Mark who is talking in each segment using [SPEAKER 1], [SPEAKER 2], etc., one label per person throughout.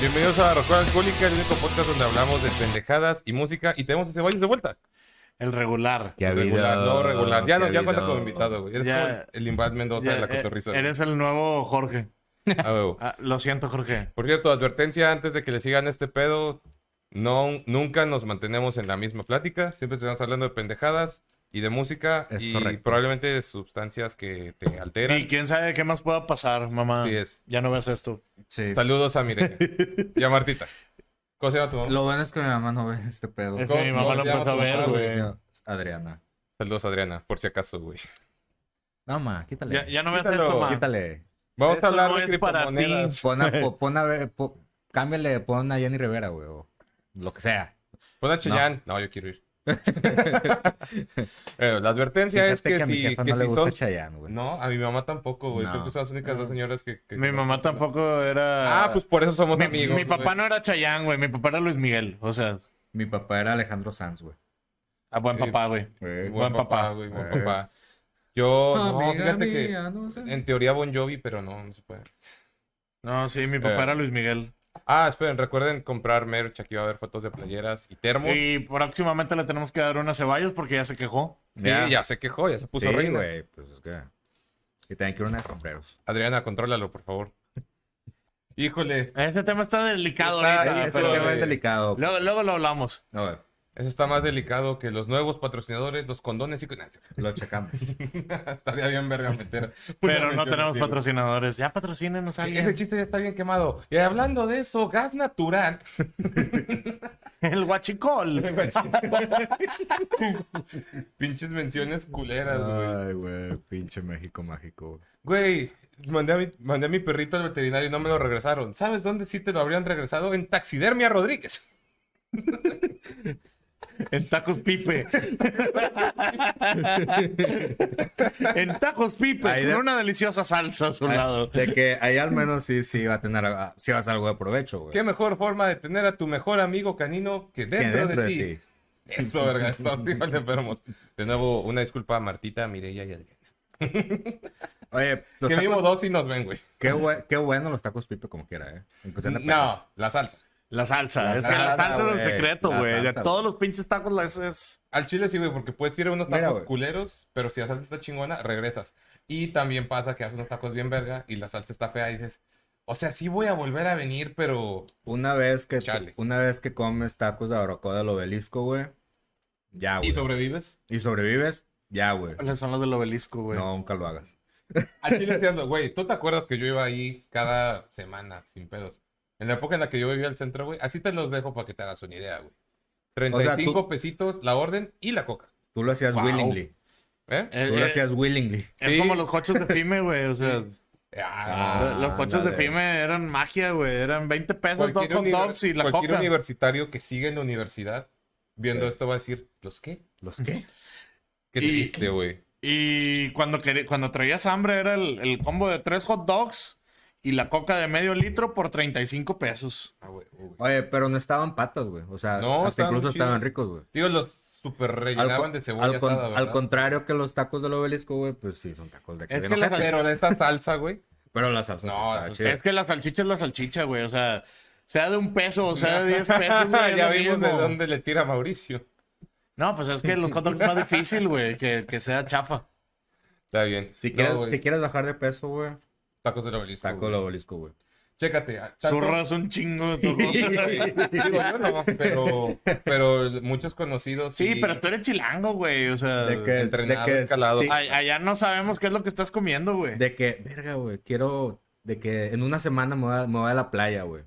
[SPEAKER 1] Bienvenidos a Rocola Alcohólica, el único podcast donde hablamos de pendejadas y música y tenemos ese baño de vuelta.
[SPEAKER 2] El regular.
[SPEAKER 1] Ya regular, no regular. Ya no, ya cuenta como invitado, güey. Eres
[SPEAKER 2] Ya.
[SPEAKER 1] como el- el Invad Mendoza
[SPEAKER 2] Ya,
[SPEAKER 1] de la
[SPEAKER 2] eh,
[SPEAKER 1] cotorriza.
[SPEAKER 2] eres el nuevo Jorge. Ah, lo siento, Jorge.
[SPEAKER 1] Por cierto, advertencia antes de que le sigan este pedo. No, nunca nos mantenemos en la misma plática. Siempre estamos hablando de pendejadas y de música
[SPEAKER 3] Es
[SPEAKER 1] y
[SPEAKER 3] correcto.
[SPEAKER 1] probablemente de sustancias que te alteran.
[SPEAKER 2] Y quién sabe qué más pueda pasar, mamá.
[SPEAKER 1] Así es.
[SPEAKER 2] Ya no ves esto.
[SPEAKER 3] Sí.
[SPEAKER 1] Saludos a Mireia y a Martita. ¿Cómo se llama tu mamá?
[SPEAKER 3] Lo bueno es que mi mamá no ve este pedo.
[SPEAKER 2] Es
[SPEAKER 1] ¿Cómo-
[SPEAKER 2] que mi mamá
[SPEAKER 1] cómo
[SPEAKER 2] lo
[SPEAKER 1] se llama
[SPEAKER 2] empezó a
[SPEAKER 1] tu
[SPEAKER 2] ver,
[SPEAKER 1] mamá,
[SPEAKER 3] Pues,
[SPEAKER 2] güey.
[SPEAKER 3] mira, Adriana.
[SPEAKER 1] Saludos, Adriana, por si acaso, güey.
[SPEAKER 3] No, ma, quítale.
[SPEAKER 2] Ya, ya no ves
[SPEAKER 1] Quítalo,
[SPEAKER 2] esto, mamá.
[SPEAKER 3] Quítale.
[SPEAKER 1] Vamos
[SPEAKER 2] Esto
[SPEAKER 1] a hablar
[SPEAKER 2] no
[SPEAKER 1] de
[SPEAKER 2] es para ti.
[SPEAKER 1] criptomonedas.
[SPEAKER 3] Pon a, po- pon a ver, po- cámbiale, pon a Jenny Rivera, güey. o Lo que sea.
[SPEAKER 1] Pon a Cheyenne. No. yo quiero ir. Eh, la advertencia es
[SPEAKER 3] Fíjate
[SPEAKER 1] que,
[SPEAKER 3] a mi
[SPEAKER 1] si,
[SPEAKER 3] jefa
[SPEAKER 1] que
[SPEAKER 3] no le
[SPEAKER 1] si
[SPEAKER 3] gusta
[SPEAKER 1] son...
[SPEAKER 3] Chayanne, güey.
[SPEAKER 1] No, a mi mamá tampoco, güey.
[SPEAKER 3] No.
[SPEAKER 1] Creo que son las únicas dos señoras que... que-
[SPEAKER 2] Mi mamá tampoco era.
[SPEAKER 1] Ah, pues por eso somos
[SPEAKER 2] mi,
[SPEAKER 1] amigos.
[SPEAKER 2] mi papá
[SPEAKER 1] güey.
[SPEAKER 2] no era Chayán, güey. Mi papá era Luis Miguel. O sea,
[SPEAKER 3] Mi papá era Alejandro Sanz, güey.
[SPEAKER 2] a buen
[SPEAKER 1] Sí.
[SPEAKER 2] papá, güey.
[SPEAKER 3] Eh,
[SPEAKER 1] Buen
[SPEAKER 2] Buen
[SPEAKER 1] papá,
[SPEAKER 2] papá.
[SPEAKER 1] güey, buen
[SPEAKER 3] Eh.
[SPEAKER 1] papá. Yo, no,
[SPEAKER 3] Amiga
[SPEAKER 1] fíjate que
[SPEAKER 3] mía, no sé.
[SPEAKER 1] en teoría Bon Jovi, pero no, no se puede.
[SPEAKER 2] No, sí, mi papá
[SPEAKER 1] Eh.
[SPEAKER 2] era Luis Miguel.
[SPEAKER 1] Ah, esperen, recuerden comprar merch, aquí va a haber fotos de playeras y termos. Sí,
[SPEAKER 2] Y próximamente le tenemos que dar una a Ceballos porque ya se quejó.
[SPEAKER 3] Ya.
[SPEAKER 1] ya se quejó, ya se puso
[SPEAKER 3] Sí,
[SPEAKER 1] reina.
[SPEAKER 3] güey. Pues es que... Y también quiero una de sombreros.
[SPEAKER 1] Adriana, contrólalo, por favor. Híjole,
[SPEAKER 2] Ese tema está delicado
[SPEAKER 1] Está-
[SPEAKER 2] ahorita.
[SPEAKER 3] Ese
[SPEAKER 2] pero-
[SPEAKER 3] tema
[SPEAKER 1] güey.
[SPEAKER 3] es delicado.
[SPEAKER 2] Luego, luego lo hablamos.
[SPEAKER 3] No, güey,
[SPEAKER 1] eso está más delicado que los nuevos patrocinadores, los condones y... No,
[SPEAKER 3] lo checamos.
[SPEAKER 1] Estaría bien verga meter. una
[SPEAKER 2] Pero no
[SPEAKER 1] mención
[SPEAKER 2] tenemos
[SPEAKER 1] así, güey.
[SPEAKER 2] patrocinadores. Ya patrocínenos a
[SPEAKER 1] Ese
[SPEAKER 2] alguien.
[SPEAKER 1] chiste ya está bien quemado. Y hablando de eso, gas natural.
[SPEAKER 2] El guachicol.
[SPEAKER 1] Pinches menciones culeras, güey.
[SPEAKER 3] Ay, güey, pinche México mágico.
[SPEAKER 1] Güey, mandé a, mi, mandé a mi perrito al veterinario y no me lo regresaron. ¿Sabes dónde sí te lo habrían regresado? En Taxidermia Rodríguez.
[SPEAKER 2] En tacos pipe. en tacos pipe.
[SPEAKER 3] Ahí
[SPEAKER 2] con
[SPEAKER 3] de-
[SPEAKER 2] una deliciosa salsa a su lado.
[SPEAKER 3] Ah, De que ahí al menos sí, sí va a tener, ah, sí va a ser algo de provecho, güey.
[SPEAKER 1] ¿Qué mejor forma de tener a tu mejor amigo canino que
[SPEAKER 3] Que
[SPEAKER 1] dentro, de, ti? Eso, verga, estamos igual de enfermos. De nuevo, una disculpa a Martita, Mireia y Adriana.
[SPEAKER 3] Oye, los
[SPEAKER 1] Que
[SPEAKER 3] tacos-
[SPEAKER 1] vimos dos y nos ven, güey.
[SPEAKER 3] qué, bue- qué bueno los tacos pipe como quiera, eh. Aunque sean de perro.
[SPEAKER 1] No, la salsa.
[SPEAKER 2] La salsa.
[SPEAKER 3] La
[SPEAKER 2] es que la
[SPEAKER 3] salsa,
[SPEAKER 2] salsa es
[SPEAKER 3] güey.
[SPEAKER 2] el secreto,
[SPEAKER 3] La
[SPEAKER 2] güey. De
[SPEAKER 3] salsa,
[SPEAKER 2] todos
[SPEAKER 3] güey.
[SPEAKER 2] los pinches tacos las es.
[SPEAKER 1] Al chile sí, güey, porque puedes ir a unos
[SPEAKER 3] Mira,
[SPEAKER 1] tacos
[SPEAKER 3] güey.
[SPEAKER 1] culeros, pero si la salsa está chingona, regresas. Y también pasa que haces unos tacos bien verga y la salsa está fea y dices, o sea, sí voy a volver a venir, pero
[SPEAKER 3] Una vez que
[SPEAKER 1] Chale.
[SPEAKER 3] una vez que comes tacos de barbacoa del obelisco, güey. Ya, Ah, güey.
[SPEAKER 1] ¿y sobrevives?
[SPEAKER 3] Y sobrevives, ya, güey.
[SPEAKER 2] ¿Cuáles son los del obelisco, güey?
[SPEAKER 3] No, nunca lo hagas.
[SPEAKER 1] Al chile sí hazlo, güey. ¿Tú te acuerdas que yo iba ahí cada semana, sin pedos? En la época en la que yo vivía al centro, güey, así te los dejo para que te hagas una idea, güey. 35 pesitos la orden y la coca.
[SPEAKER 3] Tú lo hacías
[SPEAKER 2] Wow.
[SPEAKER 3] willingly.
[SPEAKER 1] ¿Eh?
[SPEAKER 2] Eh,
[SPEAKER 3] Tú lo
[SPEAKER 2] eh,
[SPEAKER 3] hacías willingly.
[SPEAKER 2] Es
[SPEAKER 1] Sí.
[SPEAKER 2] como los cochos de Fime, güey. O sea,
[SPEAKER 1] Ah,
[SPEAKER 3] Ah,
[SPEAKER 2] los cochos de
[SPEAKER 3] ándale.
[SPEAKER 2] Fime eran magia, güey. Eran 20 pesos, dos con
[SPEAKER 1] univer-
[SPEAKER 2] tops y la
[SPEAKER 1] cualquier
[SPEAKER 2] coca.
[SPEAKER 1] universitario que sigue en la universidad viendo
[SPEAKER 3] Sí.
[SPEAKER 1] esto va a decir, ¿los qué?
[SPEAKER 3] ¿Los qué?
[SPEAKER 1] Qué
[SPEAKER 2] Y-
[SPEAKER 1] triste, güey.
[SPEAKER 2] Y cuando, quer- cuando traías hambre era el, el combo de tres hot dogs y la coca de medio litro por 35 pesos.
[SPEAKER 1] Ah, güey, güey.
[SPEAKER 3] Oye, pero no estaban patas, güey. O sea,
[SPEAKER 1] No,
[SPEAKER 3] hasta
[SPEAKER 1] estaban
[SPEAKER 3] incluso
[SPEAKER 1] muy
[SPEAKER 3] estaban
[SPEAKER 1] chidos.
[SPEAKER 3] ricos, güey.
[SPEAKER 1] Digo, los super
[SPEAKER 3] Al,
[SPEAKER 1] rellenaban
[SPEAKER 3] con-
[SPEAKER 1] de cebolla
[SPEAKER 3] al con-
[SPEAKER 1] asada, ¿verdad?
[SPEAKER 3] al contrario que los tacos del obelisco, güey, pues sí, son tacos de
[SPEAKER 2] Es
[SPEAKER 3] bien
[SPEAKER 2] que la
[SPEAKER 3] ojete.
[SPEAKER 1] Pero de esa salsa, güey.
[SPEAKER 3] Pero la salsa
[SPEAKER 1] No,
[SPEAKER 3] sí estaba
[SPEAKER 1] eso sí.
[SPEAKER 3] chida.
[SPEAKER 2] Es que la salchicha es la salchicha, güey. O sea, sea de un peso o sea de 10 pesos, güey.
[SPEAKER 1] ya
[SPEAKER 2] es lo
[SPEAKER 1] vimos de
[SPEAKER 2] mismo.
[SPEAKER 1] dónde le tira Mauricio.
[SPEAKER 2] No, pues es que los hot dogs es más difícil, güey, que, que sea chafa.
[SPEAKER 1] Está bien.
[SPEAKER 3] Si,
[SPEAKER 1] No,
[SPEAKER 3] quieres,
[SPEAKER 1] güey,
[SPEAKER 3] si quieres bajar de peso, güey,
[SPEAKER 1] tacos del obelisco.
[SPEAKER 3] saco
[SPEAKER 1] güey.
[SPEAKER 3] el obelisco, güey.
[SPEAKER 1] Chécate. a- tanto-
[SPEAKER 2] Zurras un chingo. de todo.
[SPEAKER 1] Digo, yo no, pero, pero muchos conocidos.
[SPEAKER 2] Sí,
[SPEAKER 1] y-
[SPEAKER 2] pero tú eres chilango, güey. O sea,
[SPEAKER 3] De que, de
[SPEAKER 1] entrenado,
[SPEAKER 3] que,
[SPEAKER 1] escalado.
[SPEAKER 3] sí,
[SPEAKER 2] a- allá no sabemos qué es lo que estás comiendo, güey.
[SPEAKER 3] de que, verga, güey, quiero, de que en una semana me voy a, me voy a la playa, güey.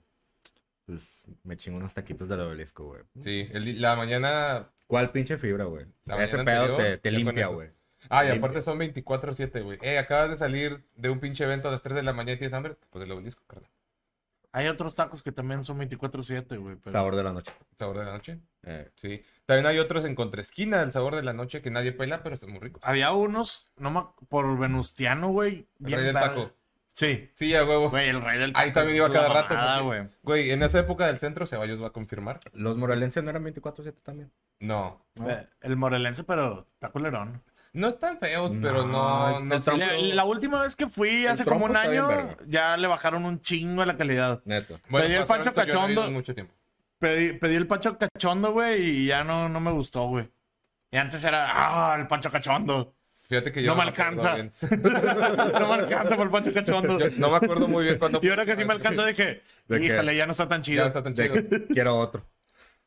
[SPEAKER 3] Pues me chingo unos taquitos del obelisco, güey.
[SPEAKER 1] Sí, el- la mañana.
[SPEAKER 3] ¿Cuál pinche fibra, güey?
[SPEAKER 1] La
[SPEAKER 3] Ese
[SPEAKER 1] mañana
[SPEAKER 3] pedo
[SPEAKER 1] anterior,
[SPEAKER 3] te, te
[SPEAKER 1] ya con
[SPEAKER 3] limpia,
[SPEAKER 1] eso.
[SPEAKER 3] güey.
[SPEAKER 1] Ah, y
[SPEAKER 3] Limpia.
[SPEAKER 1] aparte son 24-7, güey. Eh, acabas de salir de un pinche evento a las 3 de la mañana y tienes hambre. Pues el obelisco, carnal.
[SPEAKER 2] Hay otros tacos que también son 24-7, güey.
[SPEAKER 1] pues.
[SPEAKER 2] pero-
[SPEAKER 3] Sabor de la noche.
[SPEAKER 1] Sabor de la noche.
[SPEAKER 3] Eh,
[SPEAKER 1] Sí. También hay otros en contraesquina, el sabor de la noche que nadie pela, pero están muy Ah, ricos.
[SPEAKER 2] Había unos, no me ac- por Venustiano, güey.
[SPEAKER 1] El
[SPEAKER 2] bien
[SPEAKER 1] rey del
[SPEAKER 2] verga.
[SPEAKER 1] taco.
[SPEAKER 2] Sí.
[SPEAKER 1] Sí, a huevo.
[SPEAKER 2] Güey, el rey del taco.
[SPEAKER 1] Ahí también iba
[SPEAKER 2] es
[SPEAKER 1] cada
[SPEAKER 2] la
[SPEAKER 1] rato,
[SPEAKER 2] mamada,
[SPEAKER 1] porque-
[SPEAKER 2] güey.
[SPEAKER 1] Güey, en esa época del centro, Ceballos va a confirmar.
[SPEAKER 3] Los morelenses no eran 24-7 también.
[SPEAKER 1] No.
[SPEAKER 3] ¿no?
[SPEAKER 2] Eh, El morelense, pero está culerón.
[SPEAKER 1] No están feos, pero no.
[SPEAKER 3] el-
[SPEAKER 1] no
[SPEAKER 3] el
[SPEAKER 1] sé.
[SPEAKER 3] trompo-
[SPEAKER 2] La, la última vez que fui hace como
[SPEAKER 4] trompo
[SPEAKER 2] un
[SPEAKER 4] está bien
[SPEAKER 2] año,
[SPEAKER 4] verga.
[SPEAKER 2] ya le bajaron un chingo a la calidad.
[SPEAKER 3] Neto.
[SPEAKER 2] pedí el
[SPEAKER 1] pasaron
[SPEAKER 2] Pancho
[SPEAKER 1] esto, yo no he ido
[SPEAKER 2] Cachondo.
[SPEAKER 1] en mucho tiempo.
[SPEAKER 2] Pedí, pedí el pancho cachondo, güey, y ya no, no me gustó, güey. Y antes era, ah, el pancho cachondo.
[SPEAKER 1] Fíjate que yo
[SPEAKER 2] No me
[SPEAKER 1] acuerdo
[SPEAKER 2] alcanza.
[SPEAKER 1] bien.
[SPEAKER 2] no me alcanza por el pancho cachondo.
[SPEAKER 1] Yo no me acuerdo muy bien cuando.
[SPEAKER 2] Y ahora que sí me alcanza dije,
[SPEAKER 3] ¿De qué?
[SPEAKER 2] híjole, ya no está tan
[SPEAKER 1] Ya
[SPEAKER 2] chido.
[SPEAKER 1] está tan
[SPEAKER 3] De-
[SPEAKER 1] chido.
[SPEAKER 3] quiero otro.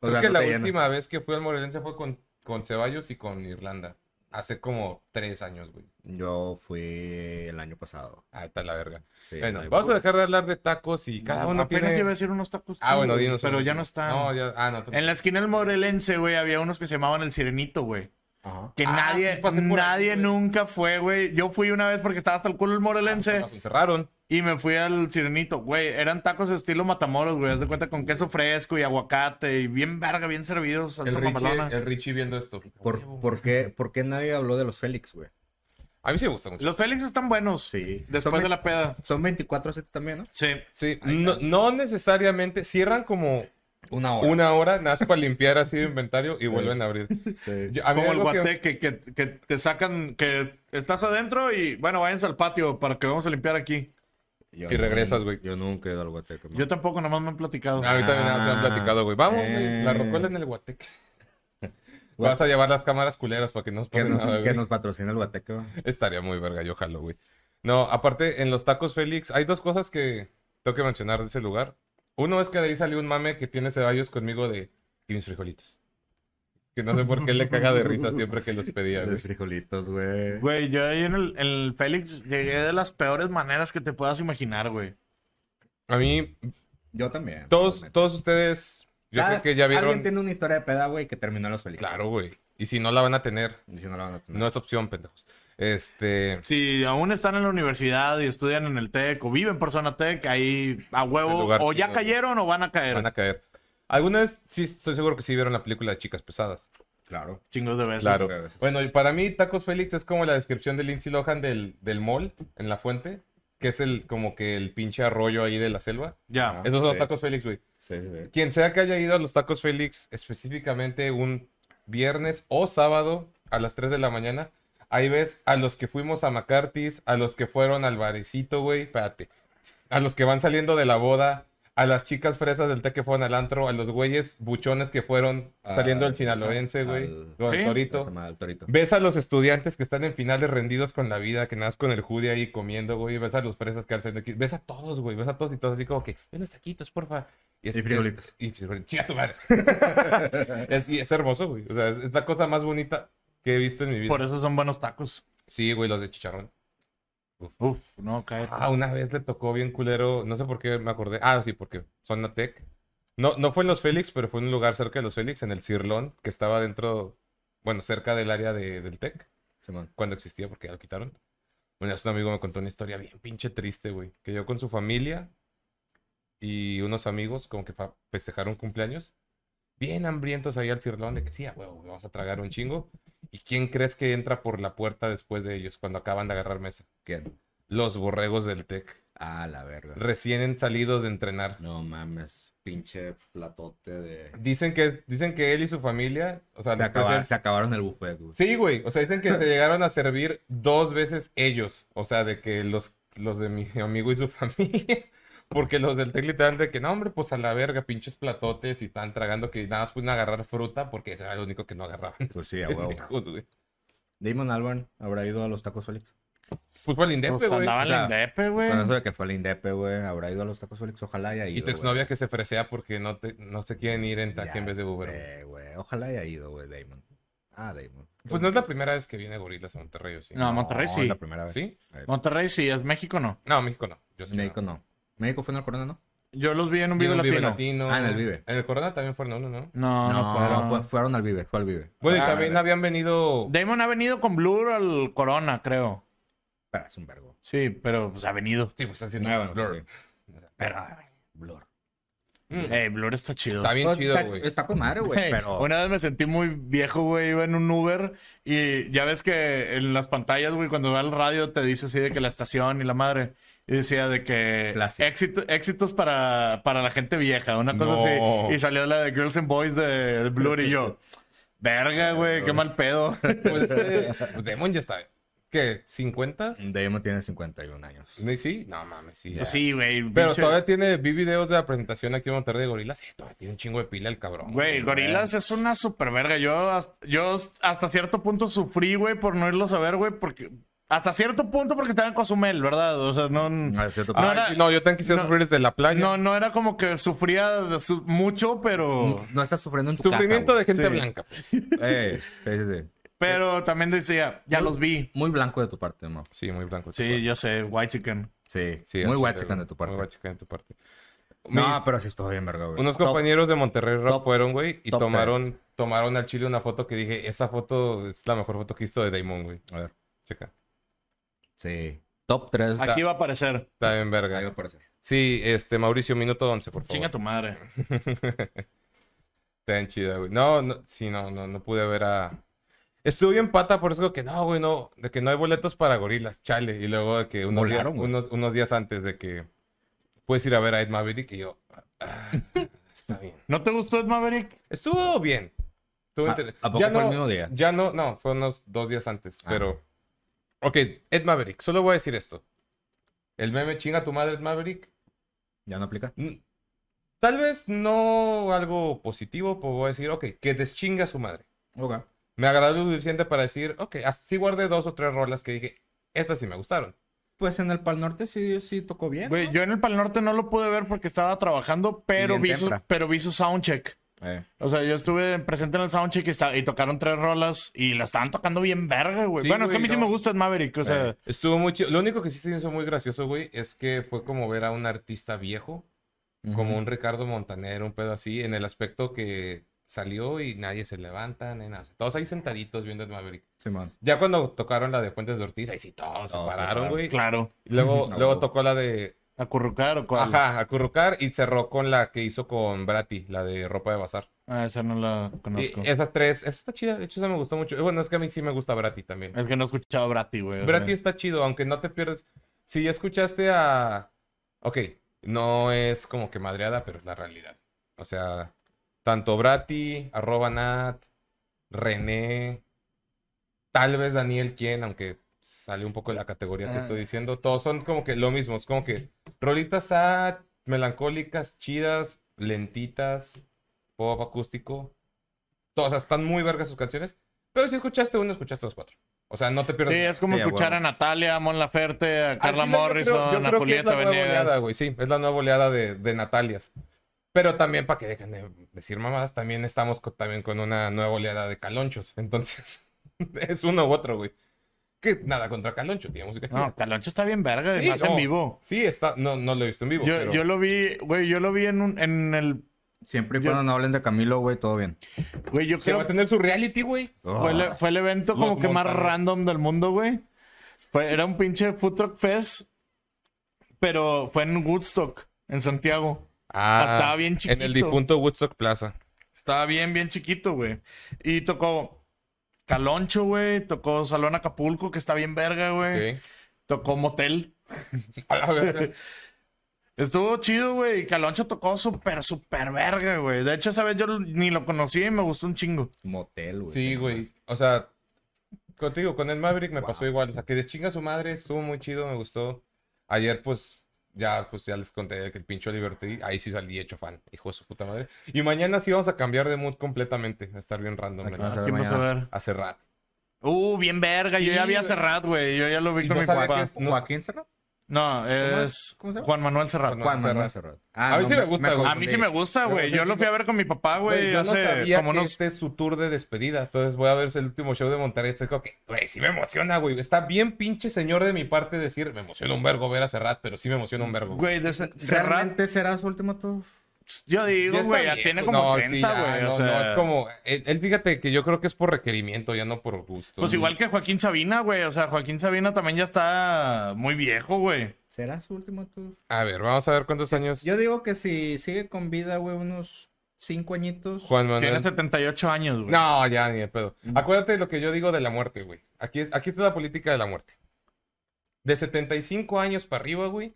[SPEAKER 3] O
[SPEAKER 1] Creo
[SPEAKER 3] sea,
[SPEAKER 1] que
[SPEAKER 3] no
[SPEAKER 1] la
[SPEAKER 3] te llenas.
[SPEAKER 1] última vez que fui al Morelense fue con, con Ceballos y con Irlanda. Hace como tres años, güey.
[SPEAKER 3] Yo fui el año pasado.
[SPEAKER 1] Ah, está la verga.
[SPEAKER 3] Sí,
[SPEAKER 1] bueno,
[SPEAKER 3] ahí
[SPEAKER 1] vamos
[SPEAKER 3] voy.
[SPEAKER 1] a dejar de hablar de tacos y cada uno
[SPEAKER 2] Ah, Apenas
[SPEAKER 1] tiene...
[SPEAKER 2] iba a decir unos tacos.
[SPEAKER 1] Ah, bueno,
[SPEAKER 2] chidos,
[SPEAKER 1] dinos.
[SPEAKER 2] Pero
[SPEAKER 1] uno.
[SPEAKER 2] ya no están.
[SPEAKER 1] No, ya... Ah, no. tú-
[SPEAKER 2] En la esquina del Morelense, güey, había unos que se llamaban el Sirenito, güey.
[SPEAKER 4] Ajá.
[SPEAKER 2] Que
[SPEAKER 1] Ah,
[SPEAKER 2] nadie,
[SPEAKER 1] sí, pasé por ahí,
[SPEAKER 2] nadie
[SPEAKER 1] güey.
[SPEAKER 2] nunca fue, güey. Yo fui una vez porque estaba hasta el culo del Morelense
[SPEAKER 1] Nos encerraron.
[SPEAKER 2] y me fui al Sirenito, güey. Eran tacos estilo Matamoros, güey. Haz de cuenta
[SPEAKER 1] Mm.
[SPEAKER 2] con queso fresco y aguacate y bien verga, bien servidos,
[SPEAKER 1] El
[SPEAKER 2] salsa
[SPEAKER 1] Richie,
[SPEAKER 2] mamalona.
[SPEAKER 1] el Richie viendo esto.
[SPEAKER 3] ¿Por, por qué, por qué nadie habló de los Félix, güey?
[SPEAKER 1] A mí sí me gusta mucho.
[SPEAKER 2] Los Félix están buenos.
[SPEAKER 3] Sí.
[SPEAKER 2] Después
[SPEAKER 3] Son
[SPEAKER 2] de la peda.
[SPEAKER 3] Son 24 a 7 también, ¿no?
[SPEAKER 2] Sí.
[SPEAKER 1] Sí, no, no necesariamente. Cierran como
[SPEAKER 3] Una hora.
[SPEAKER 1] una hora, nada más para limpiar así el inventario y vuelven a abrir.
[SPEAKER 3] Sí.
[SPEAKER 1] Yo- a mí
[SPEAKER 2] Como el
[SPEAKER 1] algo que-
[SPEAKER 2] guate que, que- que te sacan, que estás adentro y bueno, váyanse al patio para que vamos a limpiar aquí.
[SPEAKER 3] Yo
[SPEAKER 1] Y regresas, güey.
[SPEAKER 3] Yo nunca he ido al Guateque. ¿no?
[SPEAKER 2] Yo tampoco, nomás me han platicado.
[SPEAKER 1] Ahorita también nada más me han
[SPEAKER 3] Ah,
[SPEAKER 1] platicado, güey. Vamos, güey, la
[SPEAKER 3] eh.
[SPEAKER 1] rocola en el Guateque. Vas a llevar las cámaras culeras para que no nos
[SPEAKER 3] que
[SPEAKER 1] pase
[SPEAKER 3] nos,
[SPEAKER 1] nada,
[SPEAKER 3] que
[SPEAKER 1] Ah, güey.
[SPEAKER 3] nos patrocina el Guateque. güey.
[SPEAKER 1] Estaría muy verga, yo jalo, güey. No, aparte, en los tacos Félix, hay dos cosas que tengo que mencionar de ese lugar. Uno es que de ahí salió un mame que tiene Ceballos conmigo de "Y mis frijolitos. Que no sé por qué le caga de risa siempre que los pedía, güey.
[SPEAKER 3] Los frijolitos, güey.
[SPEAKER 2] Güey, yo ahí en el, en el Félix llegué de las peores maneras que te puedas imaginar, güey.
[SPEAKER 1] A mí,
[SPEAKER 3] Yo también.
[SPEAKER 1] todos,
[SPEAKER 3] totalmente.
[SPEAKER 1] todos ustedes, yo
[SPEAKER 3] Cada-
[SPEAKER 1] sé que ya vieron.
[SPEAKER 3] Alguien tiene una historia de peda, güey, que terminó en los Félix.
[SPEAKER 1] Claro, güey. Y si no la van a tener,
[SPEAKER 3] Y si no la van a tener.
[SPEAKER 1] no es opción, pendejos. Este.
[SPEAKER 2] Si aún están en la universidad y estudian en el TEC o viven por zona TEC, ahí a
[SPEAKER 1] El
[SPEAKER 2] huevo
[SPEAKER 1] lugar
[SPEAKER 2] o ya
[SPEAKER 1] chido.
[SPEAKER 2] cayeron o van a caer.
[SPEAKER 1] Van a caer. Algunas sí, estoy seguro que sí vieron la película de Chicas Pesadas.
[SPEAKER 3] Claro.
[SPEAKER 2] Chingos de veces.
[SPEAKER 1] Claro.
[SPEAKER 3] sí, sí.
[SPEAKER 1] Bueno, y para mí Tacos Félix es como la descripción de Lindsay Lohan del, del mall en la fuente, que es el como que el pinche arroyo ahí de la selva.
[SPEAKER 2] Ya.
[SPEAKER 1] Esos son los
[SPEAKER 3] sí.
[SPEAKER 1] Tacos Félix, güey.
[SPEAKER 3] Sí, sí, sí.
[SPEAKER 1] Quien sea que haya ido a los Tacos Félix específicamente un viernes o sábado a las 3 de la mañana, ahí ves a los que fuimos a McCarthy's, a los que fueron al barecito, güey, espérate. A los que van saliendo de la boda, a las chicas fresas del té que fueron al antro, a los güeyes buchones que fueron saliendo
[SPEAKER 3] Ah,
[SPEAKER 1] del sinaloense, güey,
[SPEAKER 3] al-
[SPEAKER 1] con
[SPEAKER 2] Sí,
[SPEAKER 1] el
[SPEAKER 3] Esa
[SPEAKER 1] torito.
[SPEAKER 3] madre, el torito.
[SPEAKER 1] Ves a los estudiantes que están en finales rendidos con la vida, que nadas con el hoodie ahí comiendo, güey. Ves a los fresas que hacen aquí. Ves a todos, güey. Ves a todos y todos así como que, unos taquitos, porfa. es-
[SPEAKER 3] Y frijolitos.
[SPEAKER 1] Y frijolitos. Chinga tu madre. es, y es hermoso, güey. O sea, es, es la cosa más bonita que he visto en mi vida.
[SPEAKER 2] Por eso son buenos tacos.
[SPEAKER 1] Sí, güey, los de chicharrón.
[SPEAKER 2] Uf, no cae.
[SPEAKER 1] Ah, una vez le tocó bien culero. No sé por qué me acordé. Ah, sí, porque son Natec. No, no fue en los Félix, pero fue en un lugar cerca de los Félix, en el Cirlón, que estaba dentro, bueno, cerca del área de- del Tec.
[SPEAKER 3] Simón.
[SPEAKER 1] cuando existía porque ya lo quitaron. Bueno, un amigo me contó una historia bien pinche triste, güey. Que yo con su familia y unos amigos como que fa- festejaron cumpleaños. Bien hambrientos ahí al cirlón de que sí, a huevo, güey, vamos a tragar un chingo. ¿Y quién crees que entra por la puerta después de ellos cuando acaban de agarrar mesa?
[SPEAKER 3] ¿Quién?
[SPEAKER 1] Los borregos del TEC,
[SPEAKER 3] Ah, la verga.
[SPEAKER 1] recién salidos de entrenar.
[SPEAKER 3] No mames. Pinche platote de.
[SPEAKER 1] Dicen que, es- dicen que él y su familia, o sea,
[SPEAKER 3] Se,
[SPEAKER 1] les
[SPEAKER 3] acaba-
[SPEAKER 1] ofrecen-
[SPEAKER 3] se acabaron el buffet, güey.
[SPEAKER 1] Sí, güey. O sea, dicen que se llegaron a servir dos veces ellos. O sea, de que los, los de mi amigo y su familia. Porque los del Tec literalmente que no, hombre, pues a la verga, pinches platotes y están tragando que nada más pueden agarrar fruta porque eso era lo único que no agarraban.
[SPEAKER 3] Pues sí, a huevo.
[SPEAKER 1] Pendejos, güey.
[SPEAKER 3] Damon Albarn habrá ido a los tacos Félix.
[SPEAKER 1] Pues fue el Indepe,
[SPEAKER 2] Pues
[SPEAKER 1] güey.
[SPEAKER 2] andaba
[SPEAKER 3] o sea,
[SPEAKER 2] en la Indepe, güey.
[SPEAKER 3] Con eso de que fue al Indepe, güey. Habrá ido a los tacos Félix. Ojalá haya ido.
[SPEAKER 1] Y tu
[SPEAKER 3] güey.
[SPEAKER 1] exnovia que se fresea porque no, te, no se quieren ir en taxi
[SPEAKER 3] Ya
[SPEAKER 1] en vez de Uber. güey.
[SPEAKER 3] sé, güey. Ojalá haya ido, güey, Damon. Ah, Damon.
[SPEAKER 1] Pues no es la primera vez que viene Gorilas a Monterrey, ¿o sí?
[SPEAKER 2] No, Monterrey
[SPEAKER 3] es
[SPEAKER 2] sí.
[SPEAKER 3] la primera vez.
[SPEAKER 1] ¿Sí?
[SPEAKER 3] Eh,
[SPEAKER 2] Monterrey sí, es México no.
[SPEAKER 1] No, México no. Yo sé que
[SPEAKER 3] México no. México fue en el corona, ¿no?
[SPEAKER 2] Yo los vi en un
[SPEAKER 1] no.
[SPEAKER 2] video
[SPEAKER 1] Vino un Vive
[SPEAKER 2] latino.
[SPEAKER 1] Latino.
[SPEAKER 3] Ah, en el Vive.
[SPEAKER 1] En el Corona también fueron a uno, ¿no?
[SPEAKER 2] No, no, fueron.
[SPEAKER 3] fue- fueron al Vive, fue al Vive.
[SPEAKER 1] Bueno, y
[SPEAKER 2] Ah,
[SPEAKER 1] también
[SPEAKER 3] vale.
[SPEAKER 1] habían venido
[SPEAKER 2] Damon ha venido con Blur al Corona, creo.
[SPEAKER 3] Pero es un vergo.
[SPEAKER 2] Sí, pero pues ha venido.
[SPEAKER 1] Sí, pues haciendo
[SPEAKER 3] Nueva, no,
[SPEAKER 1] Blur.
[SPEAKER 3] sí.
[SPEAKER 2] Pero,
[SPEAKER 3] Blur.
[SPEAKER 1] Mm.
[SPEAKER 2] eh, Blur está chido.
[SPEAKER 1] Está bien
[SPEAKER 3] Pues,
[SPEAKER 1] chido,
[SPEAKER 3] está,
[SPEAKER 1] güey.
[SPEAKER 3] está con madre, güey.
[SPEAKER 2] Güey,
[SPEAKER 3] Pero
[SPEAKER 2] Una vez me sentí muy viejo, güey. Iba en un Uber y ya ves que en las pantallas, güey, cuando va al radio te dice así de que la estación y la madre. Y decía de que
[SPEAKER 3] Clásico.
[SPEAKER 2] éxito- éxitos para, para la gente vieja, una cosa
[SPEAKER 1] No.
[SPEAKER 2] así. Y salió la de Girls and Boys de, de Blur y yo. Verga, güey, qué mal pedo.
[SPEAKER 1] Pues, este, pues Demon ya está. ¿Qué? ¿50?
[SPEAKER 3] Damon tiene 51 años.
[SPEAKER 1] ¿Sí? No mames, sí. ya.
[SPEAKER 2] Pues Sí, güey.
[SPEAKER 1] Pero
[SPEAKER 2] pinche-
[SPEAKER 1] todavía tiene, vi videos de la presentación aquí en Monterrey de Gorilas. eh, todavía tiene un chingo de pila el cabrón.
[SPEAKER 2] Güey, Gorilas es una super verga. Yo, hasta, yo hasta cierto punto sufrí, güey, por no irlos a ver, güey, porque. Hasta cierto punto porque estaba en Cozumel, ¿verdad? O sea, no.
[SPEAKER 3] A cierto
[SPEAKER 1] Ah,
[SPEAKER 2] No
[SPEAKER 3] punto.
[SPEAKER 2] era-
[SPEAKER 1] sí, no, yo también quise
[SPEAKER 2] no-
[SPEAKER 1] sufrir desde la playa.
[SPEAKER 2] No, no era como que sufría de su- mucho, pero.
[SPEAKER 3] No estás sufriendo en tu
[SPEAKER 1] Sufrimiento de gente
[SPEAKER 2] Sí.
[SPEAKER 1] blanca. pues.
[SPEAKER 3] de... sí, sí, sí.
[SPEAKER 2] Pero también decía, ya los vi.
[SPEAKER 3] Muy blanco de tu parte, Mau.
[SPEAKER 1] Sí, muy blanco. de tu
[SPEAKER 2] mm. Sí, yo sé, White Chicken.
[SPEAKER 3] Sí,
[SPEAKER 1] Sí,
[SPEAKER 3] muy
[SPEAKER 1] así,
[SPEAKER 3] guachican
[SPEAKER 1] güey.
[SPEAKER 3] de tu parte.
[SPEAKER 1] Muy guachicán de tu parte.
[SPEAKER 3] No,
[SPEAKER 1] Mis-
[SPEAKER 3] pero sí estuvo bien, verga, güey.
[SPEAKER 1] Unos
[SPEAKER 3] Top.
[SPEAKER 1] compañeros de Monterrey Rock
[SPEAKER 3] top-
[SPEAKER 1] fueron, güey, y
[SPEAKER 3] top
[SPEAKER 1] tomaron, tomaron al chile una foto que dije, esa foto es la mejor foto que he visto de Damon, güey.
[SPEAKER 3] A ver,
[SPEAKER 1] Checa.
[SPEAKER 3] sí. Top 3.
[SPEAKER 2] Aquí va a aparecer.
[SPEAKER 1] Está bien
[SPEAKER 3] Ahí va a
[SPEAKER 1] verga.
[SPEAKER 3] aparecer.
[SPEAKER 1] Sí, este, Mauricio, minuto 11, por favor.
[SPEAKER 2] Chinga tu madre.
[SPEAKER 1] Está bien chida, güey. No, no, sí, no, no, no pude ver a... Estuve bien pata, por eso que no, güey, no, de que no hay boletos para gorilas, chale. Y luego de que unos,
[SPEAKER 3] Volaron,
[SPEAKER 1] días,
[SPEAKER 3] güey.
[SPEAKER 1] unos, unos días antes de que puedes ir a ver a Ed Maverick y yo... ah, está bien.
[SPEAKER 2] ¿No te gustó Ed Maverick?
[SPEAKER 1] Estuvo bien. Estuvo
[SPEAKER 3] ¿A-
[SPEAKER 1] inter-
[SPEAKER 3] Ah, a poco
[SPEAKER 1] ya
[SPEAKER 3] fue
[SPEAKER 1] no,
[SPEAKER 3] el mismo día?
[SPEAKER 1] Ya no, no, fue unos dos días antes,
[SPEAKER 3] Ah.
[SPEAKER 1] pero... Ok, Ed Maverick, solo voy a decir esto. El meme chinga tu madre, Ed Maverick.
[SPEAKER 3] ¿Ya no aplica?
[SPEAKER 1] Mm, Tal vez no algo positivo, pero voy a decir, ok, que deschinga a su madre.
[SPEAKER 3] Ok.
[SPEAKER 1] Me agradó lo suficiente para decir, ok, así guardé dos o tres rolas que dije, estas sí me gustaron.
[SPEAKER 3] Pues en el Pal Norte sí, sí tocó bien.
[SPEAKER 2] Güey, yo en el Pal Norte no lo pude ver porque estaba trabajando, pero,
[SPEAKER 3] Y bien
[SPEAKER 2] vi su,
[SPEAKER 3] temprano.
[SPEAKER 2] pero vi su soundcheck.
[SPEAKER 3] Eh,
[SPEAKER 2] O sea, yo estuve presente en el soundcheck y, esta- y tocaron tres rolas y la estaban tocando bien verga, güey.
[SPEAKER 1] Sí,
[SPEAKER 2] bueno, es que a
[SPEAKER 1] güey,
[SPEAKER 2] mí sí
[SPEAKER 1] no. Eh,
[SPEAKER 2] me gusta Ed Maverick, o sea.
[SPEAKER 1] Estuvo muy chido. Lo único que sí se hizo muy gracioso, güey, es que fue como ver a un artista viejo, como un Ricardo Montaner, un pedo así, en el aspecto que salió y nadie se levanta, ni nada. Todos ahí sentaditos viendo el Maverick.
[SPEAKER 3] Simón.
[SPEAKER 1] Ya cuando tocaron la de Fuentes de Ortiz, ahí sí todos se
[SPEAKER 3] Todos se
[SPEAKER 1] pararon,
[SPEAKER 3] pararon.
[SPEAKER 1] güey.
[SPEAKER 2] Claro.
[SPEAKER 1] Luego,
[SPEAKER 3] No.
[SPEAKER 1] luego tocó la de
[SPEAKER 2] Acurrucar o cuál.
[SPEAKER 1] Ajá, acurrucar y cerró con la que hizo con Brati, la de ropa de bazar.
[SPEAKER 2] Ah, esa no la
[SPEAKER 1] Y
[SPEAKER 2] conozco. es...
[SPEAKER 1] esas tres, esa está chida, de hecho esa me gustó mucho. Eh, Bueno, es que a mí sí me gusta Brati también.
[SPEAKER 2] que no he escuchado Brati, güey. o
[SPEAKER 1] Brati
[SPEAKER 2] sea.
[SPEAKER 1] está chido, aunque no te pierdes. Si ya escuchaste a... Ok, no es como que madreada, pero es la realidad. O sea, tanto Brati, arroba Nat, René, tal vez Daniel quien, aunque sale un poco de la categoría que
[SPEAKER 2] Ah.
[SPEAKER 1] estoy diciendo, todos son como que lo mismo, es como que rolitas sad, melancólicas, chidas, lentitas, pop acústico. Todas o sea, están muy vergas sus canciones, pero si escuchaste uno, escuchaste los cuatro. O sea, no te pierdes.
[SPEAKER 2] Sí, es como
[SPEAKER 3] Sí, a
[SPEAKER 2] escuchar a
[SPEAKER 3] huevo.
[SPEAKER 2] Natalia, a Mon Laferte, a
[SPEAKER 1] Al
[SPEAKER 2] Carla
[SPEAKER 1] chile yo
[SPEAKER 2] Morrison,
[SPEAKER 1] creo- yo
[SPEAKER 2] a
[SPEAKER 1] creo que
[SPEAKER 2] Julieta
[SPEAKER 1] es la nueva
[SPEAKER 2] Venegas.
[SPEAKER 1] oleada, güey, sí, es la nueva oleada de, de Natalias. Pero también, para que dejen de decir mamadas, también estamos co- también con una nueva oleada de calonchos. Entonces, es uno u otro, güey. Que nada contra caloncho, tiene música chida.
[SPEAKER 2] No, Caloncho está bien verga,
[SPEAKER 1] Sí,
[SPEAKER 2] y más
[SPEAKER 1] no.
[SPEAKER 2] en vivo.
[SPEAKER 1] Sí, está, no, no lo he visto en vivo.
[SPEAKER 2] Yo,
[SPEAKER 1] pero-
[SPEAKER 2] yo lo vi, güey, yo lo vi en un, en el,
[SPEAKER 3] Siempre y
[SPEAKER 2] Yo-
[SPEAKER 3] cuando no hablen de Camilo, güey, todo bien. Ah,
[SPEAKER 2] güey, yo
[SPEAKER 1] que va
[SPEAKER 2] creo
[SPEAKER 1] a tener su reality, güey.
[SPEAKER 2] Fue el, e- fue el evento como
[SPEAKER 1] Ah. Los
[SPEAKER 2] que más
[SPEAKER 1] montaron.
[SPEAKER 2] random del mundo, güey. Fue, era un pinche Food Truck Fest, pero fue en Woodstock, en Santiago.
[SPEAKER 1] Ah,
[SPEAKER 2] estaba bien chiquito.
[SPEAKER 1] En el difunto Woodstock Plaza.
[SPEAKER 2] Estaba bien, bien chiquito, güey. Y tocó Caloncho, güey. Tocó Salón Acapulco, que está bien verga, güey.
[SPEAKER 1] Ok.
[SPEAKER 2] Tocó Motel.
[SPEAKER 1] A la verga.
[SPEAKER 2] Estuvo chido, güey. Y Caloncho tocó súper, súper verga, güey. De hecho, esa vez yo ni lo conocí y me gustó un chingo.
[SPEAKER 3] Motel, güey.
[SPEAKER 1] Sí,
[SPEAKER 3] Qué
[SPEAKER 1] güey.
[SPEAKER 3] más.
[SPEAKER 1] O sea, contigo, con el Maverick me pasó
[SPEAKER 3] Wow.
[SPEAKER 1] igual. O sea, que deschinga su madre, estuvo muy chido, me gustó. Ayer, pues, ya, pues, ya les conté que el pincho Liberty, ahí sí salí hecho fan, hijo de su puta madre. Y mañana sí vamos a cambiar de mood completamente, a estar bien random.
[SPEAKER 3] ¿A
[SPEAKER 1] la
[SPEAKER 3] qué vas
[SPEAKER 1] neta.
[SPEAKER 3] ver
[SPEAKER 2] ¿Quién vas a
[SPEAKER 3] mañana?
[SPEAKER 2] ver?
[SPEAKER 1] A Serrat.
[SPEAKER 2] Uh, bien verga. Yo
[SPEAKER 1] Sí,
[SPEAKER 2] ya vi a
[SPEAKER 1] güey.
[SPEAKER 2] Serrat, güey. Yo ya lo vi
[SPEAKER 1] Y
[SPEAKER 2] con
[SPEAKER 1] no
[SPEAKER 2] mi
[SPEAKER 1] sabía que
[SPEAKER 2] papá.
[SPEAKER 1] es- no-
[SPEAKER 3] ¿Joaquín Serrat?
[SPEAKER 2] No,
[SPEAKER 3] es?
[SPEAKER 2] es
[SPEAKER 3] ¿Cómo se llama?
[SPEAKER 2] Juan Manuel Serrat.
[SPEAKER 1] Juan
[SPEAKER 3] Juan Manuel
[SPEAKER 1] Manuel
[SPEAKER 3] Serrat. Ah,
[SPEAKER 1] A mí sí me gusta, güey.
[SPEAKER 2] A mí sí me gusta, güey. Yo lo fui a ver con mi papá,
[SPEAKER 1] Güey,
[SPEAKER 2] güey,
[SPEAKER 1] yo no
[SPEAKER 2] hace
[SPEAKER 1] sabía
[SPEAKER 2] como
[SPEAKER 1] que
[SPEAKER 2] unos...
[SPEAKER 1] este es su tour de despedida. Entonces voy a ver el último show de Monterrey. Estoy como que, güey, sí me emociona, güey. Está bien pinche señor de mi parte decir, me emociona un vergo ver a Serrat, pero sí me emociona un vergo. güey.
[SPEAKER 2] Güey, de Ser- Serrat,
[SPEAKER 3] ¿Realmente será su último tour?
[SPEAKER 2] yo
[SPEAKER 1] Ya
[SPEAKER 2] digo,
[SPEAKER 1] está
[SPEAKER 2] güey, ya
[SPEAKER 1] viejo.
[SPEAKER 2] tiene como
[SPEAKER 1] No,
[SPEAKER 2] 30,
[SPEAKER 1] sí, ya,
[SPEAKER 2] güey.
[SPEAKER 1] no,
[SPEAKER 2] o sea,
[SPEAKER 1] no, es como. Él, él, fíjate que yo creo que es por requerimiento, ya no por gusto.
[SPEAKER 2] Pues igual que Joaquín Sabina, güey. O sea, Joaquín Sabina también ya está muy viejo, güey.
[SPEAKER 3] ¿Será su último tour?
[SPEAKER 1] A ver, vamos a ver cuántos años.
[SPEAKER 3] Yo digo que si sigue con vida, güey, unos cinco añitos.
[SPEAKER 1] Juan
[SPEAKER 2] Tiene
[SPEAKER 1] Manuel.
[SPEAKER 2] 78 años, güey. Mm.
[SPEAKER 1] No, ya ni de pedo. Acuérdate de lo que yo digo de la muerte, güey. Aquí, es- aquí está la política de la muerte. De 75 años para arriba, güey.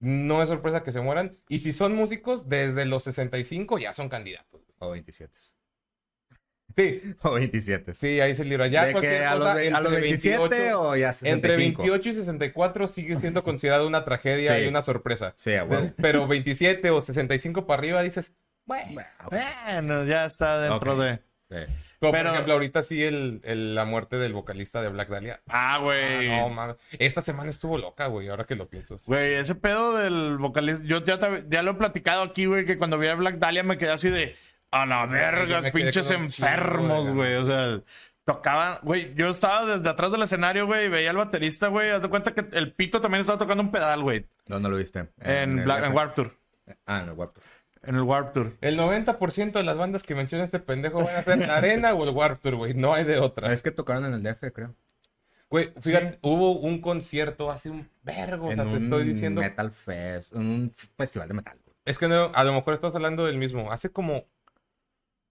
[SPEAKER 1] No es sorpresa que se mueran. Y si son músicos, desde los 65 ya son candidatos.
[SPEAKER 3] O 27.
[SPEAKER 1] Sí,
[SPEAKER 3] O 27.
[SPEAKER 1] sí, ahí se libra. Ya
[SPEAKER 3] de
[SPEAKER 1] cualquier
[SPEAKER 3] que a los,
[SPEAKER 1] cosa
[SPEAKER 3] ve- a los
[SPEAKER 1] entre
[SPEAKER 3] 27
[SPEAKER 1] 28
[SPEAKER 3] o ya 65.
[SPEAKER 1] Entre 28 y 64 sigue siendo considerado una tragedia
[SPEAKER 3] Sí.
[SPEAKER 1] y una sorpresa.
[SPEAKER 3] Sí, a huevo.
[SPEAKER 1] Pero 27 o 65 para arriba dices,
[SPEAKER 3] Bueno,
[SPEAKER 2] pues, eh.
[SPEAKER 3] Eh,
[SPEAKER 2] Bueno, ya está dentro
[SPEAKER 3] Ok.
[SPEAKER 2] de.
[SPEAKER 3] sí.
[SPEAKER 1] Como
[SPEAKER 2] Pero-
[SPEAKER 1] por ejemplo, ahorita sí el, el- la muerte del vocalista de Black Dahlia.
[SPEAKER 2] Ah,
[SPEAKER 1] Ah,
[SPEAKER 2] güey.
[SPEAKER 1] no, mames. Esta semana estuvo loca, güey, ahora que lo pienso.
[SPEAKER 2] Güey, ese pedo del vocalista. Yo ya, te- ya lo he platicado aquí, güey, que cuando vi a Black Dahlia me quedé así de. A la
[SPEAKER 1] yo
[SPEAKER 2] verga,
[SPEAKER 1] me quedé
[SPEAKER 2] pinches
[SPEAKER 1] con un chingo de
[SPEAKER 2] enfermos,
[SPEAKER 1] ganas".
[SPEAKER 2] güey. O sea, tocaban. Güey, yo estaba desde atrás del escenario, güey, y veía al baterista, güey. Haz de cuenta que el pito también estaba tocando un pedal, güey.
[SPEAKER 3] No, no lo viste.
[SPEAKER 1] Ah,
[SPEAKER 2] En, Black, en Warp Tour.
[SPEAKER 3] Ah, en el Warped.
[SPEAKER 2] En el Warp Tour.
[SPEAKER 1] El 90% de las bandas que menciona este pendejo van a ser la Arena o el Warped Tour, güey. No hay de otra.
[SPEAKER 3] Es que tocaron en el DF, creo.
[SPEAKER 1] Güey, fíjate, hubo un concierto hace un vergo, o sea,
[SPEAKER 3] en
[SPEAKER 1] te
[SPEAKER 3] un
[SPEAKER 1] estoy diciendo.
[SPEAKER 3] Metal Fest, en un f- festival de metal. güey.
[SPEAKER 1] Es que no, a lo mejor estás hablando del mismo. Hace como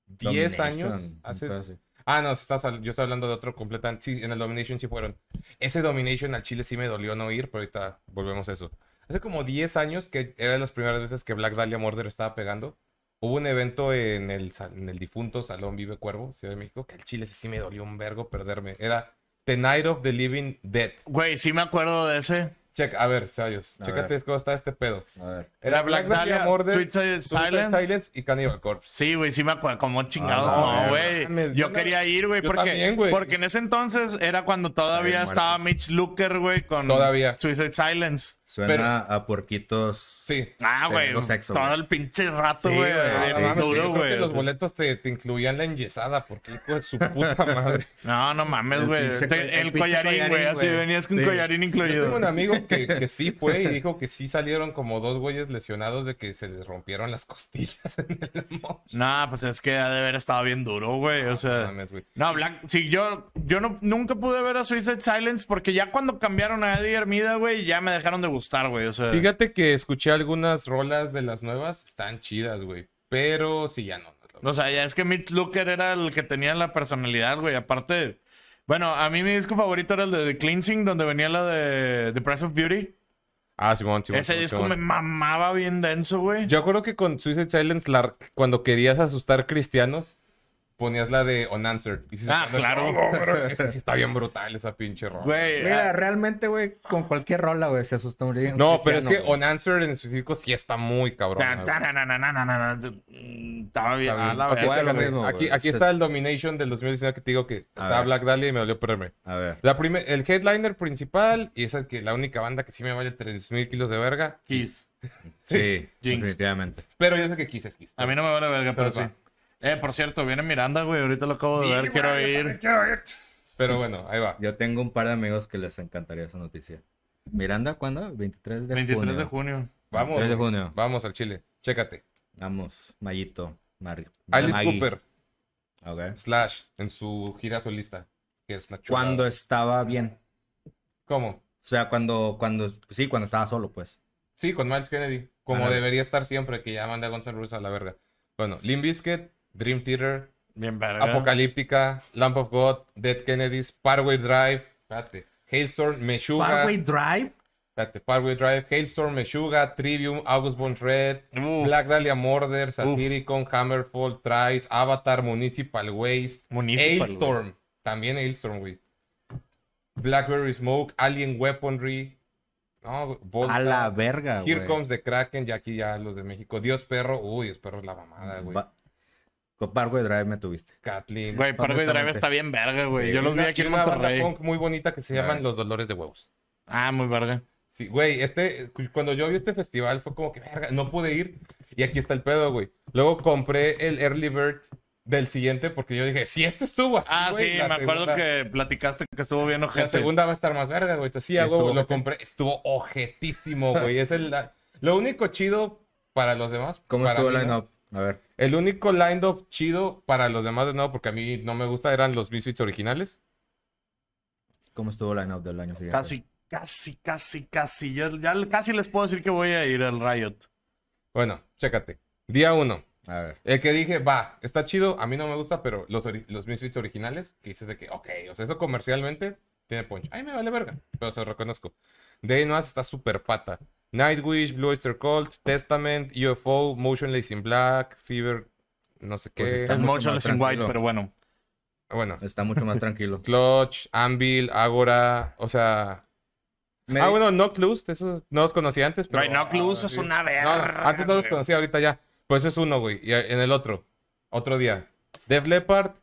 [SPEAKER 1] 10
[SPEAKER 3] Domination,
[SPEAKER 1] años.
[SPEAKER 3] un
[SPEAKER 1] Hace...
[SPEAKER 3] pedo así.
[SPEAKER 1] Ah, no, estás al- yo estoy hablando de otro completamente. Sí, en el Domination sí fueron. Ese Domination al Chile sí me dolió no ir, pero ahorita volvemos a eso. Hace como 10 años, que era de las primeras veces que Black Dahlia Murder estaba pegando, hubo un evento en el, sa- en el difunto Salón Vive Cuervo, Ciudad de México, que al Chile sí, sí me dolió un vergo perderme. Era The Night of the Living Dead.
[SPEAKER 2] Güey, sí me acuerdo de ese.
[SPEAKER 1] Check, a ver, Sayos,
[SPEAKER 3] A
[SPEAKER 1] chécate
[SPEAKER 3] ver.
[SPEAKER 1] cómo está este pedo.
[SPEAKER 3] A ver.
[SPEAKER 1] Era Black, Dahlia, Murder,
[SPEAKER 2] Suicide
[SPEAKER 1] Suicide
[SPEAKER 2] Silence.
[SPEAKER 1] Silence y Cannibal Corpse.
[SPEAKER 2] Sí, güey, sí me acuerdo. Como chingados,
[SPEAKER 3] Ah,
[SPEAKER 2] no,
[SPEAKER 3] no,
[SPEAKER 2] güey.
[SPEAKER 1] mames,
[SPEAKER 2] yo
[SPEAKER 1] yo no-
[SPEAKER 2] quería ir, güey,
[SPEAKER 1] yo
[SPEAKER 2] porque,
[SPEAKER 1] también, güey.
[SPEAKER 2] porque en ese entonces era cuando
[SPEAKER 3] bien
[SPEAKER 2] todavía
[SPEAKER 3] muerto.
[SPEAKER 2] estaba Mitch Lucker, güey, con
[SPEAKER 1] Todavía.
[SPEAKER 2] Suicide Silence.
[SPEAKER 3] Suena a porquitos.
[SPEAKER 1] Sí.
[SPEAKER 2] Ah, güey.
[SPEAKER 3] Teniendo sexo,
[SPEAKER 2] Todo
[SPEAKER 3] güey.
[SPEAKER 2] el pinche rato,
[SPEAKER 3] Sí,
[SPEAKER 2] güey.
[SPEAKER 3] güey,
[SPEAKER 1] Ah,
[SPEAKER 2] bien
[SPEAKER 1] no mames,
[SPEAKER 2] duro,
[SPEAKER 1] yo creo
[SPEAKER 2] güey.
[SPEAKER 1] que los boletos te, te incluían la enyesada, porque hijo de su puta madre.
[SPEAKER 2] No, no mames,
[SPEAKER 3] El
[SPEAKER 2] güey.
[SPEAKER 3] pinche
[SPEAKER 2] Te-
[SPEAKER 3] co-
[SPEAKER 2] El,
[SPEAKER 3] el pinche
[SPEAKER 2] collarín, güey.
[SPEAKER 3] collarín,
[SPEAKER 2] Así
[SPEAKER 3] güey.
[SPEAKER 2] venías con
[SPEAKER 3] Sí.
[SPEAKER 2] collarín
[SPEAKER 1] Tengo
[SPEAKER 2] incluido.
[SPEAKER 1] un amigo que, que sí fue y dijo que sí salieron como dos güeyes lesionados de que se les rompieron las costillas en el amor.
[SPEAKER 2] No, pues es que ha de haber estado bien duro, güey. O sea.
[SPEAKER 1] mames, güey.
[SPEAKER 2] No, Black, sí, yo, yo no, nunca pude ver a Suicide Silence porque ya cuando cambiaron a Eddie Hermida, güey, ya me dejaron de gustar, güey. O sea,
[SPEAKER 1] Fíjate que escuché algunas rolas de las nuevas, están chidas, güey. Pero sí, ya no. no es lo mismo.
[SPEAKER 2] O sea, ya es que Mitch Lucker era el que tenía la personalidad, güey. Aparte, bueno, a mí mi disco favorito era el de The Cleansing, donde venía la de The Price of Beauty.
[SPEAKER 1] Ah, Simón, Simón.
[SPEAKER 2] Ese
[SPEAKER 1] Simón,
[SPEAKER 2] disco
[SPEAKER 1] Simón.
[SPEAKER 2] me mamaba bien denso, güey.
[SPEAKER 1] Yo creo que con Suicide Silence, la- cuando querías asustar cristianos, ponías la de Unanswered. Y sí se
[SPEAKER 2] Ah,
[SPEAKER 1] ponen-
[SPEAKER 2] claro.
[SPEAKER 1] Es que sí está bien brutal esa pinche rola.
[SPEAKER 2] Güey,
[SPEAKER 3] Mira,
[SPEAKER 2] ah,
[SPEAKER 3] realmente, güey, con cualquier rola, güey, se asusta un un
[SPEAKER 1] No, pero es
[SPEAKER 3] cristiano,
[SPEAKER 1] que
[SPEAKER 3] güey.
[SPEAKER 1] Unanswered en específico sí está muy cabrón.
[SPEAKER 2] ta-
[SPEAKER 1] güey.
[SPEAKER 2] ta- na- na- na- na- na- na- na- mm, Estaba bien,
[SPEAKER 3] Está
[SPEAKER 2] a
[SPEAKER 3] bien.
[SPEAKER 2] la
[SPEAKER 3] Ok,
[SPEAKER 2] verga,
[SPEAKER 3] chécate.
[SPEAKER 2] güey.
[SPEAKER 3] mismo, güey.
[SPEAKER 1] Aquí, aquí
[SPEAKER 3] Es-
[SPEAKER 1] está el Domination del 2019 que te digo que estaba
[SPEAKER 3] ver.
[SPEAKER 1] Black Dahlia y me dolió perderme.
[SPEAKER 3] A ver.
[SPEAKER 1] La primer, el headliner principal y esa que la única banda que sí me vale 3.000 kilos de verga.
[SPEAKER 2] Kiss.
[SPEAKER 3] Sí,
[SPEAKER 2] Jinx.
[SPEAKER 3] definitivamente.
[SPEAKER 1] Pero yo sé que Kiss es Kiss.
[SPEAKER 2] A mí no me vale verga, pero sí.
[SPEAKER 1] Pero
[SPEAKER 2] Eh, por cierto, viene Miranda, güey. Ahorita lo acabo de ver, quiero ir.
[SPEAKER 1] Pero bueno, ahí va.
[SPEAKER 3] Yo tengo un par de amigos que les encantaría esa noticia. Miranda, ¿cuándo? 23 de
[SPEAKER 2] 23
[SPEAKER 3] junio.
[SPEAKER 2] de junio.
[SPEAKER 1] Vamos.
[SPEAKER 3] 3 de
[SPEAKER 1] güey.
[SPEAKER 3] junio.
[SPEAKER 1] Vamos al Chile. Chécate.
[SPEAKER 3] Vamos, Mayito, Mario.
[SPEAKER 1] Alice
[SPEAKER 3] Maggie.
[SPEAKER 1] Cooper,
[SPEAKER 3] Ok.
[SPEAKER 1] Slash, en su gira solista. Que es una chulada.
[SPEAKER 3] Cuando estaba bien.
[SPEAKER 1] ¿Cómo?
[SPEAKER 3] O sea, cuando, cuando, sí, cuando estaba solo, pues.
[SPEAKER 1] Sí, con Miles Kennedy. Como
[SPEAKER 3] Ajá.
[SPEAKER 1] debería estar siempre, que ya manda a Guns N' Roses a la verga. Bueno, Limp Bizkit, Dream Theater,
[SPEAKER 2] Bien verga.
[SPEAKER 1] Apocalíptica, Lamp of God, Dead Kennedys, Parkway Drive, espérate, Hailstorm, Meshuga,
[SPEAKER 3] Parkway Drive.
[SPEAKER 1] espérate, Parkway Drive, Hailstorm, Meshuga, Trivium, August Bone Red,
[SPEAKER 2] Uf.
[SPEAKER 1] Black Dahlia Murder, Satyricon, Hammerfall, Trice, Avatar, Municipal Waste,
[SPEAKER 2] Municipal,
[SPEAKER 1] Hailstorm, también Hailstorm, güey. Blackberry Smoke, Alien Weaponry, no, Volta,
[SPEAKER 3] A la verga, güey.
[SPEAKER 1] Here Comes the Kraken, ya aquí ya los de México, Dios Perro, uy, Dios Perro es la mamada, güey.
[SPEAKER 3] Ba- Con Parkway Drive me tuviste.
[SPEAKER 1] Catlin.
[SPEAKER 2] Güey, Parkway Drive
[SPEAKER 3] Honestamente.
[SPEAKER 2] está bien verga, güey. Yo los vi
[SPEAKER 1] Una-
[SPEAKER 2] aquí
[SPEAKER 1] y
[SPEAKER 2] en
[SPEAKER 1] una banda
[SPEAKER 2] Monterrey.
[SPEAKER 1] punk muy bonita que se llaman Los Dolores de Huevos.
[SPEAKER 2] Ah, muy verga.
[SPEAKER 1] Sí, güey, este, cu- cuando yo vi este festival fue como que, verga, no pude ir. Y aquí está el pedo, güey. Luego compré el Early Bird del siguiente porque yo dije, si este estuvo así,
[SPEAKER 2] Ah,
[SPEAKER 1] güey,
[SPEAKER 2] sí, me
[SPEAKER 1] la
[SPEAKER 2] acuerdo
[SPEAKER 1] segunda-
[SPEAKER 2] que platicaste que estuvo bien
[SPEAKER 1] La
[SPEAKER 2] ojete.
[SPEAKER 1] segunda va a estar más verga, güey. Entonces, sí, a
[SPEAKER 3] estuvo
[SPEAKER 1] huevo, lo
[SPEAKER 3] ojete.
[SPEAKER 1] compré. Estuvo ojetísimo, güey. Es el, la- lo único chido para los demás.
[SPEAKER 3] ¿Cómo
[SPEAKER 1] para
[SPEAKER 3] estuvo
[SPEAKER 1] mí,
[SPEAKER 3] la
[SPEAKER 1] ¿no?
[SPEAKER 3] line-up? A ver.
[SPEAKER 1] El único line-up chido para los demás, de nuevo, porque a mí no me gusta, eran los Misfits originales.
[SPEAKER 3] ¿Cómo estuvo la line-up del año siguiente?
[SPEAKER 2] Casi, casi, casi, casi. Ya, ya casi les puedo decir que voy a ir al Riot.
[SPEAKER 1] Bueno, chécate. Día uno.
[SPEAKER 3] A ver.
[SPEAKER 1] El que dije, va, está chido, a mí no me gusta, pero los, ori- los Misfits originales, que dices de que, ok, o sea, eso comercialmente tiene punch. Ay, me vale verga, pero se lo reconozco. De ahí en más está super pata. Nightwish, Blue Oyster Cult, Testament, UFO, Motionless in Black, Fever, no sé qué.
[SPEAKER 3] Pues está
[SPEAKER 2] Es
[SPEAKER 3] mucho
[SPEAKER 2] Motionless
[SPEAKER 3] más
[SPEAKER 2] in White,
[SPEAKER 3] tranquilo.
[SPEAKER 2] pero bueno.
[SPEAKER 1] Bueno,
[SPEAKER 3] Está mucho más tranquilo.
[SPEAKER 1] Clutch, Anvil, Agora, o sea...
[SPEAKER 3] Me-
[SPEAKER 1] Ah, bueno, Noctlus, esos no los conocía antes, pero...
[SPEAKER 2] Güey, Noclus
[SPEAKER 1] Ah,
[SPEAKER 2] es
[SPEAKER 1] sí.
[SPEAKER 2] una
[SPEAKER 1] No,
[SPEAKER 2] verga.
[SPEAKER 1] antes no los
[SPEAKER 2] güey.
[SPEAKER 1] conocía, ahorita ya. Pues es uno, güey. Y en el otro, otro día. Def Leppard.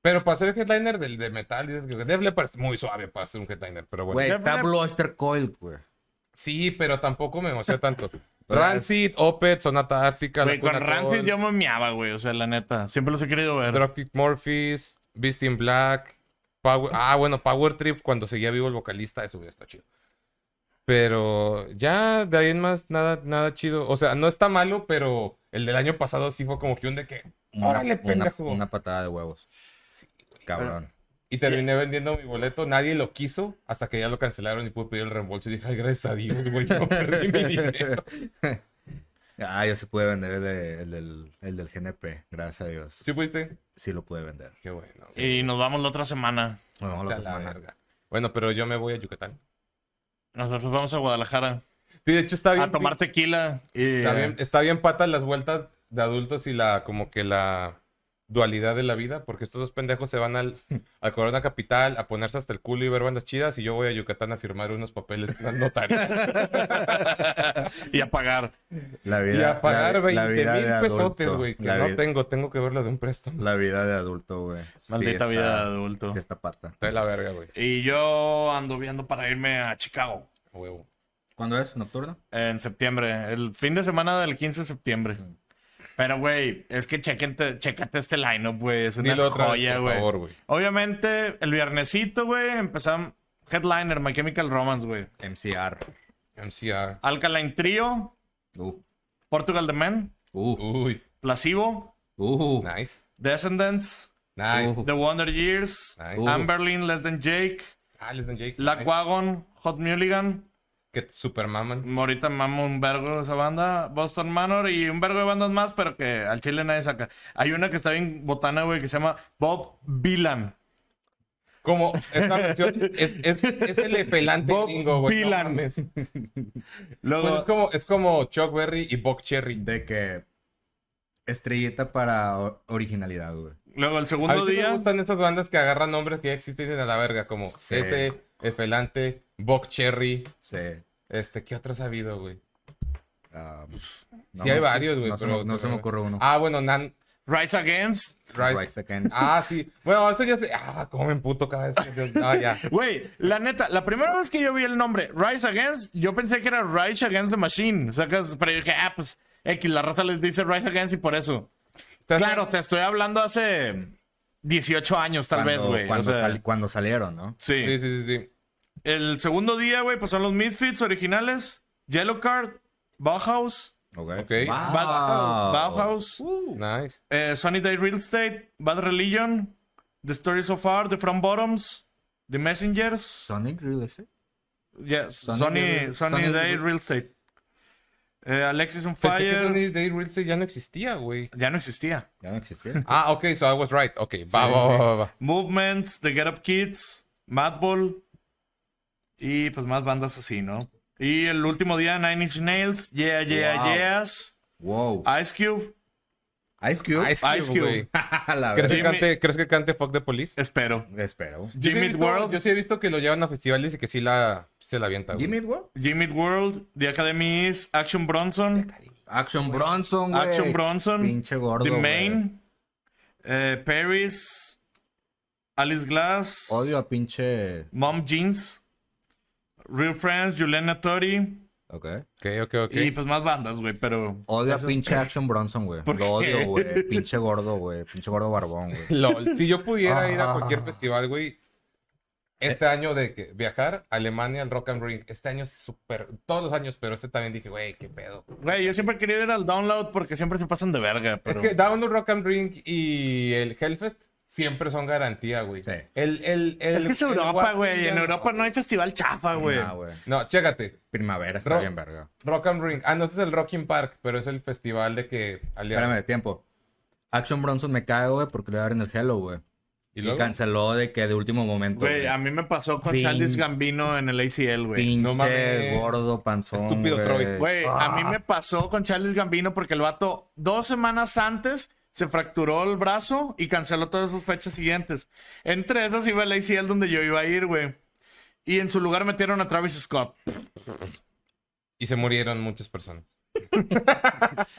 [SPEAKER 1] Pero para ser headliner del de metal, dices que Def Leppard es muy suave para ser un headliner, pero bueno.
[SPEAKER 3] Güey,
[SPEAKER 2] Ya
[SPEAKER 3] está
[SPEAKER 2] me-
[SPEAKER 3] Blue Oyster Coil, güey.
[SPEAKER 1] Sí, pero tampoco me emociona tanto. Rancid, Opeth, Sonata Ártica,
[SPEAKER 2] Güey, con
[SPEAKER 1] Lacuna
[SPEAKER 2] Rancid
[SPEAKER 1] Coil,
[SPEAKER 2] yo me meaba, güey. O sea, la neta. Siempre los he querido ver.
[SPEAKER 1] Dropkick Murphys, Beast in Black, Power... Ah, bueno, Power Trip, cuando seguía vivo el vocalista, eso hubiera estado chido. Pero ya, de ahí en más, nada, nada chido. O sea, no está malo, pero el del año pasado sí fue como que un de que...
[SPEAKER 3] Una-
[SPEAKER 1] ¡Órale,
[SPEAKER 3] una-
[SPEAKER 1] pendejo!
[SPEAKER 3] Una, patada de huevos. Cabrón.
[SPEAKER 1] Y terminé vendiendo mi boleto. Nadie lo quiso hasta que ya lo cancelaron y pude pedir el reembolso. Y dije, ay, gracias a Dios, güey, no perdí mi dinero.
[SPEAKER 3] Ah, yo sí pude vender el, de- el del, el del GNP, gracias a Dios.
[SPEAKER 1] ¿Sí fuiste?
[SPEAKER 3] Sí lo pude vender.
[SPEAKER 1] Qué bueno. güey.
[SPEAKER 2] Y nos vamos la otra semana.
[SPEAKER 3] Bueno,
[SPEAKER 1] O
[SPEAKER 3] la
[SPEAKER 1] sea,
[SPEAKER 3] otra
[SPEAKER 1] la
[SPEAKER 3] semana.
[SPEAKER 1] verga. Bueno, pero yo me voy a Yucatán.
[SPEAKER 2] Nosotros vamos a Guadalajara
[SPEAKER 1] Sí, de hecho está bien.
[SPEAKER 2] a tomar tequila. Y,
[SPEAKER 1] Está
[SPEAKER 3] eh.
[SPEAKER 1] bien, está bien patas las vueltas de adultos y la como que la dualidad de la vida, porque estos dos pendejos se van al, a Corona Capital a ponerse hasta el culo y ver bandas chidas y yo voy a Yucatán a firmar unos papeles notarios
[SPEAKER 2] y a pagar.
[SPEAKER 3] La vida,
[SPEAKER 1] y a pagar
[SPEAKER 3] la- la
[SPEAKER 1] 20
[SPEAKER 3] vida de
[SPEAKER 1] mil
[SPEAKER 3] adulto.
[SPEAKER 1] pesotes, güey, que
[SPEAKER 3] La
[SPEAKER 1] no
[SPEAKER 3] vida-
[SPEAKER 1] tengo, tengo que verlo de un préstamo.
[SPEAKER 3] La vida de adulto, güey. Sí
[SPEAKER 2] Maldita
[SPEAKER 3] está-
[SPEAKER 2] vida de adulto.
[SPEAKER 3] sí está pata.
[SPEAKER 1] Está de la verga, güey.
[SPEAKER 2] Y yo ando viendo para irme a Chicago
[SPEAKER 1] a Huevo.
[SPEAKER 3] ¿Cuándo es? ¿Nocturno?
[SPEAKER 2] en septiembre. El fin de semana del 15 de septiembre. Pero, güey, es que chequente, checate este lineup, güey. Es una
[SPEAKER 1] Dilo otra vez,
[SPEAKER 2] joya,
[SPEAKER 1] por
[SPEAKER 2] güey.
[SPEAKER 1] favor, güey.
[SPEAKER 2] Obviamente, el viernesito, güey, empezamos Headliner, My Chemical Romance, güey.
[SPEAKER 3] MCR.
[SPEAKER 1] MCR.
[SPEAKER 2] Alkaline Trio,
[SPEAKER 3] Uh,
[SPEAKER 2] Portugal The Men,
[SPEAKER 3] uh,
[SPEAKER 1] Uy,
[SPEAKER 2] Placebo,
[SPEAKER 3] uh.
[SPEAKER 1] nice.
[SPEAKER 2] Descendants,
[SPEAKER 1] Nice.
[SPEAKER 3] Uh.
[SPEAKER 2] The Wonder Years,
[SPEAKER 1] Nice.
[SPEAKER 2] Amberlin, Amberlin, Less Than Jake,
[SPEAKER 1] Ah, les dan Jake.
[SPEAKER 2] Black
[SPEAKER 1] nice.
[SPEAKER 2] Wagon, Hot Mulligan.
[SPEAKER 1] Que super maman.
[SPEAKER 2] Ahorita mamo un vergo esa banda, Boston Manor y un vergo de bandas más, pero que al chile nadie saca. Hay una que está bien botana, güey, que se llama Bob Villan.
[SPEAKER 1] Como esta versión es, es, es el pelante
[SPEAKER 2] Bob
[SPEAKER 1] gringo, güey. no
[SPEAKER 2] Dylan.
[SPEAKER 1] mames.
[SPEAKER 2] Luego,
[SPEAKER 1] Pues es como, es como Chuck Berry y Buck Cherry.
[SPEAKER 3] De que. Estrellita para o- originalidad, güey.
[SPEAKER 2] luego
[SPEAKER 1] A
[SPEAKER 2] el
[SPEAKER 1] mí
[SPEAKER 2] segundo
[SPEAKER 1] sí me
[SPEAKER 2] día,
[SPEAKER 1] gustan esas bandas que agarran nombres que ya existen y dicen a la verga, como
[SPEAKER 3] Sí.
[SPEAKER 1] ese, Efelante, Buck Cherry.
[SPEAKER 3] Sí.
[SPEAKER 1] Este, ¿qué otros ha habido, güey?
[SPEAKER 3] ah, no
[SPEAKER 1] sí, hay
[SPEAKER 3] me-
[SPEAKER 1] varios, güey.
[SPEAKER 3] No, se
[SPEAKER 1] pero-
[SPEAKER 3] me- no se me ocurre uno.
[SPEAKER 1] Ah, bueno, Nan
[SPEAKER 2] Rise Against.
[SPEAKER 1] Rice.
[SPEAKER 3] Rise Against.
[SPEAKER 1] Ah, sí. Bueno, eso ya sé. Ah, cómo me emputo cada vez que. yo- Ah, ya.
[SPEAKER 2] Güey, la neta, la primera vez que yo vi el nombre Rise Against, yo pensé que era Rise Against the Machine. Sacas, pero yo dije, ah, pues, X, la raza les dice Rise Against y por eso. Claro, te estoy hablando hace 18 años, tal
[SPEAKER 3] Cuando-
[SPEAKER 2] vez, güey.
[SPEAKER 3] Cuando,
[SPEAKER 2] o sea,
[SPEAKER 3] sal- cuando salieron, ¿no?
[SPEAKER 2] sí.
[SPEAKER 1] Sí, sí, sí. sí.
[SPEAKER 2] El segundo día, güey, pues son los Misfits originales, Yellow Card, Bauhaus,
[SPEAKER 1] Ok.
[SPEAKER 3] Wow.
[SPEAKER 2] Bad-
[SPEAKER 3] Ah.
[SPEAKER 2] Bauhaus,
[SPEAKER 1] Nice.
[SPEAKER 3] Uh,
[SPEAKER 2] eh, Sunny Day Real Estate, Bad Religion, The Story So Far, The From Bottoms, The Messengers,
[SPEAKER 3] Sonic Real Estate.
[SPEAKER 2] Yes,
[SPEAKER 3] Sony
[SPEAKER 2] Sony,
[SPEAKER 3] Day-
[SPEAKER 2] Sony
[SPEAKER 3] Sony
[SPEAKER 2] Day
[SPEAKER 3] Day-
[SPEAKER 2] Real Estate. Eh, Alexis on
[SPEAKER 1] Pensé que
[SPEAKER 2] Fire.
[SPEAKER 1] Johnny Day Real Estate ya no existía, güey.
[SPEAKER 2] Ya no existía.
[SPEAKER 3] Ya no existía.
[SPEAKER 1] Ah, ok, so I was right. Ok, va, va, va, va, va.
[SPEAKER 2] Movements, The Get Up Kids, Madball. Y pues más bandas así, ¿no? Y el último día, Nine Inch Nails, Yeah, Yeah,
[SPEAKER 3] Wow.
[SPEAKER 2] Yeahs,
[SPEAKER 3] Wow.
[SPEAKER 2] Ice Cube.
[SPEAKER 3] Ice Cube.
[SPEAKER 1] Ah, Ice Cube,
[SPEAKER 2] Ice Cube.
[SPEAKER 1] güey.
[SPEAKER 3] La
[SPEAKER 1] ¿Crees, que
[SPEAKER 2] Jimmy-
[SPEAKER 1] cante, ¿Crees que cante Fuck the Police?
[SPEAKER 2] Espero.
[SPEAKER 3] verdad. Espero.
[SPEAKER 1] Yo sí, he
[SPEAKER 2] Jimmy
[SPEAKER 1] visto- yo
[SPEAKER 2] World,
[SPEAKER 1] sí he visto que lo llevan a festivales y que sí la, se la avienta. güey.
[SPEAKER 3] Jimmy Eat World.
[SPEAKER 2] Jimmy World, The Academy is, Action Bronson,
[SPEAKER 3] Action Bronson, güey.
[SPEAKER 2] Action Bronson,
[SPEAKER 3] Pinche gordo.
[SPEAKER 2] The
[SPEAKER 3] güey.
[SPEAKER 2] Main, eh, Paris, Alice Glass.
[SPEAKER 3] Odio a pinche.
[SPEAKER 2] Mom Jeans, Real Friends, Juliana Tori
[SPEAKER 3] Ok.
[SPEAKER 1] Ok, ok, ok.
[SPEAKER 2] y pues más bandas, güey, pero
[SPEAKER 3] Odio a pinche Action Bronson, güey.
[SPEAKER 2] ¿Por
[SPEAKER 3] Lo
[SPEAKER 2] qué?
[SPEAKER 3] odio, güey. Pinche gordo, güey. Pinche gordo barbón, güey.
[SPEAKER 1] Lol. Si yo pudiera ir a cualquier
[SPEAKER 3] Ah.
[SPEAKER 1] festival, güey, este año de que viajar a Alemania al Rock and Ring, este año es súper, todos los años, pero este también dije, güey, qué pedo.
[SPEAKER 2] güey, yo siempre he querido ir al download porque siempre se pasan de verga, pero
[SPEAKER 1] Es que Download Rock and Ring y el Hellfest siempre son garantía, güey.
[SPEAKER 3] Sí.
[SPEAKER 1] El, el, el,
[SPEAKER 2] es,
[SPEAKER 1] el
[SPEAKER 2] Europa,
[SPEAKER 1] Wacken
[SPEAKER 2] güey,
[SPEAKER 1] ya
[SPEAKER 2] en Europa no hay festival chafa, güey.
[SPEAKER 3] Nah, güey.
[SPEAKER 1] No, chécate.
[SPEAKER 3] Primavera está
[SPEAKER 1] Ro-
[SPEAKER 3] bien, verga.
[SPEAKER 1] Rock and Ring. Ah, no, este es el Rocking Park, pero es el festival de que... aliado.
[SPEAKER 3] Espérame, tiempo. Action Bronson me cae, güey, porque le dieron el Hello, güey.
[SPEAKER 1] ¿Y
[SPEAKER 3] Y,
[SPEAKER 1] luego?
[SPEAKER 3] canceló de que de último momento.
[SPEAKER 2] Güey, a mí me pasó con
[SPEAKER 3] Pin-
[SPEAKER 2] Childish Gambino en el ACL, güey.
[SPEAKER 3] Pinche
[SPEAKER 1] No mames.
[SPEAKER 3] gordo panzón.
[SPEAKER 1] Estúpido
[SPEAKER 3] güey.
[SPEAKER 1] Troy.
[SPEAKER 2] Güey, a mí me pasó con Childish Gambino porque el vato dos semanas antes se fracturó el brazo y canceló todas sus fechas siguientes. Entre esas iba el ACL donde yo iba a ir, güey. Y en su lugar metieron a Travis Scott.
[SPEAKER 1] Y se murieron muchas personas.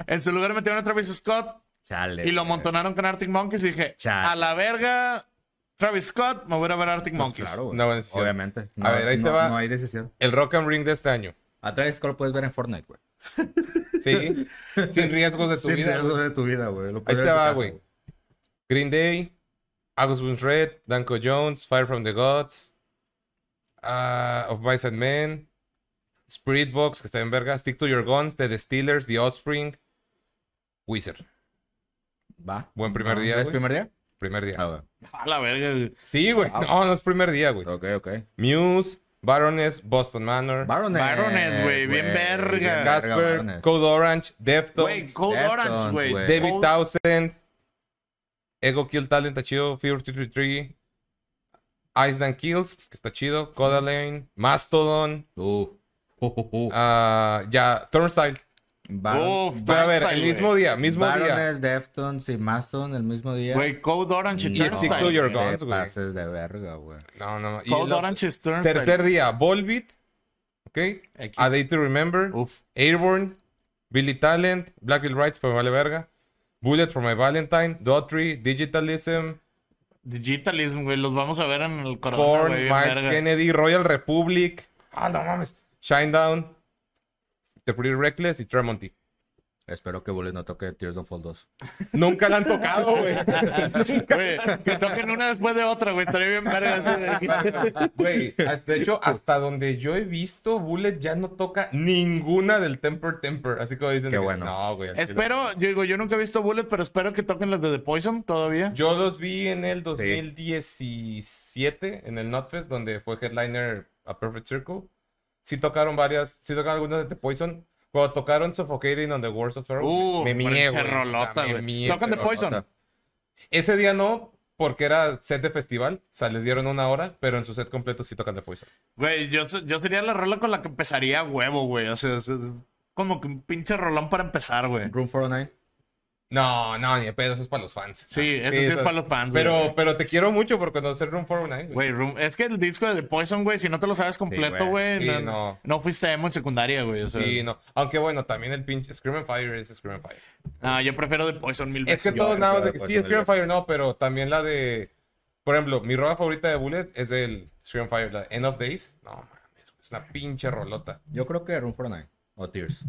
[SPEAKER 2] En su lugar metieron a Travis Scott
[SPEAKER 3] Chale.
[SPEAKER 2] y lo
[SPEAKER 3] güey.
[SPEAKER 2] amontonaron con Arctic Monkeys. Y dije,
[SPEAKER 3] Chale.
[SPEAKER 2] a la verga, Travis Scott, me voy a ir a ver Arctic
[SPEAKER 3] Pues
[SPEAKER 2] Monkeys.
[SPEAKER 3] claro, güey.
[SPEAKER 1] No, en serio.
[SPEAKER 3] Obviamente.
[SPEAKER 1] A ver, ahí te
[SPEAKER 3] no-
[SPEAKER 1] va.
[SPEAKER 3] No hay decisión.
[SPEAKER 1] El Rock and Ring de este año.
[SPEAKER 3] A Travis Scott lo puedes ver en Fortnite, güey.
[SPEAKER 1] Sí. Sin riesgos de tu
[SPEAKER 3] Sin
[SPEAKER 1] vida.
[SPEAKER 3] riesgo de tu vida, güey. Lo
[SPEAKER 1] Ahí
[SPEAKER 3] puedes
[SPEAKER 1] te
[SPEAKER 3] ver en tu
[SPEAKER 1] va,
[SPEAKER 3] casa,
[SPEAKER 1] güey. Green Day, August Burns Red, Danko Jones, Fire from the Gods, ah, Of Mice and Men, Spirit Box, que está en verga, Stick to Your Guns, The Steelers, The Offspring, Wizard.
[SPEAKER 3] Va.
[SPEAKER 1] Buen primer
[SPEAKER 3] Ah,
[SPEAKER 1] día,
[SPEAKER 3] ¿Es
[SPEAKER 1] güey.
[SPEAKER 3] primer día?
[SPEAKER 1] Primer día.
[SPEAKER 3] Ah, güey.
[SPEAKER 2] A la verga, güey.
[SPEAKER 1] Sí, güey. No, no es primer día, güey.
[SPEAKER 3] Ok, ok.
[SPEAKER 1] Muse, Baroness, Boston Manor,
[SPEAKER 3] Barones.
[SPEAKER 2] Barones, güey, bien verga.
[SPEAKER 1] Casper,
[SPEAKER 3] Barones.
[SPEAKER 1] Code Orange,
[SPEAKER 2] Güey,
[SPEAKER 1] Deftones,
[SPEAKER 2] Cold
[SPEAKER 3] Deftones,
[SPEAKER 2] Orange,
[SPEAKER 3] güey.
[SPEAKER 2] güey.
[SPEAKER 1] David
[SPEAKER 2] Cold-
[SPEAKER 1] Townsend, Ego Kill Talent, está chido. Fear 333, Iceland Kills, que está chido. Codaline, Mastodon,
[SPEAKER 3] Uh. Uh, uh, uh.
[SPEAKER 1] ah, ya, Turnstile.
[SPEAKER 3] Baron-
[SPEAKER 2] Uf,
[SPEAKER 1] Pero a ver, el
[SPEAKER 2] Turnstile,
[SPEAKER 1] mismo
[SPEAKER 2] güey.
[SPEAKER 1] día, mismo día.
[SPEAKER 3] Barones, Deftones y Maston el mismo día.
[SPEAKER 2] Güey, Cold Orange y
[SPEAKER 1] Y Stick to
[SPEAKER 2] Turnstile.
[SPEAKER 1] Your
[SPEAKER 3] te
[SPEAKER 1] Guns, güey.
[SPEAKER 3] pases de verga, güey.
[SPEAKER 1] No, no, no. Y
[SPEAKER 2] Cold
[SPEAKER 1] lo-
[SPEAKER 2] Orange y Turnstile.
[SPEAKER 1] tercer día, Volbeat, ¿ok?
[SPEAKER 2] X.
[SPEAKER 1] A Day to Remember,
[SPEAKER 2] Uf.
[SPEAKER 1] Airborne, Billy Talent, Black Hill Rights, pero vale verga. Bullet for My Valentine, Daughtry, Digitalism,
[SPEAKER 2] Digitalism, güey. Los vamos a ver en el corona,
[SPEAKER 1] Korn,
[SPEAKER 2] güey. bien
[SPEAKER 1] Miles
[SPEAKER 2] verga.
[SPEAKER 1] Kennedy, Royal Republic. Ah, no mames. Shinedown, The Pretty Reckless y Tremonti.
[SPEAKER 3] Espero que Bullet no toque Tears Don't Fall 2.
[SPEAKER 1] Nunca la han tocado, güey.
[SPEAKER 2] Güey, que toquen una después de otra, güey. Estaría bien verga. así de-
[SPEAKER 1] Güey, hasta- de hecho, hasta donde yo he visto, Bullet ya no toca ninguna del Temper Temper. Así como dicen.
[SPEAKER 3] Qué
[SPEAKER 1] de que,
[SPEAKER 3] bueno.
[SPEAKER 1] No, güey. al chile".
[SPEAKER 2] Espero, yo digo, yo nunca he visto Bullet, pero espero que toquen las de The Poison todavía.
[SPEAKER 1] Yo los vi en el 2017, en el Notfest, donde fue headliner a Perfect Circle. Sí tocaron varias, sí tocaron algunas de The Poison. Cuando tocaron Suffocating on the Wars of Sorrow,
[SPEAKER 2] Uh,
[SPEAKER 1] me
[SPEAKER 2] pinche
[SPEAKER 1] mié, güey. O sea,
[SPEAKER 2] rolota,
[SPEAKER 1] me
[SPEAKER 2] güey.
[SPEAKER 1] mié,
[SPEAKER 2] Tocan The
[SPEAKER 1] pero-
[SPEAKER 2] Poison.
[SPEAKER 3] Otra.
[SPEAKER 1] Ese día no, porque era set de festival. O sea, les dieron una hora, pero en su set completo sí tocan The Poison.
[SPEAKER 2] Güey, yo, se- yo sería la rola con la que empezaría a huevo, güey. O sea, es, es como que un pinche rolón para empezar, güey.
[SPEAKER 3] Room 409.
[SPEAKER 1] No, no, ni de pedo, eso es para los fans.
[SPEAKER 2] Sí, eso sí es para los fans,
[SPEAKER 1] Pero,
[SPEAKER 2] güey.
[SPEAKER 1] pero te quiero mucho por conocer Room 409, güey.
[SPEAKER 2] Güey, Room- es que el disco de The Poison, güey, si no te lo sabes completo,
[SPEAKER 3] güey.
[SPEAKER 2] güey,
[SPEAKER 1] Sí,
[SPEAKER 2] no,
[SPEAKER 1] no.
[SPEAKER 2] no fuiste emo en secundaria, güey. O sea,
[SPEAKER 1] Sí, no. Aunque bueno, también el pinche Scream and Fire es Scream and Fire.
[SPEAKER 2] no, Ah, yo prefiero The Poison mil
[SPEAKER 1] Es
[SPEAKER 2] veces.
[SPEAKER 1] que todo
[SPEAKER 3] yo,
[SPEAKER 1] nada más
[SPEAKER 3] yo,
[SPEAKER 1] de que
[SPEAKER 3] yo,
[SPEAKER 1] sí,
[SPEAKER 3] yo,
[SPEAKER 1] Scream
[SPEAKER 3] yo.
[SPEAKER 1] Fire no, pero también la de. Por ejemplo, mi rola favorita de Bullet es del Scream Fire, la de End of Days. No mames, güey, es una pinche rolota.
[SPEAKER 3] Yo creo que Room 409. O Tears.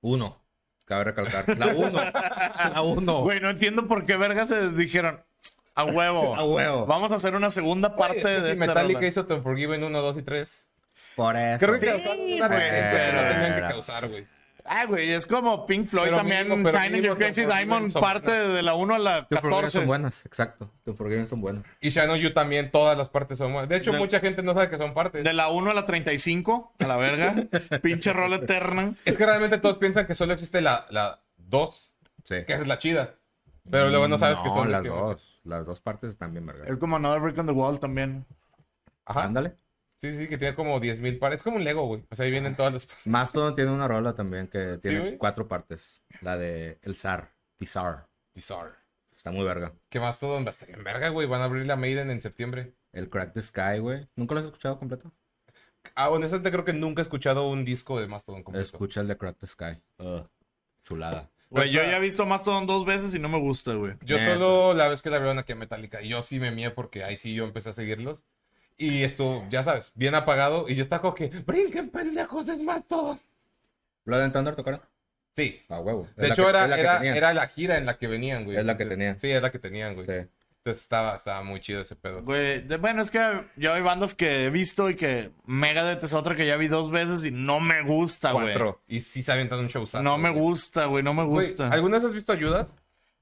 [SPEAKER 3] Uno. Cabe recalcar. La uno. La
[SPEAKER 1] Oh.
[SPEAKER 3] uno.
[SPEAKER 2] Güey, no entiendo por qué verga se dijeron a huevo.
[SPEAKER 3] A huevo.
[SPEAKER 2] Vamos a hacer una segunda parte
[SPEAKER 1] Oye, es que
[SPEAKER 2] de
[SPEAKER 1] si
[SPEAKER 2] esta
[SPEAKER 1] Metallica
[SPEAKER 2] rola.
[SPEAKER 1] hizo The Unforgiven 1, 2 y 3.
[SPEAKER 3] Por eso.
[SPEAKER 1] Creo que causaron una
[SPEAKER 3] güey.
[SPEAKER 1] referencia que no tenían
[SPEAKER 3] Era.
[SPEAKER 1] que causar, güey.
[SPEAKER 2] Ah, güey, es como Pink Floyd
[SPEAKER 1] Pero
[SPEAKER 2] también.
[SPEAKER 1] mínimo, pero
[SPEAKER 2] China
[SPEAKER 1] mínimo
[SPEAKER 2] Your Crazy
[SPEAKER 1] Tom Forgiven
[SPEAKER 2] Diamond,
[SPEAKER 1] son
[SPEAKER 2] parte de la 1 a la
[SPEAKER 3] The Forgiven
[SPEAKER 2] 14.
[SPEAKER 3] son buenas. Exacto. The Forgiven son buenas.
[SPEAKER 1] Y Shano Yu también, todas las partes son buenas. De hecho,
[SPEAKER 2] De-
[SPEAKER 1] mucha gente no sabe que son partes.
[SPEAKER 2] De la 1 a la 35, a la verga. Pinche rol eterna.
[SPEAKER 1] Es que realmente todos piensan que solo existe la, la 2,
[SPEAKER 3] Sí.
[SPEAKER 1] que es la chida. Pero luego no sabes que son
[SPEAKER 3] las
[SPEAKER 1] que-
[SPEAKER 3] dos. Las dos partes están bien verga.
[SPEAKER 2] Es como Another Brick on the Wall también.
[SPEAKER 1] Ajá.
[SPEAKER 3] Ándale.
[SPEAKER 1] Sí, sí, que tiene como 10.000 partes. Es como un Lego, güey. O sea, ahí vienen todas las partes.
[SPEAKER 3] Mastodon tiene una rola también que tiene
[SPEAKER 1] güey.
[SPEAKER 3] cuatro partes. La de El Zar. Tizar.
[SPEAKER 1] Bizarre.
[SPEAKER 3] Está muy verga.
[SPEAKER 1] ¿Qué más todo? Va a estar en verga, güey. Van a abrir la Maiden en septiembre.
[SPEAKER 3] El Crack the Sky, güey. ¿Nunca lo has escuchado completo?
[SPEAKER 1] Ah, honestamente creo que nunca he escuchado un disco de Mastodon completo.
[SPEAKER 3] Escucha el de Crack the Sky. Ugh, chulada.
[SPEAKER 2] Güey, yo ya he visto Mastodon dos veces y no me gusta, güey.
[SPEAKER 1] yo
[SPEAKER 3] Neta.
[SPEAKER 1] solo la vez que la abrieron aquí a Metallica, yo sí me mié porque ahí sí yo empecé a seguirlos. Y esto, ya sabes, bien apagado. Y yo estaba como que, brinquen pendejos, es Mastodon.
[SPEAKER 3] ¿Blood and Thunder tocaron?
[SPEAKER 1] Sí.
[SPEAKER 3] A huevo. Es
[SPEAKER 1] De
[SPEAKER 3] la
[SPEAKER 1] hecho,
[SPEAKER 3] que-
[SPEAKER 1] era,
[SPEAKER 3] es la
[SPEAKER 1] la
[SPEAKER 3] que
[SPEAKER 1] era,
[SPEAKER 3] tenían.
[SPEAKER 1] era la gira en la que venían, güey.
[SPEAKER 3] Es la que tenían.
[SPEAKER 1] tenían. Sí, es la que tenían, güey.
[SPEAKER 3] Sí.
[SPEAKER 1] Entonces estaba, estaba muy chido ese pedo.
[SPEAKER 2] Güey, de- bueno, es que yo hay bandas que he visto y que Megadeth es otra que ya vi dos veces y no me gusta, güey.
[SPEAKER 1] Cuatro. Y sí se avientan un showzazo.
[SPEAKER 2] No me
[SPEAKER 1] güey.
[SPEAKER 2] gusta, güey, no me
[SPEAKER 1] Güey,
[SPEAKER 2] gusta.
[SPEAKER 1] ¿Alguna vez has visto ayudas?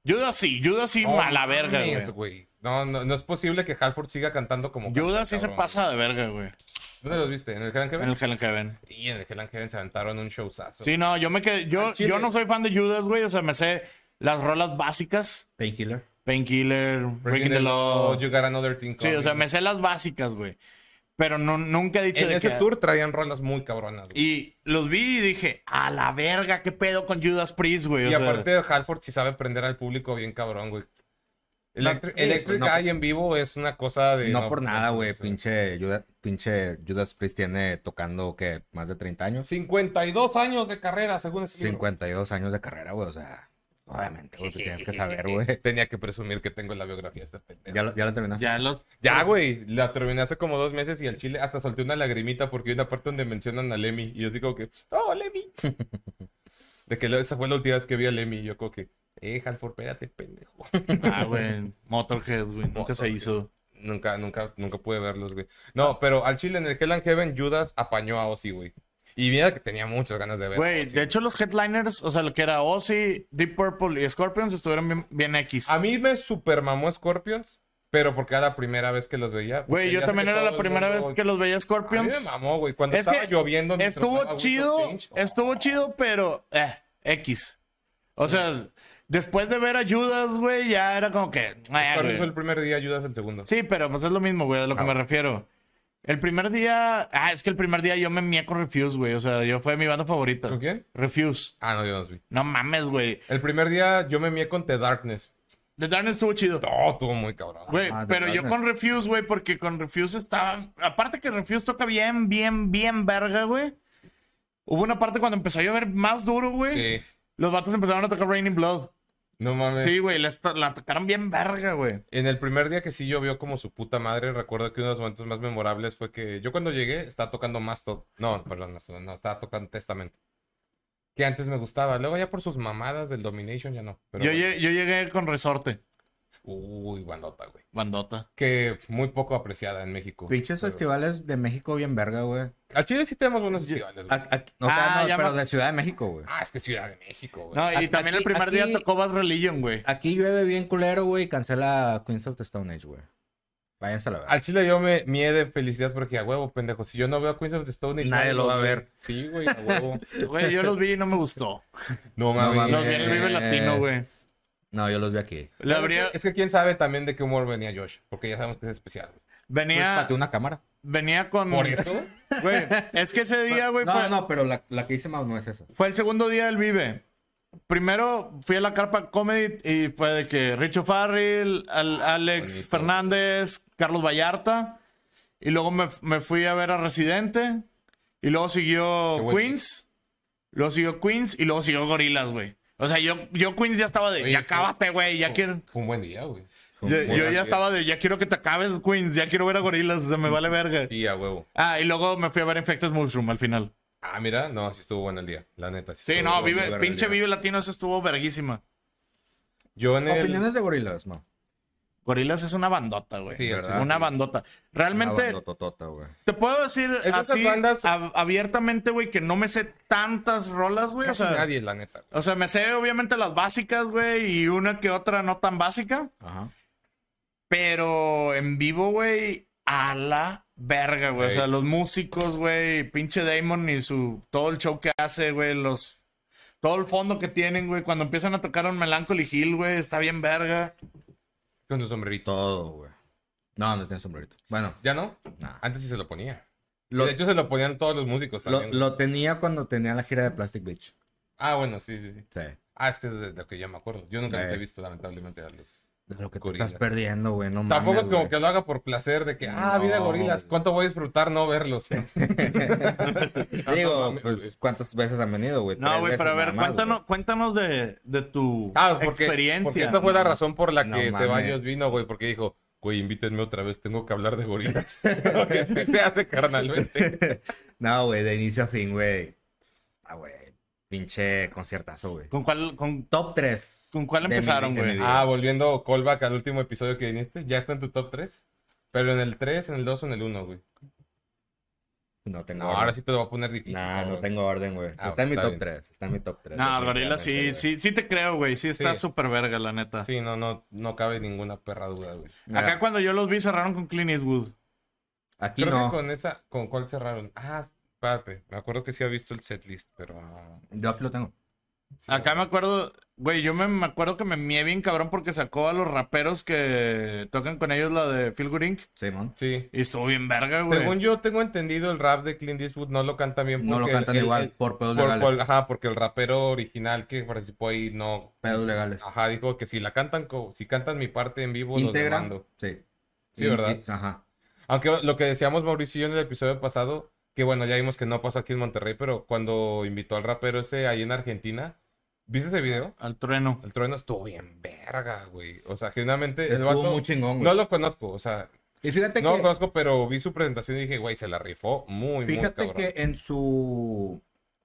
[SPEAKER 2] Judas sí, Judas sí,
[SPEAKER 1] No
[SPEAKER 2] a la verga, güey.
[SPEAKER 1] mames, güey. No, no, no es posible que Halford siga cantando como. canta,
[SPEAKER 2] Judas sí se
[SPEAKER 1] cabrón.
[SPEAKER 2] pasa de verga, güey.
[SPEAKER 1] ¿Dónde los viste? ¿En el Hell and
[SPEAKER 2] En
[SPEAKER 1] Heaven?
[SPEAKER 2] el Hell in Heaven.
[SPEAKER 1] Y en el Hell and Heaven se aventaron un showzazo.
[SPEAKER 2] Sí, no, yo me quedé. Yo,
[SPEAKER 1] Al chile.
[SPEAKER 2] yo no soy fan de Judas, güey. O sea, me sé las rolas básicas:
[SPEAKER 3] Painkiller.
[SPEAKER 2] Painkiller, Breaking the Law.
[SPEAKER 1] You Got Another Thing
[SPEAKER 2] Sí, o
[SPEAKER 1] Coming.
[SPEAKER 2] sea, me sé las básicas, güey. Pero no, nunca he dicho
[SPEAKER 1] En
[SPEAKER 2] de
[SPEAKER 1] ese
[SPEAKER 2] que-
[SPEAKER 1] tour traían rolas muy cabronas, güey.
[SPEAKER 2] Y los vi y dije, a la verga, qué pedo con Judas Priest, güey.
[SPEAKER 1] Y,
[SPEAKER 2] O sea,
[SPEAKER 1] aparte, Halford sí sabe prender al público bien cabrón, güey. Electric,
[SPEAKER 3] sí,
[SPEAKER 1] Electric
[SPEAKER 3] no por-
[SPEAKER 1] Eye en vivo es una cosa de.
[SPEAKER 3] no, por nada, güey.
[SPEAKER 1] sí.
[SPEAKER 3] Pinche, Judas, pinche Judas Priest tiene tocando, que ¿Más de 30 años?
[SPEAKER 1] 52 años de carrera, según ese libro.
[SPEAKER 3] 52 años de carrera, güey. O sea, obviamente, güey, te tienes que saber, güey.
[SPEAKER 1] Tenía que presumir que tengo la biografía de este pendejo.
[SPEAKER 3] ¿Ya, lo- ya la terminaste?
[SPEAKER 2] ya los...
[SPEAKER 1] Ya, güey, la terminé hace como dos meses y al chile hasta solté una lagrimita porque hay una parte donde mencionan a Lemmy y yo digo que, oh, Lemmy. de que lo- esa fue la última vez que vi a Lemmy y yo como que, eh, Halford, espérate, pendejo.
[SPEAKER 2] Ah, güey. Motorhead, güey. Nunca se
[SPEAKER 1] Motorhead.
[SPEAKER 2] hizo.
[SPEAKER 1] nunca, nunca, nunca pude verlos, güey. No, pero al chile en el Hell and Heaven, Judas apañó a Ozzy, güey. Y mira que tenía muchas ganas de ver.
[SPEAKER 2] Güey, de hecho los headliners, o sea, lo que era Ozzy, Deep Purple y Scorpions estuvieron bien, bien X.
[SPEAKER 1] A mí me super mamó Scorpions, pero porque era la primera vez que los veía.
[SPEAKER 2] Güey,
[SPEAKER 1] porque
[SPEAKER 2] yo
[SPEAKER 1] ya sé
[SPEAKER 2] también
[SPEAKER 1] que
[SPEAKER 2] era
[SPEAKER 1] todo
[SPEAKER 2] la
[SPEAKER 1] el
[SPEAKER 2] primera
[SPEAKER 1] mundo-
[SPEAKER 2] vez que los veía
[SPEAKER 1] A mí me
[SPEAKER 2] Scorpions.
[SPEAKER 1] mamó, güey. Cuando
[SPEAKER 2] Es
[SPEAKER 1] estaba
[SPEAKER 2] que
[SPEAKER 1] lloviendo. mientras
[SPEAKER 2] Estuvo
[SPEAKER 1] estaba
[SPEAKER 2] chido,
[SPEAKER 1] Wind of Change, oh,
[SPEAKER 2] estuvo chido, pero eh, X. O sea, después de ver a Judas, güey, ya era como que. ah,
[SPEAKER 1] Scorpions
[SPEAKER 2] güey.
[SPEAKER 1] fue el Ah. primer día, Judas el segundo.
[SPEAKER 2] Sí, pero pues es lo mismo, güey, a lo que me refiero. El primer día. Ah, es que el primer día yo me mía con Refuse, güey. O sea, yo fue mi banda favorita.
[SPEAKER 1] ¿Con quién?
[SPEAKER 2] Refuse.
[SPEAKER 1] Ah, no, yo no los vi.
[SPEAKER 2] No mames, güey.
[SPEAKER 1] El primer día yo me mié con The Darkness.
[SPEAKER 2] The Darkness estuvo chido.
[SPEAKER 1] No, estuvo muy cabrón.
[SPEAKER 2] Güey,
[SPEAKER 3] Ah, The
[SPEAKER 2] pero yo
[SPEAKER 3] Darkness.
[SPEAKER 2] con Refuse, güey, porque con Refuse estaba. Aparte que Refuse toca bien, bien, bien verga, güey. Hubo una parte cuando empezó a llover más duro, güey.
[SPEAKER 1] Sí.
[SPEAKER 2] Los vatos empezaron a tocar Raining Blood.
[SPEAKER 1] No mames.
[SPEAKER 2] Sí, güey, la, esto- la tocaron bien verga, güey.
[SPEAKER 1] En el primer día que sí llovió como su puta madre, recuerdo que uno de los momentos más memorables fue que yo cuando llegué estaba tocando Mastod. No, perdón, no, no, estaba tocando Testament. Que antes me gustaba. Luego ya por sus mamadas del Domination ya no. Pero
[SPEAKER 2] Yo,
[SPEAKER 1] bueno.
[SPEAKER 2] lle- yo llegué con Resorte,
[SPEAKER 1] Uy, bandota, güey.
[SPEAKER 2] bandota.
[SPEAKER 1] Que muy poco apreciada en México.
[SPEAKER 3] Pinches
[SPEAKER 1] Pero-
[SPEAKER 3] festivales de México bien verga, güey.
[SPEAKER 1] Al Chile sí tenemos buenos festivales, güey.
[SPEAKER 3] Ac- ac- O sea,
[SPEAKER 2] Ah,
[SPEAKER 3] no,
[SPEAKER 2] ya
[SPEAKER 3] pero
[SPEAKER 2] me-
[SPEAKER 3] de Ciudad de México, güey.
[SPEAKER 1] Ah, es que Ciudad de México, güey.
[SPEAKER 2] No, Ah, y
[SPEAKER 3] Aquí-
[SPEAKER 2] también el primer
[SPEAKER 3] aquí-
[SPEAKER 2] día tocó Bad Religion, güey.
[SPEAKER 3] Aquí llueve bien culero, güey, y cancela Queens of the Stone Age, güey. Váyanse a la verga.
[SPEAKER 1] Al Chile yo me mié de felicidad porque a huevo, pendejo. Si yo no veo a Queens of the Stone Age,
[SPEAKER 3] Nadie
[SPEAKER 1] nadie
[SPEAKER 3] lo
[SPEAKER 1] los
[SPEAKER 3] va a
[SPEAKER 1] ve.
[SPEAKER 3] ver.
[SPEAKER 1] Sí, güey, a huevo.
[SPEAKER 2] Güey, yo los vi y no me gustó.
[SPEAKER 1] No mames.
[SPEAKER 2] Los vi en el Vive Latino, güey.
[SPEAKER 3] No, yo los vi aquí.
[SPEAKER 2] Le
[SPEAKER 1] Pero es
[SPEAKER 2] abría-
[SPEAKER 1] que- Es que quién sabe también de qué humor venía Josh, porque ya sabemos que es especial. güey.
[SPEAKER 3] Pues,
[SPEAKER 2] venía,
[SPEAKER 3] pateó una cámara.
[SPEAKER 2] venía con.
[SPEAKER 1] Por eso,
[SPEAKER 2] Güey, es que ese día, güey, pues.
[SPEAKER 3] No,
[SPEAKER 2] fue,
[SPEAKER 3] no, pero la, la que hice más no es esa.
[SPEAKER 2] fue el segundo día del Vive. Primero fui a la carpa comedy y fue de que Richo Farrell, al- Alex
[SPEAKER 1] Ah, bonito.
[SPEAKER 2] Fernández, Carlos Vallarta. Y luego me, me fui a ver a Residente. Y luego
[SPEAKER 1] Qué
[SPEAKER 2] siguió
[SPEAKER 1] buen
[SPEAKER 2] Queens. Luego siguió Queens y luego siguió Gorilas, güey. O sea, yo, yo Queens ya estaba de,
[SPEAKER 1] Oye,
[SPEAKER 2] ya
[SPEAKER 1] fue-
[SPEAKER 2] cábate, güey, ya quiero.
[SPEAKER 1] fue un buen día, güey.
[SPEAKER 3] Fue un
[SPEAKER 2] Yo, yo
[SPEAKER 3] muy
[SPEAKER 1] buen
[SPEAKER 2] ya
[SPEAKER 1] día.
[SPEAKER 2] estaba de, ya quiero que te acabes, Queens, ya quiero ver a gorilas, se me vale verga.
[SPEAKER 1] Mm, Sí, a huevo.
[SPEAKER 2] Ah, y luego me fui a ver Infected Mushroom al final.
[SPEAKER 1] Ah, mira, no, sí estuvo bueno el día, la neta.
[SPEAKER 2] Sí,
[SPEAKER 1] estuvo
[SPEAKER 2] no,
[SPEAKER 1] bueno el
[SPEAKER 2] vive,
[SPEAKER 1] día.
[SPEAKER 2] pinche Vive Latino, ese estuvo verguísima.
[SPEAKER 1] Yo en el...
[SPEAKER 3] Opiniones de gorilas, no.
[SPEAKER 2] Gorilas es una bandota, güey.
[SPEAKER 1] Sí, ¿verdad?
[SPEAKER 2] Una bandota. Realmente,
[SPEAKER 3] Una bandototota, Ah, güey.
[SPEAKER 2] te puedo decir
[SPEAKER 1] de esas
[SPEAKER 2] así,
[SPEAKER 1] bandas-
[SPEAKER 2] ab- abiertamente, güey, que no me sé tantas rolas, güey. O
[SPEAKER 1] Casi
[SPEAKER 2] sea,
[SPEAKER 1] nadie, la neta. güey.
[SPEAKER 2] o sea, me sé obviamente las básicas, güey, y una que otra no tan básica.
[SPEAKER 3] Ajá.
[SPEAKER 2] Pero en vivo, güey, a la verga, güey. O sea,
[SPEAKER 1] Ey.
[SPEAKER 2] los músicos, güey, pinche Damon y su todo el show que hace, güey, los todo el fondo que tienen, güey, cuando empiezan a tocar un Melancholy Hill, güey, está bien verga.
[SPEAKER 1] Con su sombrerito.
[SPEAKER 3] Todo, güey. No, no tiene sombrerito. Bueno,
[SPEAKER 1] ¿Ya no?
[SPEAKER 3] Nah.
[SPEAKER 1] Antes sí se lo ponía.
[SPEAKER 3] Lo-
[SPEAKER 1] De hecho, se lo ponían todos los músicos
[SPEAKER 3] lo,
[SPEAKER 1] también. güey.
[SPEAKER 3] lo tenía cuando tenía la gira de Plastic Beach.
[SPEAKER 1] Ah, bueno, sí, sí, sí.
[SPEAKER 3] Sí.
[SPEAKER 1] Ah, es que es de lo que ya me acuerdo. Yo nunca los
[SPEAKER 3] Eh.
[SPEAKER 1] he visto, lamentablemente, a los...
[SPEAKER 3] De lo que te
[SPEAKER 1] Gorila.
[SPEAKER 3] estás perdiendo, güey. No
[SPEAKER 1] Tampoco
[SPEAKER 3] mames,
[SPEAKER 1] es como
[SPEAKER 3] güey.
[SPEAKER 1] que lo haga por placer de que, ah,
[SPEAKER 3] No,
[SPEAKER 1] vida de gorilas,
[SPEAKER 3] güey.
[SPEAKER 1] ¿cuánto voy a disfrutar no verlos? No
[SPEAKER 3] Digo,
[SPEAKER 1] mames,
[SPEAKER 3] pues, ¿cuántas veces han venido, güey?
[SPEAKER 2] No,
[SPEAKER 3] Tres
[SPEAKER 2] güey, pero a
[SPEAKER 3] veces
[SPEAKER 2] ver,
[SPEAKER 3] nada más,
[SPEAKER 2] cuéntanos, cuéntanos de, de tu
[SPEAKER 1] Ah, porque,
[SPEAKER 2] experiencia.
[SPEAKER 1] porque esta fue la razón por la
[SPEAKER 3] No
[SPEAKER 1] que
[SPEAKER 3] mames.
[SPEAKER 1] Ceballos vino, güey, porque dijo, güey, invítenme otra vez, tengo que hablar de gorilas. Porque así se hace carnalmente.
[SPEAKER 3] güey. No, güey, de inicio a fin, güey. Ah, güey. Pinche conciertazo, güey.
[SPEAKER 2] ¿Con cuál, con,
[SPEAKER 3] Top 3.
[SPEAKER 2] con cuál
[SPEAKER 3] De mi-
[SPEAKER 2] empezaron,
[SPEAKER 3] de mi
[SPEAKER 2] güey?
[SPEAKER 3] vida.
[SPEAKER 1] Ah, volviendo callback al último episodio que viniste, ya está en tu top 3. Pero en el 3, en el 2 o en el 1, güey.
[SPEAKER 3] No tengo
[SPEAKER 1] No,
[SPEAKER 3] orden.
[SPEAKER 1] ahora sí te lo voy a poner difícil.
[SPEAKER 3] Nah, no
[SPEAKER 1] cabrón.
[SPEAKER 3] tengo orden, güey.
[SPEAKER 1] Ah,
[SPEAKER 3] está en mi
[SPEAKER 1] está
[SPEAKER 3] top
[SPEAKER 1] bien.
[SPEAKER 3] 3. Está en mi top 3.
[SPEAKER 2] No, Gorilas sí, sí, sí te creo, güey. Sí está
[SPEAKER 1] Sí.
[SPEAKER 2] súper verga, la neta.
[SPEAKER 1] Sí, no, no, no cabe ninguna perra duda, güey.
[SPEAKER 2] Acá cuando yo los vi cerraron con Clint Eastwood.
[SPEAKER 3] Aquí
[SPEAKER 1] Creo
[SPEAKER 3] no.
[SPEAKER 1] que con esa, ¿con cuál cerraron? Ah, espérate, me acuerdo que sí había visto el setlist, pero... ah,
[SPEAKER 3] Yo aquí lo tengo.
[SPEAKER 2] Acá me acuerdo, güey, yo me, me acuerdo que me mié bien cabrón porque sacó a los raperos que tocan con ellos la de Phil Good Inc.
[SPEAKER 3] Simón.
[SPEAKER 1] Sí.
[SPEAKER 2] Y estuvo bien verga, güey.
[SPEAKER 1] Según yo tengo entendido, el rap de Clint Eastwood no lo canta bien.
[SPEAKER 3] No lo
[SPEAKER 1] porque el-
[SPEAKER 3] cantan
[SPEAKER 1] el-
[SPEAKER 3] igual
[SPEAKER 1] el-
[SPEAKER 3] por pedos
[SPEAKER 1] por-
[SPEAKER 3] legales.
[SPEAKER 1] por- ajá, porque el rapero original que participó ahí no.
[SPEAKER 3] Pedos legales.
[SPEAKER 1] Ajá, dijo que si la cantan, co- si cantan mi parte en vivo, Ah, los
[SPEAKER 3] Integra.
[SPEAKER 1] demando.
[SPEAKER 3] Sí.
[SPEAKER 1] Sí, ¿verdad?
[SPEAKER 3] Ajá.
[SPEAKER 1] Aunque lo que decíamos Mauricio y yo en el episodio pasado, que bueno, ya vimos que no pasó aquí en Monterrey, pero cuando invitó al rapero ese ahí en Argentina, ¿viste ese video?
[SPEAKER 2] Al trueno.
[SPEAKER 1] El trueno estuvo bien verga, güey. O sea, generalmente el
[SPEAKER 3] Estuvo
[SPEAKER 1] vato-
[SPEAKER 3] muy chingón, güey.
[SPEAKER 1] No lo conozco, o sea,
[SPEAKER 3] Y fíjate
[SPEAKER 1] no pues,
[SPEAKER 3] que,
[SPEAKER 1] lo conozco, pero vi su presentación y dije, güey, se la rifó muy,
[SPEAKER 3] fíjate
[SPEAKER 1] muy cabrón.
[SPEAKER 3] que en su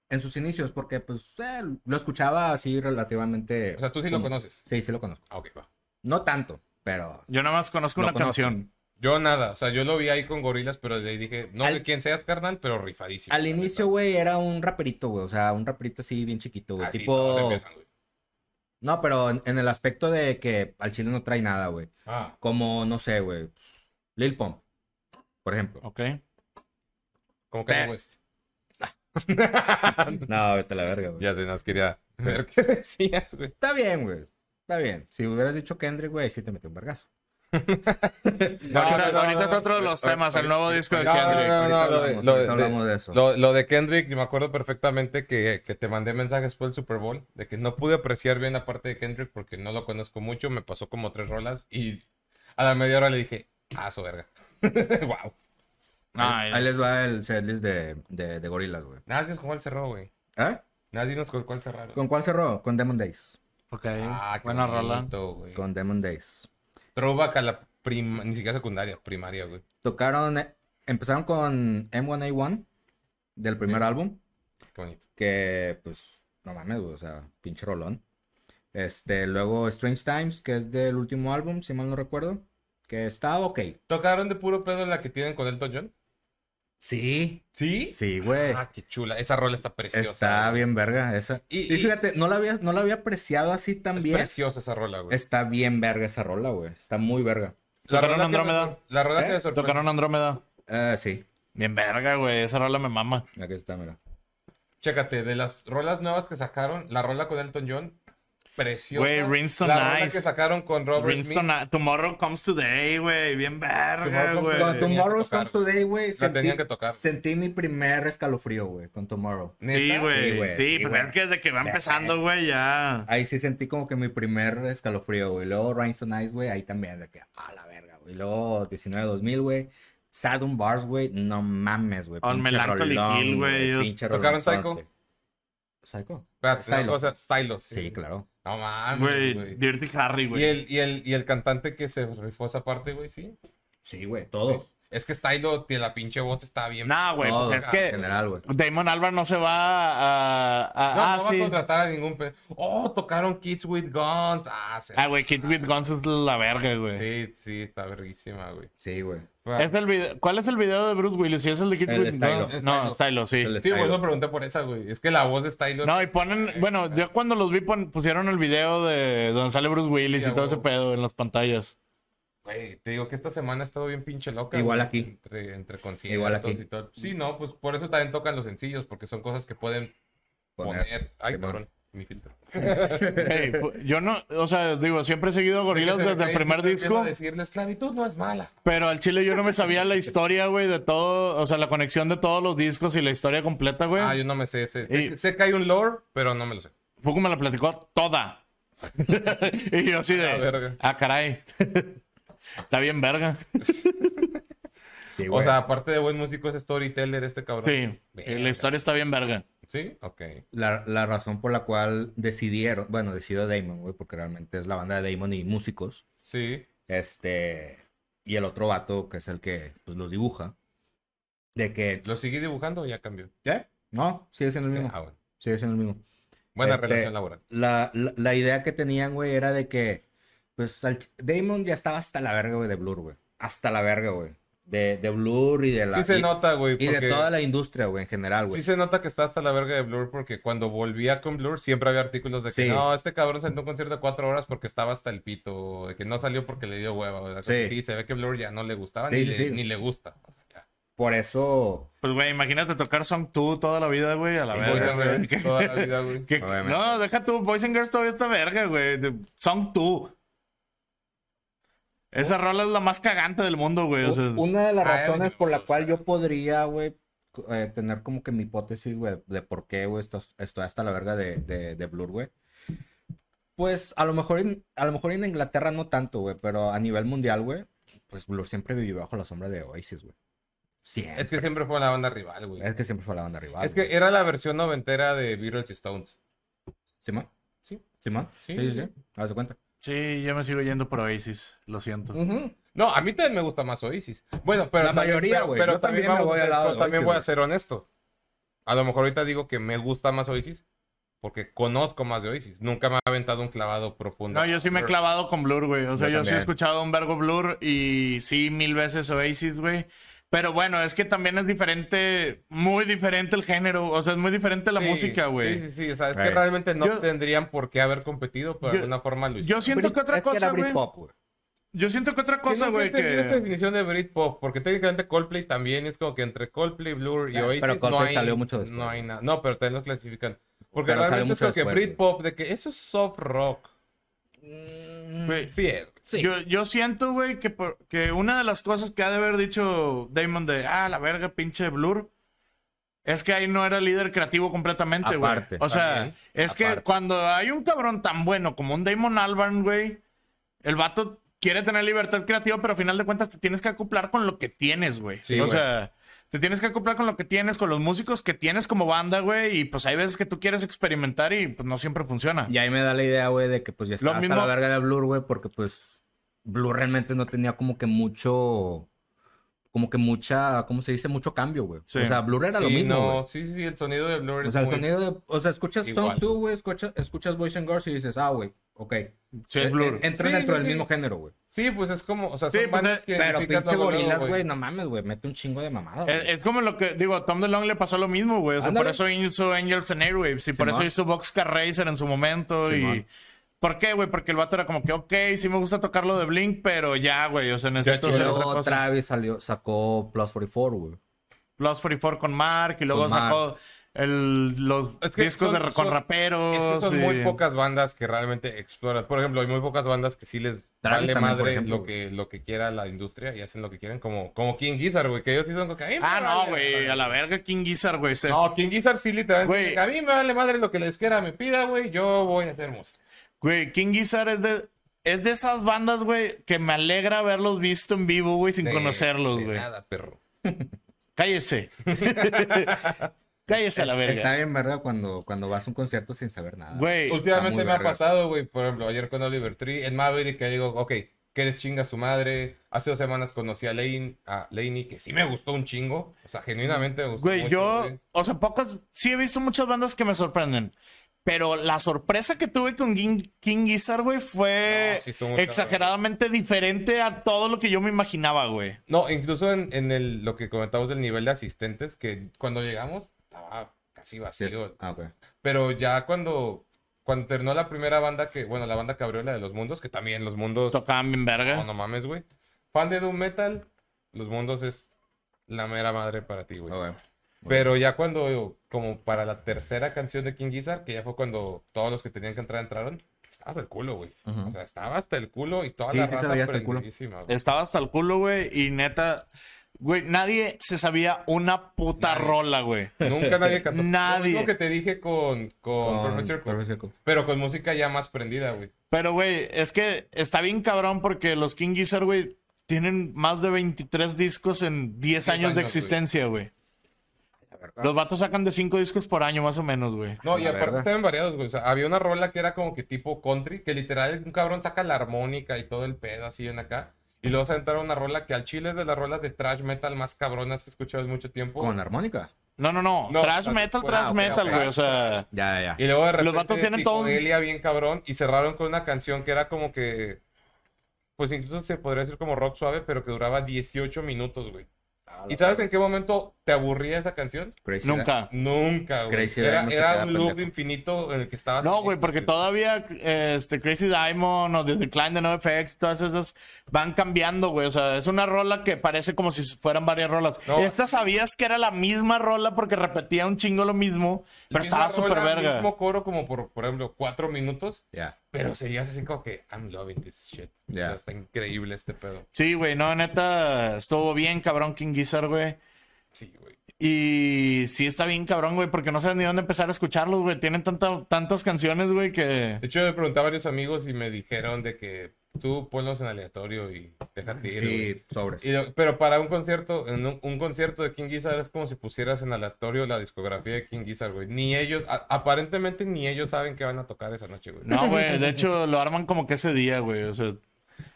[SPEAKER 3] en sus inicios, porque pues eh, lo escuchaba así relativamente.
[SPEAKER 1] O sea, tú sí lo
[SPEAKER 3] como-
[SPEAKER 1] conoces.
[SPEAKER 3] Sí, sí lo conozco.
[SPEAKER 1] Ah, ok, va.
[SPEAKER 3] No tanto, pero
[SPEAKER 2] Yo nada más conozco
[SPEAKER 3] Lo
[SPEAKER 2] una
[SPEAKER 3] conozco.
[SPEAKER 2] canción.
[SPEAKER 1] Yo nada, o sea, yo lo vi ahí con gorilas, pero de ahí dije, no
[SPEAKER 3] Al-
[SPEAKER 1] sé quién seas, carnal, pero rifadísimo.
[SPEAKER 3] al
[SPEAKER 1] la
[SPEAKER 3] inicio,
[SPEAKER 1] neta.
[SPEAKER 3] güey, era un raperito, güey. O sea, un raperito así bien chiquito, güey.
[SPEAKER 1] Así Ah, todos
[SPEAKER 3] tipo.
[SPEAKER 1] empiezan, güey.
[SPEAKER 3] No, pero en, en el aspecto de que al chile no trae nada, güey.
[SPEAKER 1] Ah,
[SPEAKER 3] Como, no sé, güey. Lil Pump, por ejemplo.
[SPEAKER 2] Ok.
[SPEAKER 1] como que este.
[SPEAKER 3] Pe- No, vete a la verga, güey.
[SPEAKER 1] Ya se nos quería ver qué decías, güey.
[SPEAKER 3] Está bien, güey. Está bien. Si hubieras dicho Kendrick, güey, sí te metió un vergazo.
[SPEAKER 2] ahorita
[SPEAKER 1] no,
[SPEAKER 2] ahorita
[SPEAKER 1] no,
[SPEAKER 2] es
[SPEAKER 1] no.
[SPEAKER 2] otro de los temas, el nuevo disco de
[SPEAKER 1] No, no,
[SPEAKER 2] Kendrick.
[SPEAKER 1] no, no,
[SPEAKER 3] Ahorita
[SPEAKER 1] lo de-
[SPEAKER 3] hablamos,
[SPEAKER 1] lo
[SPEAKER 3] ahorita
[SPEAKER 1] de-
[SPEAKER 3] hablamos de eso.
[SPEAKER 1] Lo, lo de Kendrick, y me acuerdo perfectamente que, que te mandé mensajes después del Super Bowl, de que no pude apreciar bien la parte de Kendrick porque no lo conozco mucho, me pasó como tres rolas y a la media hora le dije, ah, su verga. wow.
[SPEAKER 2] Ay,
[SPEAKER 3] Ahí les va el setlist de, de, de Gorilas, güey.
[SPEAKER 1] Nada, dinos con cuál cerró, güey.
[SPEAKER 3] ¿Eh?
[SPEAKER 1] Nada, dinos con cuál cerraron.
[SPEAKER 3] ¿Con cuál cerró? Con Demon Days.
[SPEAKER 2] ok.
[SPEAKER 1] Ah, qué
[SPEAKER 2] Buena rola.
[SPEAKER 1] bonito, güey.
[SPEAKER 3] Con Demon Days.
[SPEAKER 1] Throwback a la prima, ni siquiera secundaria, primaria, güey.
[SPEAKER 3] Tocaron, eh, empezaron con M1A1 del primer álbum.
[SPEAKER 1] Qué bonito.
[SPEAKER 3] que pues no mames, güey, o sea, pinche rolón. Este, luego Strange Times, que es del último álbum, si mal no recuerdo, que está ok.
[SPEAKER 1] ¿Tocaron de puro pedo la que tienen con Elton John?
[SPEAKER 3] Sí.
[SPEAKER 1] ¿Sí?
[SPEAKER 3] Sí, güey.
[SPEAKER 1] Ah, qué chula. Esa rola está preciosa.
[SPEAKER 3] Eh. Está
[SPEAKER 1] güey.
[SPEAKER 3] bien verga esa.
[SPEAKER 1] Y-
[SPEAKER 3] Y,
[SPEAKER 1] y-
[SPEAKER 3] fíjate, no la había, no la había apreciado así tan
[SPEAKER 1] Es
[SPEAKER 3] bien.
[SPEAKER 1] preciosa esa rola, güey.
[SPEAKER 3] Está bien verga esa rola, güey. Está muy verga.
[SPEAKER 2] Tocaron
[SPEAKER 1] rola que
[SPEAKER 2] Andrómeda.
[SPEAKER 1] me- La rola
[SPEAKER 3] ¿Eh?
[SPEAKER 1] que me sorprendió.
[SPEAKER 2] Tocaron Andrómeda.
[SPEAKER 3] Eh, sí,
[SPEAKER 2] Bien verga, güey. Esa rola me mama.
[SPEAKER 3] aquí está, mira.
[SPEAKER 1] Chécate, de las rolas nuevas que sacaron, la rola con Elton John, preciosa.
[SPEAKER 2] Güey, Rings on
[SPEAKER 1] La rola que
[SPEAKER 2] Ice.
[SPEAKER 1] sacaron con Robert
[SPEAKER 2] Princeton,
[SPEAKER 1] Smith.
[SPEAKER 2] ah, Tomorrow Comes Today, güey. Bien verga,
[SPEAKER 1] Tomorrow Comes
[SPEAKER 2] güey.
[SPEAKER 3] Con
[SPEAKER 1] Today.
[SPEAKER 3] Tomorrow's
[SPEAKER 1] Pues, tocar.
[SPEAKER 3] Comes Today, güey,
[SPEAKER 1] tenían que tocar.
[SPEAKER 3] sentí mi primer escalofrío, güey, con Tomorrow.
[SPEAKER 1] ¿Neta?
[SPEAKER 2] Sí,
[SPEAKER 3] Sí,
[SPEAKER 2] güey.
[SPEAKER 3] güey,
[SPEAKER 2] Sí,
[SPEAKER 3] sí,
[SPEAKER 2] pues
[SPEAKER 3] güey.
[SPEAKER 2] es que desde que va empezando, güey, ya.
[SPEAKER 3] Ahí sí sentí como que mi primer escalofrío, güey. Luego Rhinestone Ice, güey, ahí también, de que, a la verga, güey. Luego 19-2000, güey. Sadum Bars, güey, no mames, güey.
[SPEAKER 2] On
[SPEAKER 3] pinche
[SPEAKER 2] Melancholy
[SPEAKER 3] rolón,
[SPEAKER 2] Hill, güey, ellos
[SPEAKER 3] pinche
[SPEAKER 1] tocaron
[SPEAKER 3] rolonzote. ¿Psycho?
[SPEAKER 1] Espérate, una
[SPEAKER 3] Stylo.
[SPEAKER 1] cosa, Stylo, sí.
[SPEAKER 3] Sí, claro.
[SPEAKER 1] No mames,
[SPEAKER 2] Güey,
[SPEAKER 1] Ah, güey.
[SPEAKER 2] Dirty Harry,
[SPEAKER 1] Y
[SPEAKER 2] güey.
[SPEAKER 1] el, y, el, y el cantante que se rifó esa parte, güey, sí.
[SPEAKER 3] Sí, güey, todos.
[SPEAKER 1] Es que Stylo, tiene la pinche voz está bien.
[SPEAKER 2] Nah, güey,
[SPEAKER 3] Todos,
[SPEAKER 2] pues es
[SPEAKER 3] En
[SPEAKER 2] que
[SPEAKER 3] general, güey.
[SPEAKER 2] Damon Alba no se va a. a-
[SPEAKER 1] No,
[SPEAKER 2] ah,
[SPEAKER 1] no va
[SPEAKER 2] sí.
[SPEAKER 1] a contratar a ningún pe... Oh, tocaron Kids with Guns. Ah, se-
[SPEAKER 2] Ah, güey, Kids with Guns es la verga, güey.
[SPEAKER 1] Sí, sí, está verguísima, güey.
[SPEAKER 3] Sí, güey.
[SPEAKER 2] ¿Es el video- ¿Cuál es el video de Bruce Willis? ¿Sí es el de Kids
[SPEAKER 3] El
[SPEAKER 2] with
[SPEAKER 3] Stylo.
[SPEAKER 2] Guns? No, Stylo, sí.
[SPEAKER 3] El
[SPEAKER 1] Sí, güey,
[SPEAKER 3] Stylo.
[SPEAKER 1] lo pregunté por esa, güey. Es que la voz de Stylo.
[SPEAKER 2] No, y ponen, bueno, yo cuando los vi pon- pusieron el video de donde sale Bruce Willis
[SPEAKER 1] Sí,
[SPEAKER 2] y todo ese
[SPEAKER 1] güey.
[SPEAKER 2] pedo en las pantallas.
[SPEAKER 1] Güey, te digo que esta semana ha estado bien pinche loca.
[SPEAKER 3] Igual
[SPEAKER 1] güey,
[SPEAKER 3] aquí.
[SPEAKER 1] Entre, entre conciertos
[SPEAKER 3] Igual aquí.
[SPEAKER 1] y todo. Sí, no, pues por eso también tocan los sencillos, porque son cosas que pueden poner. Ay,
[SPEAKER 3] Simón.
[SPEAKER 1] cabrón, mi filtro.
[SPEAKER 2] Ey, fu- yo no, o sea, digo, siempre he seguido a Gorilas
[SPEAKER 1] Es que se
[SPEAKER 2] desde
[SPEAKER 1] me
[SPEAKER 2] el
[SPEAKER 1] cae
[SPEAKER 2] primer
[SPEAKER 1] filtro y empiezo
[SPEAKER 2] disco,
[SPEAKER 1] a decir, la esclavitud no es mala.
[SPEAKER 2] pero al chile yo no me sabía la historia, güey, de todo, o sea, la conexión de todos los discos y la historia completa, güey.
[SPEAKER 1] Ah, yo no me sé ese. Sé,
[SPEAKER 2] Y-
[SPEAKER 1] que- sé que hay un lore, pero no me lo sé.
[SPEAKER 2] Fuku me la platicó toda. y yo así
[SPEAKER 1] Ah,
[SPEAKER 2] de,
[SPEAKER 1] verga.
[SPEAKER 2] ah, caray. Está bien verga.
[SPEAKER 3] Sí,
[SPEAKER 1] O
[SPEAKER 3] güey.
[SPEAKER 1] sea, aparte de buen músico, es storyteller este cabrón.
[SPEAKER 2] Sí,
[SPEAKER 1] Verga.
[SPEAKER 2] la historia está bien verga.
[SPEAKER 1] Sí, ok.
[SPEAKER 3] la, la razón por la cual decidieron, bueno, decidió Damon, güey, porque realmente es la banda de Damon y músicos.
[SPEAKER 1] Sí.
[SPEAKER 3] Este. Y el otro vato, que es el que pues, los dibuja. De que.
[SPEAKER 1] ¿Lo seguí dibujando o ya cambió?
[SPEAKER 3] ¿Eh? No, sigue siendo el
[SPEAKER 1] Sí,
[SPEAKER 3] mismo.
[SPEAKER 1] ah, bueno.
[SPEAKER 3] Sigue siendo el mismo.
[SPEAKER 1] Buena
[SPEAKER 3] Este,
[SPEAKER 1] relación laboral.
[SPEAKER 3] La, la, la idea que tenían, güey, era de que. Pues al ch- Damon ya estaba hasta la verga, güey, de Blur, güey. Hasta la verga, güey. De, de Blur y de la.
[SPEAKER 1] Sí se
[SPEAKER 3] y,
[SPEAKER 1] nota, güey.
[SPEAKER 3] y de
[SPEAKER 1] porque-
[SPEAKER 3] toda la industria, güey, en general, Ah, güey.
[SPEAKER 1] Sí se nota que está hasta la verga de Blur porque cuando volvía con Blur siempre había artículos de que
[SPEAKER 3] Sí.
[SPEAKER 1] no, este cabrón sentó un concierto de cuatro horas porque estaba hasta el pito, o de que no salió porque le dio hueva. o de cosas
[SPEAKER 3] Sí.
[SPEAKER 1] así. se ve que Blur ya no le gustaba
[SPEAKER 3] Sí,
[SPEAKER 1] ni,
[SPEAKER 3] sí,
[SPEAKER 1] le,
[SPEAKER 3] sí.
[SPEAKER 1] ni le gusta.
[SPEAKER 3] Por eso.
[SPEAKER 2] Pues, güey, imagínate tocar Song 2 toda la vida, güey, a la
[SPEAKER 1] Boys
[SPEAKER 2] verga.
[SPEAKER 1] and
[SPEAKER 2] güey.
[SPEAKER 1] Girls toda la vida, güey.
[SPEAKER 2] Que-
[SPEAKER 3] Obviamente.
[SPEAKER 2] no, deja tú, Boys and Girls todavía está verga, güey. de- Song 2. Esa rola es la más cagante del mundo, güey. o sea,
[SPEAKER 3] Una de las
[SPEAKER 1] Ah,
[SPEAKER 3] razones
[SPEAKER 1] sí,
[SPEAKER 3] por
[SPEAKER 1] me
[SPEAKER 3] la
[SPEAKER 1] gusta.
[SPEAKER 3] cual yo podría, güey, co- eh, tener como que mi hipótesis, güey, de por qué, güey, esto- estoy, hasta la verga de, de, de Blur, güey. Pues a lo mejor en, a lo mejor en Inglaterra no tanto, güey, pero a nivel mundial, güey, pues Blur siempre vivió bajo la sombra de Oasis, güey. Siempre.
[SPEAKER 1] Es que siempre fue la banda rival, güey.
[SPEAKER 3] Es que siempre fue la banda rival.
[SPEAKER 1] Es que
[SPEAKER 3] güey.
[SPEAKER 1] era la versión noventera de Beatles y Stones.
[SPEAKER 3] ¿Simón?
[SPEAKER 1] Sí.
[SPEAKER 3] ¿Simón?
[SPEAKER 1] Sí,
[SPEAKER 3] Sí, sí,
[SPEAKER 1] sí,
[SPEAKER 3] sí. Haz de cuenta.
[SPEAKER 2] Sí, yo me sigo yendo por Oasis, lo siento.
[SPEAKER 1] No, a mí también me gusta más Oasis. Bueno, pero
[SPEAKER 3] La
[SPEAKER 1] también-
[SPEAKER 3] mayoría,
[SPEAKER 1] pero-
[SPEAKER 3] güey.
[SPEAKER 1] Pero
[SPEAKER 3] Yo
[SPEAKER 1] también,
[SPEAKER 3] también me
[SPEAKER 1] vamos-
[SPEAKER 3] voy al lado
[SPEAKER 1] pero
[SPEAKER 3] de
[SPEAKER 1] también
[SPEAKER 3] Oasis,
[SPEAKER 1] voy a
[SPEAKER 3] güey.
[SPEAKER 1] ser honesto. A lo mejor ahorita digo que me gusta más Oasis porque conozco más de Oasis. Nunca me ha aventado un clavado profundo.
[SPEAKER 2] No, yo sí me he clavado con Blur, güey. O sea,
[SPEAKER 3] Yo
[SPEAKER 2] yo, sí he
[SPEAKER 3] también.
[SPEAKER 2] escuchado un vergo Blur y sí mil veces Oasis, güey. Pero bueno, es que también es diferente, muy diferente el género. O sea, es muy diferente la
[SPEAKER 1] Sí,
[SPEAKER 2] música, güey.
[SPEAKER 1] Sí, sí, sí. O sea, es que
[SPEAKER 3] Right.
[SPEAKER 1] realmente no
[SPEAKER 2] Yo-
[SPEAKER 1] tendrían por qué haber competido, pero de
[SPEAKER 2] Yo-
[SPEAKER 1] alguna forma lo hicieron.
[SPEAKER 2] Yo siento
[SPEAKER 3] Brit-
[SPEAKER 2] que otra
[SPEAKER 3] es que
[SPEAKER 2] cosa,
[SPEAKER 3] era
[SPEAKER 2] güey.
[SPEAKER 3] Britpop, güey.
[SPEAKER 2] Yo siento que otra
[SPEAKER 1] Que
[SPEAKER 2] cosa,
[SPEAKER 1] no
[SPEAKER 2] güey,
[SPEAKER 1] entendí esa
[SPEAKER 2] que...
[SPEAKER 1] definición de Britpop, porque técnicamente Coldplay también es como que entre Coldplay, Blur y
[SPEAKER 3] Ah,
[SPEAKER 1] Oasis
[SPEAKER 3] pero
[SPEAKER 1] no
[SPEAKER 3] Coldplay
[SPEAKER 1] hay,
[SPEAKER 3] salió mucho después.
[SPEAKER 1] no hay nada. No, pero también lo clasifican. Porque
[SPEAKER 3] Pero salió
[SPEAKER 1] realmente es
[SPEAKER 3] mucho
[SPEAKER 1] como que
[SPEAKER 3] después, güey.
[SPEAKER 1] Britpop, de que eso es soft rock. Mm,
[SPEAKER 2] güey,
[SPEAKER 1] Sí es.
[SPEAKER 2] Yo, yo siento, güey, que, por- que una de las cosas que ha de haber dicho Damon de, ah, la verga, pinche Blur, es que ahí no era líder creativo completamente, güey.
[SPEAKER 3] Aparte,
[SPEAKER 2] O sea,
[SPEAKER 1] también,
[SPEAKER 2] es que
[SPEAKER 3] aparte.
[SPEAKER 2] cuando hay un cabrón tan bueno como un Damon Albarn, güey, el vato quiere tener libertad creativa, pero a final de cuentas te tienes que acoplar con lo que tienes, güey.
[SPEAKER 1] Sí,
[SPEAKER 2] o
[SPEAKER 1] güey.
[SPEAKER 2] sea, te tienes que acoplar con lo que tienes, con los músicos que tienes como banda, güey, y pues hay veces que tú quieres experimentar y pues no siempre funciona.
[SPEAKER 3] Y ahí me da la idea, güey, de que pues
[SPEAKER 2] Lo
[SPEAKER 3] ya estaba
[SPEAKER 2] mismo-
[SPEAKER 3] hasta la verga de Blur, güey, porque pues Blur realmente no tenía como que mucho, como que mucha, ¿cómo se dice? Mucho cambio, güey.
[SPEAKER 2] Sí.
[SPEAKER 3] O sea, Blur era lo
[SPEAKER 1] Sí,
[SPEAKER 3] mismo,
[SPEAKER 1] no,
[SPEAKER 3] güey.
[SPEAKER 1] sí, sí, el sonido de Blur
[SPEAKER 3] O
[SPEAKER 1] es
[SPEAKER 3] sea, el
[SPEAKER 1] muy-
[SPEAKER 3] sonido de, o sea, escuchas
[SPEAKER 1] Igual.
[SPEAKER 3] Stone 2, güey, escuchas, escuchas Boys and Girls y dices, ah, güey, ok.
[SPEAKER 2] Sí, es
[SPEAKER 3] Eh,
[SPEAKER 2] Blur.
[SPEAKER 3] eh, Entra
[SPEAKER 1] Sí,
[SPEAKER 3] dentro
[SPEAKER 1] sí, sí.
[SPEAKER 3] del mismo género, güey.
[SPEAKER 1] Sí, pues es como, o sea,
[SPEAKER 2] Sí,
[SPEAKER 1] son
[SPEAKER 2] pues,
[SPEAKER 1] bandas
[SPEAKER 2] eh,
[SPEAKER 1] que
[SPEAKER 3] Pero
[SPEAKER 1] identificas
[SPEAKER 3] pinche
[SPEAKER 1] luego, luego,
[SPEAKER 3] gorilas, güey, no mames, güey, mete un chingo de mamada,
[SPEAKER 2] Es,
[SPEAKER 3] güey.
[SPEAKER 2] es como lo que digo, Tom DeLonge le pasó lo mismo, güey. O sea, por
[SPEAKER 3] Ándale.
[SPEAKER 2] eso hizo Angels and Airwaves y por eso
[SPEAKER 3] Simón.
[SPEAKER 2] hizo Boxcar Racer en su momento. y
[SPEAKER 3] Simón.
[SPEAKER 2] ¿Por qué, güey? Porque el vato era como que, ok, sí me gusta tocar lo de Blink, pero ya, güey. O sea, necesito
[SPEAKER 3] Y
[SPEAKER 2] hacer otra
[SPEAKER 3] luego
[SPEAKER 2] cosa.
[SPEAKER 3] Travis salió, sacó Plus 44, güey.
[SPEAKER 2] Plus 44 con Mark y luego
[SPEAKER 3] Con
[SPEAKER 2] sacó el- los
[SPEAKER 1] Es que
[SPEAKER 2] discos
[SPEAKER 1] son-
[SPEAKER 2] de, con
[SPEAKER 1] son-
[SPEAKER 2] raperos.
[SPEAKER 1] Es que son muy
[SPEAKER 2] y-
[SPEAKER 1] pocas bandas que realmente exploran. Por ejemplo, hay muy pocas bandas que sí les
[SPEAKER 3] Travis
[SPEAKER 1] vale
[SPEAKER 3] también, por
[SPEAKER 1] madre
[SPEAKER 3] ejemplo,
[SPEAKER 1] lo, que, lo que quiera la industria y hacen lo que quieren, como, como King Gizzard, güey, que ellos sí son como que, "A mí me
[SPEAKER 2] Ah, no,
[SPEAKER 1] vale
[SPEAKER 2] güey.
[SPEAKER 1] madre".
[SPEAKER 2] A la verga, King Gizzard, güey. se-
[SPEAKER 1] No, King Gizzard sí literalmente
[SPEAKER 2] Güey.
[SPEAKER 1] dice, a mí me vale madre lo que les quiera me pida, güey, yo voy a hacer música.
[SPEAKER 2] Güey, King Gizzard es de, es de esas bandas, güey, que me alegra haberlos visto en vivo, güey, sin
[SPEAKER 1] De-
[SPEAKER 2] conocerlos,
[SPEAKER 1] de
[SPEAKER 2] güey.
[SPEAKER 1] Nada, perro.
[SPEAKER 2] Cállese. Cállese a la
[SPEAKER 3] Está
[SPEAKER 2] verga.
[SPEAKER 3] bien, verga, cuando, cuando vas a un concierto sin saber nada.
[SPEAKER 2] Güey,
[SPEAKER 1] Últimamente me
[SPEAKER 3] muy
[SPEAKER 1] ha
[SPEAKER 3] verga.
[SPEAKER 1] pasado, güey, por ejemplo, ayer con Oliver Tree, en Maverick, que digo, ok, que les chinga su madre. Hace dos semanas conocí a Lane, a Laney, que sí me gustó un chingo. O sea, genuinamente me gustó
[SPEAKER 2] güey,
[SPEAKER 1] mucho,
[SPEAKER 2] yo,
[SPEAKER 1] güey.
[SPEAKER 2] o sea, pocas, sí he visto muchas bandas que me sorprenden. Pero la sorpresa que tuve con King, King Gizzard, güey, fue
[SPEAKER 1] No, sí estuvo muy cabrón.
[SPEAKER 2] exageradamente diferente a todo lo que yo me imaginaba, güey.
[SPEAKER 1] No, incluso en, en el, lo que comentamos del nivel de asistentes, que cuando llegamos estaba casi
[SPEAKER 3] Sí,
[SPEAKER 1] vacío.
[SPEAKER 3] es- ah, ok.
[SPEAKER 1] Pero ya cuando, cuando terminó la primera banda, que bueno, la banda que abrió la de Los Mundos, que también Los Mundos...
[SPEAKER 2] Tocaban bien
[SPEAKER 1] Pues, No,
[SPEAKER 2] verga.
[SPEAKER 1] no mames, güey. Fan de Doom Metal, Los Mundos es la mera madre para ti, güey.
[SPEAKER 3] Ah, Ok.
[SPEAKER 1] Pero ya cuando, como para la tercera canción de King Gizzard, que ya fue cuando todos los que tenían que entrar entraron, estaba hasta el culo, güey.
[SPEAKER 3] Ujú.
[SPEAKER 1] O sea, estaba hasta el culo y toda
[SPEAKER 3] Sí,
[SPEAKER 1] la
[SPEAKER 3] sí te
[SPEAKER 1] raza
[SPEAKER 3] veía hasta el culo.
[SPEAKER 1] prendidísima, güey.
[SPEAKER 2] Estaba hasta el culo, güey, y neta, güey, nadie se sabía una puta
[SPEAKER 1] Nadie.
[SPEAKER 2] rola, güey.
[SPEAKER 1] Nunca nadie cantó.
[SPEAKER 2] Nadie.
[SPEAKER 1] Lo mismo que te dije con, con,
[SPEAKER 3] Con
[SPEAKER 1] Perfect Circle,
[SPEAKER 3] Perfect Circle.
[SPEAKER 1] pero con música ya más prendida, güey.
[SPEAKER 2] Pero, güey, es que está bien cabrón porque los King Gizzard, güey, tienen más de 23 discos en 10 años,
[SPEAKER 1] años,
[SPEAKER 2] de
[SPEAKER 1] Ah.
[SPEAKER 2] existencia, güey.
[SPEAKER 3] La verga.
[SPEAKER 2] Los vatos sacan de 5 discos por año, más o menos, güey.
[SPEAKER 1] No, y
[SPEAKER 3] La
[SPEAKER 1] aparte
[SPEAKER 3] verga.
[SPEAKER 1] estaban variados, güey. O sea, había una rola que era como que tipo country, que literal un cabrón saca la armónica y todo el pedo así en acá. Y luego se entraron una rola que al chile es de las rolas de trash metal más cabronas que he escuchado en mucho tiempo.
[SPEAKER 3] Con armónica.
[SPEAKER 2] No, no, no.
[SPEAKER 1] No,
[SPEAKER 2] trash
[SPEAKER 1] no,
[SPEAKER 2] metal,
[SPEAKER 1] no,
[SPEAKER 2] trash
[SPEAKER 1] ah, ok,
[SPEAKER 2] metal,
[SPEAKER 1] ok.
[SPEAKER 2] güey. O sea,
[SPEAKER 3] Ya, ya,
[SPEAKER 1] Y luego de repente
[SPEAKER 2] Los vatos tienen todo un-
[SPEAKER 1] psicodelia bien cabrón y cerraron con una canción que era como que pues incluso se podría decir como rock suave, pero que duraba 18 minutos, güey.
[SPEAKER 3] Ah, la
[SPEAKER 1] ¿Y sabes
[SPEAKER 3] verga.
[SPEAKER 1] en qué momento te aburría esa canción?
[SPEAKER 3] Crazy
[SPEAKER 2] Nunca.
[SPEAKER 1] Nunca, güey.
[SPEAKER 3] Crazy
[SPEAKER 1] era
[SPEAKER 3] Diamond se
[SPEAKER 1] era
[SPEAKER 3] quedaba
[SPEAKER 1] un loop
[SPEAKER 3] pendejo.
[SPEAKER 1] infinito en el que estabas.
[SPEAKER 2] No,
[SPEAKER 1] en
[SPEAKER 2] güey, porque
[SPEAKER 1] éxtasis.
[SPEAKER 2] todavía este, Crazy Diamond o The Decline de NoFX, todas esas van cambiando, güey. O sea, es una rola que parece como si fueran varias rolas.
[SPEAKER 1] No.
[SPEAKER 2] Esta sabías que era la misma rola porque repetía un chingo lo mismo, pero
[SPEAKER 1] Misma
[SPEAKER 2] estaba
[SPEAKER 1] rola,
[SPEAKER 2] súper verga.
[SPEAKER 1] mismo coro como por, por ejemplo, cuatro minutos,
[SPEAKER 3] Ya.
[SPEAKER 1] pero seguías así como que I'm loving this shit. O
[SPEAKER 3] Ya.
[SPEAKER 1] sea, está increíble este pedo.
[SPEAKER 2] Sí, güey, no, neta, estuvo bien cabrón King Gizzard, güey.
[SPEAKER 1] Sí, güey.
[SPEAKER 2] Y sí está bien cabrón, güey, porque no sabes ni dónde empezar a escucharlos, güey. Tienen tanta- tantas canciones, güey, que...
[SPEAKER 1] De hecho, le pregunté a varios amigos y me dijeron de que tú ponlos en aleatorio y déjate ir. güey.
[SPEAKER 3] Y sobres.
[SPEAKER 1] Y lo- pero para un concierto, en un, un concierto de King Gizzard es como si pusieras en aleatorio la discografía de King Gizzard, güey. Ni ellos, a- aparentemente ni ellos saben que van a tocar esa noche, güey.
[SPEAKER 2] No, güey, de hecho lo arman como que ese día, güey. O sea,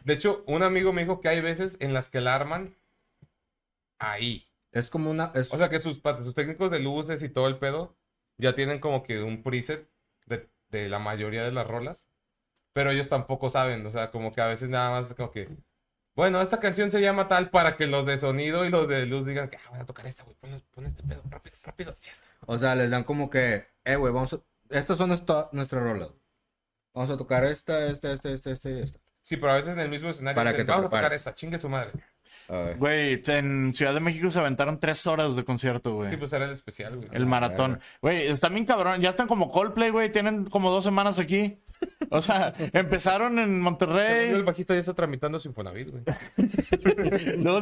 [SPEAKER 1] De hecho, un amigo me dijo que hay veces en las que la arman ahí.
[SPEAKER 3] Es como una. es-
[SPEAKER 1] O sea, que sus, pat- sus técnicos de luces y todo el pedo ya tienen como que un preset de, de la mayoría de las rolas. Pero ellos tampoco saben, o sea, como que a veces nada más es como que... Bueno, esta canción se llama tal para que los de sonido y los de luz digan que ah, van a tocar esta, güey. Pon, pon este pedo, rápido, rápido, ya está.
[SPEAKER 3] O sea, les dan como que, eh, güey, vamos a... Estas son nuestra- nuestras rolas. Vamos a tocar esta, esta, esta, esta, esta y esta.
[SPEAKER 1] Sí, pero a veces en el mismo escenario
[SPEAKER 3] Para
[SPEAKER 1] dicen,
[SPEAKER 3] que te
[SPEAKER 1] vamos a tocar
[SPEAKER 3] prepares".
[SPEAKER 1] esta, chingue su madre.
[SPEAKER 3] A ver.
[SPEAKER 2] güey, en Ciudad de México se aventaron tres horas de concierto, güey.
[SPEAKER 1] Sí, pues era el especial, güey.
[SPEAKER 2] El maratón.
[SPEAKER 3] verga.
[SPEAKER 2] Güey, están bien cabrón. Ya están como Coldplay, güey. Tienen como dos semanas aquí. O sea, empezaron en
[SPEAKER 1] Según yo, El
[SPEAKER 2] Monterrey,
[SPEAKER 1] bajista ya está tramitando su Infonavit, güey.
[SPEAKER 2] luego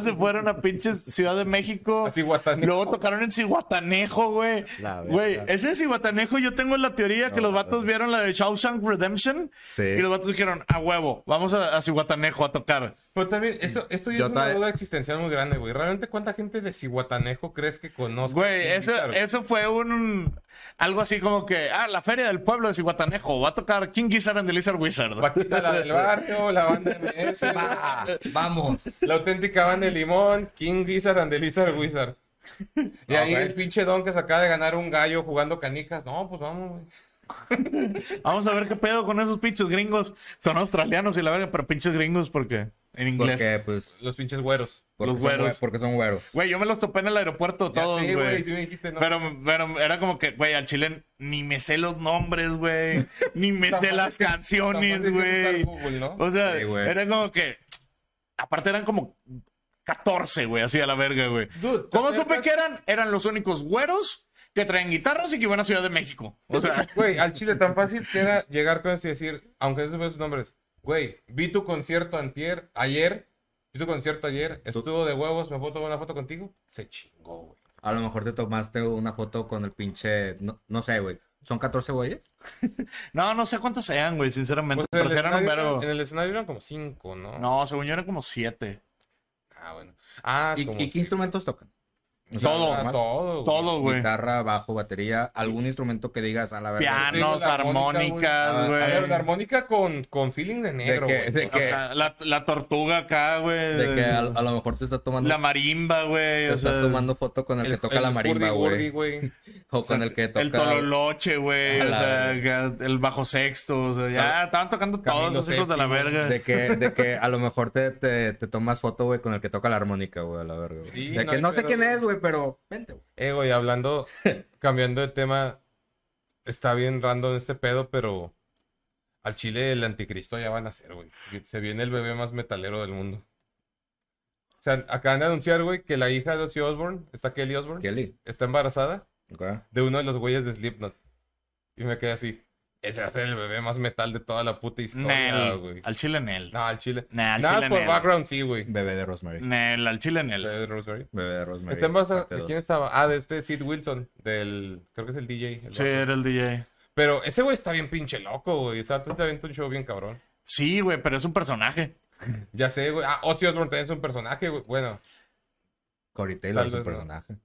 [SPEAKER 2] se fueron a pinches Ciudad de México.
[SPEAKER 1] Así guatanejo.
[SPEAKER 2] Luego tocaron en Cihuatanejo, güey.
[SPEAKER 3] La verga.
[SPEAKER 2] Güey, ese de Cihuatanejo yo tengo la teoría que
[SPEAKER 3] No,
[SPEAKER 2] los vatos
[SPEAKER 3] mames.
[SPEAKER 2] vieron la de Shawshank Redemption.
[SPEAKER 3] Sí.
[SPEAKER 2] Y los vatos dijeron, a huevo, vamos a, a Cihuatanejo a tocar.
[SPEAKER 1] Pero también, eso, esto ya
[SPEAKER 3] Yo
[SPEAKER 1] es una
[SPEAKER 3] todavía-
[SPEAKER 1] duda existencial muy grande, güey. ¿Realmente cuánta gente de Cihuatanejo crees que conozco?
[SPEAKER 2] Güey, eso, eso fue un... Algo así como que, ah, la feria del pueblo de Cihuatanejo. Va a tocar King Gizzard and the Lizard Wizard.
[SPEAKER 1] Paquita la del barrio, la banda MS,
[SPEAKER 3] Va, vamos.
[SPEAKER 1] la auténtica banda de limón, King Lizard and the Lizard Wizard. Y
[SPEAKER 3] Ah,
[SPEAKER 1] ahí
[SPEAKER 3] güey.
[SPEAKER 1] el pinche don que se acaba de ganar un gallo jugando canicas. No, pues vamos, güey.
[SPEAKER 2] Vamos a ver qué pedo con esos pinches gringos. Son australianos y la verga, pero pinches gringos porque en inglés.
[SPEAKER 3] Porque, pues...
[SPEAKER 1] Los pinches güeros.
[SPEAKER 3] porque
[SPEAKER 2] los
[SPEAKER 3] son
[SPEAKER 2] güeros.
[SPEAKER 3] güe- Porque son güeros.
[SPEAKER 2] Güey, yo me los topé en el aeropuerto
[SPEAKER 1] Ya
[SPEAKER 2] todos,
[SPEAKER 1] sé,
[SPEAKER 2] güey.
[SPEAKER 1] sí me dijiste, no.
[SPEAKER 2] pero, pero era como que, güey, al chile ni me sé los nombres, güey. Ni me
[SPEAKER 1] Tan
[SPEAKER 2] sé
[SPEAKER 1] fácil
[SPEAKER 2] las
[SPEAKER 1] que- tan
[SPEAKER 2] canciones,
[SPEAKER 1] fácil que es
[SPEAKER 2] güey.
[SPEAKER 1] usar Google, ¿no?
[SPEAKER 2] O sea,
[SPEAKER 3] Sí, güey.
[SPEAKER 2] era como que... Aparte eran como 14, güey, así a la verga, güey.
[SPEAKER 1] Dude, te
[SPEAKER 2] ¿Cómo
[SPEAKER 1] acercas-
[SPEAKER 2] supe que eran? Eran los únicos güeros que traen guitarras y que iban a Ciudad de México. O sea...
[SPEAKER 1] Güey, al chile tan fácil que era llegar con eso y decir, aunque no supiera sus nombres, güey, vi tu concierto antier, ayer, vi tu concierto ayer, estuvo de huevos, me puedo tomar una foto contigo, se chingó, güey.
[SPEAKER 3] A lo mejor te tomaste una foto con el pinche... No, no sé, güey. ¿Son 14 güeyes?
[SPEAKER 2] No, no sé cuántas sean, güey, sinceramente.
[SPEAKER 1] Pues, en,
[SPEAKER 2] pero
[SPEAKER 1] el
[SPEAKER 2] si eran un
[SPEAKER 1] escenario,
[SPEAKER 2] vergo.
[SPEAKER 1] en el escenario eran como cinco, ¿no?
[SPEAKER 2] No, según yo eran como siete.
[SPEAKER 1] Ah, bueno. Ah,
[SPEAKER 3] ¿Y,
[SPEAKER 1] como-
[SPEAKER 3] y qué instrumentos tocan? O sea,
[SPEAKER 2] Todo.
[SPEAKER 1] Ah,
[SPEAKER 3] normal.
[SPEAKER 1] todo, güey.
[SPEAKER 2] Todo, güey.
[SPEAKER 3] Guitarra, bajo, batería, algún instrumento que digas a la verdad.
[SPEAKER 1] Piano,
[SPEAKER 2] Pianos,
[SPEAKER 1] la armónica, Ah,
[SPEAKER 2] armónicas,
[SPEAKER 3] güey.
[SPEAKER 1] A ver, la
[SPEAKER 2] güey.
[SPEAKER 1] armónica con, con feeling de negro,
[SPEAKER 3] que-
[SPEAKER 1] güey.
[SPEAKER 3] de
[SPEAKER 1] O sea,
[SPEAKER 3] que-
[SPEAKER 2] Ajá, La, la tortuga acá, güey.
[SPEAKER 3] De que a, a lo mejor te estás tomando...
[SPEAKER 2] La marimba, güey.
[SPEAKER 3] Te
[SPEAKER 2] o sea,
[SPEAKER 3] estás tomando foto con el, que toca la marimba,
[SPEAKER 1] hurdy-gurdy,
[SPEAKER 3] güey. O con el que toca...
[SPEAKER 2] El tololoche, güey.
[SPEAKER 3] A
[SPEAKER 2] O
[SPEAKER 3] la
[SPEAKER 2] sea, acá el bajo sexto. O sea, ya estaban tocando todos
[SPEAKER 1] Camilo
[SPEAKER 2] los hijos de la
[SPEAKER 1] séptimo,
[SPEAKER 2] verga.
[SPEAKER 3] De que, de que a lo mejor te, te, te tomas foto, güey, con el que toca la armónica, güey, a la verga. güey.
[SPEAKER 1] Sí,
[SPEAKER 3] de
[SPEAKER 1] no
[SPEAKER 3] que
[SPEAKER 1] hay
[SPEAKER 3] no sé
[SPEAKER 1] pedo,
[SPEAKER 3] quién
[SPEAKER 1] güey.
[SPEAKER 3] es, güey, pero vente, güey.
[SPEAKER 1] Eh, güey, hablando, cambiando de tema, está bien random este pedo, pero al Chile el anticristo ya van a ser, güey. Se viene el bebé más metalero del mundo. O sea, acaban de anunciar, güey, que la hija de Ozzy Osbourne, está Kelly Osbourne,
[SPEAKER 3] Kelly.
[SPEAKER 1] está embarazada
[SPEAKER 3] ok.
[SPEAKER 1] de uno de los güeyes de Slipknot. Y me quedé así, ese va a ser el bebé más metal de toda la puta historia,
[SPEAKER 2] Nel.
[SPEAKER 1] güey.
[SPEAKER 2] Al chile Nel.
[SPEAKER 1] No, al Chile.
[SPEAKER 2] Nah, al
[SPEAKER 1] Nada
[SPEAKER 2] chile
[SPEAKER 1] por
[SPEAKER 2] Nel.
[SPEAKER 1] background, sí, güey.
[SPEAKER 3] Bebé de Rosemary.
[SPEAKER 2] Nel, al chile Nel.
[SPEAKER 1] De Rosemary.
[SPEAKER 3] Bebé de Rosemary.
[SPEAKER 1] Está embarazada,
[SPEAKER 3] parte
[SPEAKER 1] ¿de
[SPEAKER 3] dos.
[SPEAKER 1] quién estaba? Ah, de este Sid Wilson, del, creo que es el DJ. el
[SPEAKER 2] Sí,
[SPEAKER 1] vato.
[SPEAKER 2] era el DJ.
[SPEAKER 1] Pero ese güey está bien pinche loco, güey. O sea, tú te avientas un show bien cabrón.
[SPEAKER 2] Sí, güey, pero es un personaje.
[SPEAKER 1] Ya sé, güey. Ah, Ozzy Osbourne también es un personaje, güey. Bueno,
[SPEAKER 3] Cory Taylor
[SPEAKER 1] Tal
[SPEAKER 3] es un
[SPEAKER 1] vez no.
[SPEAKER 3] personaje.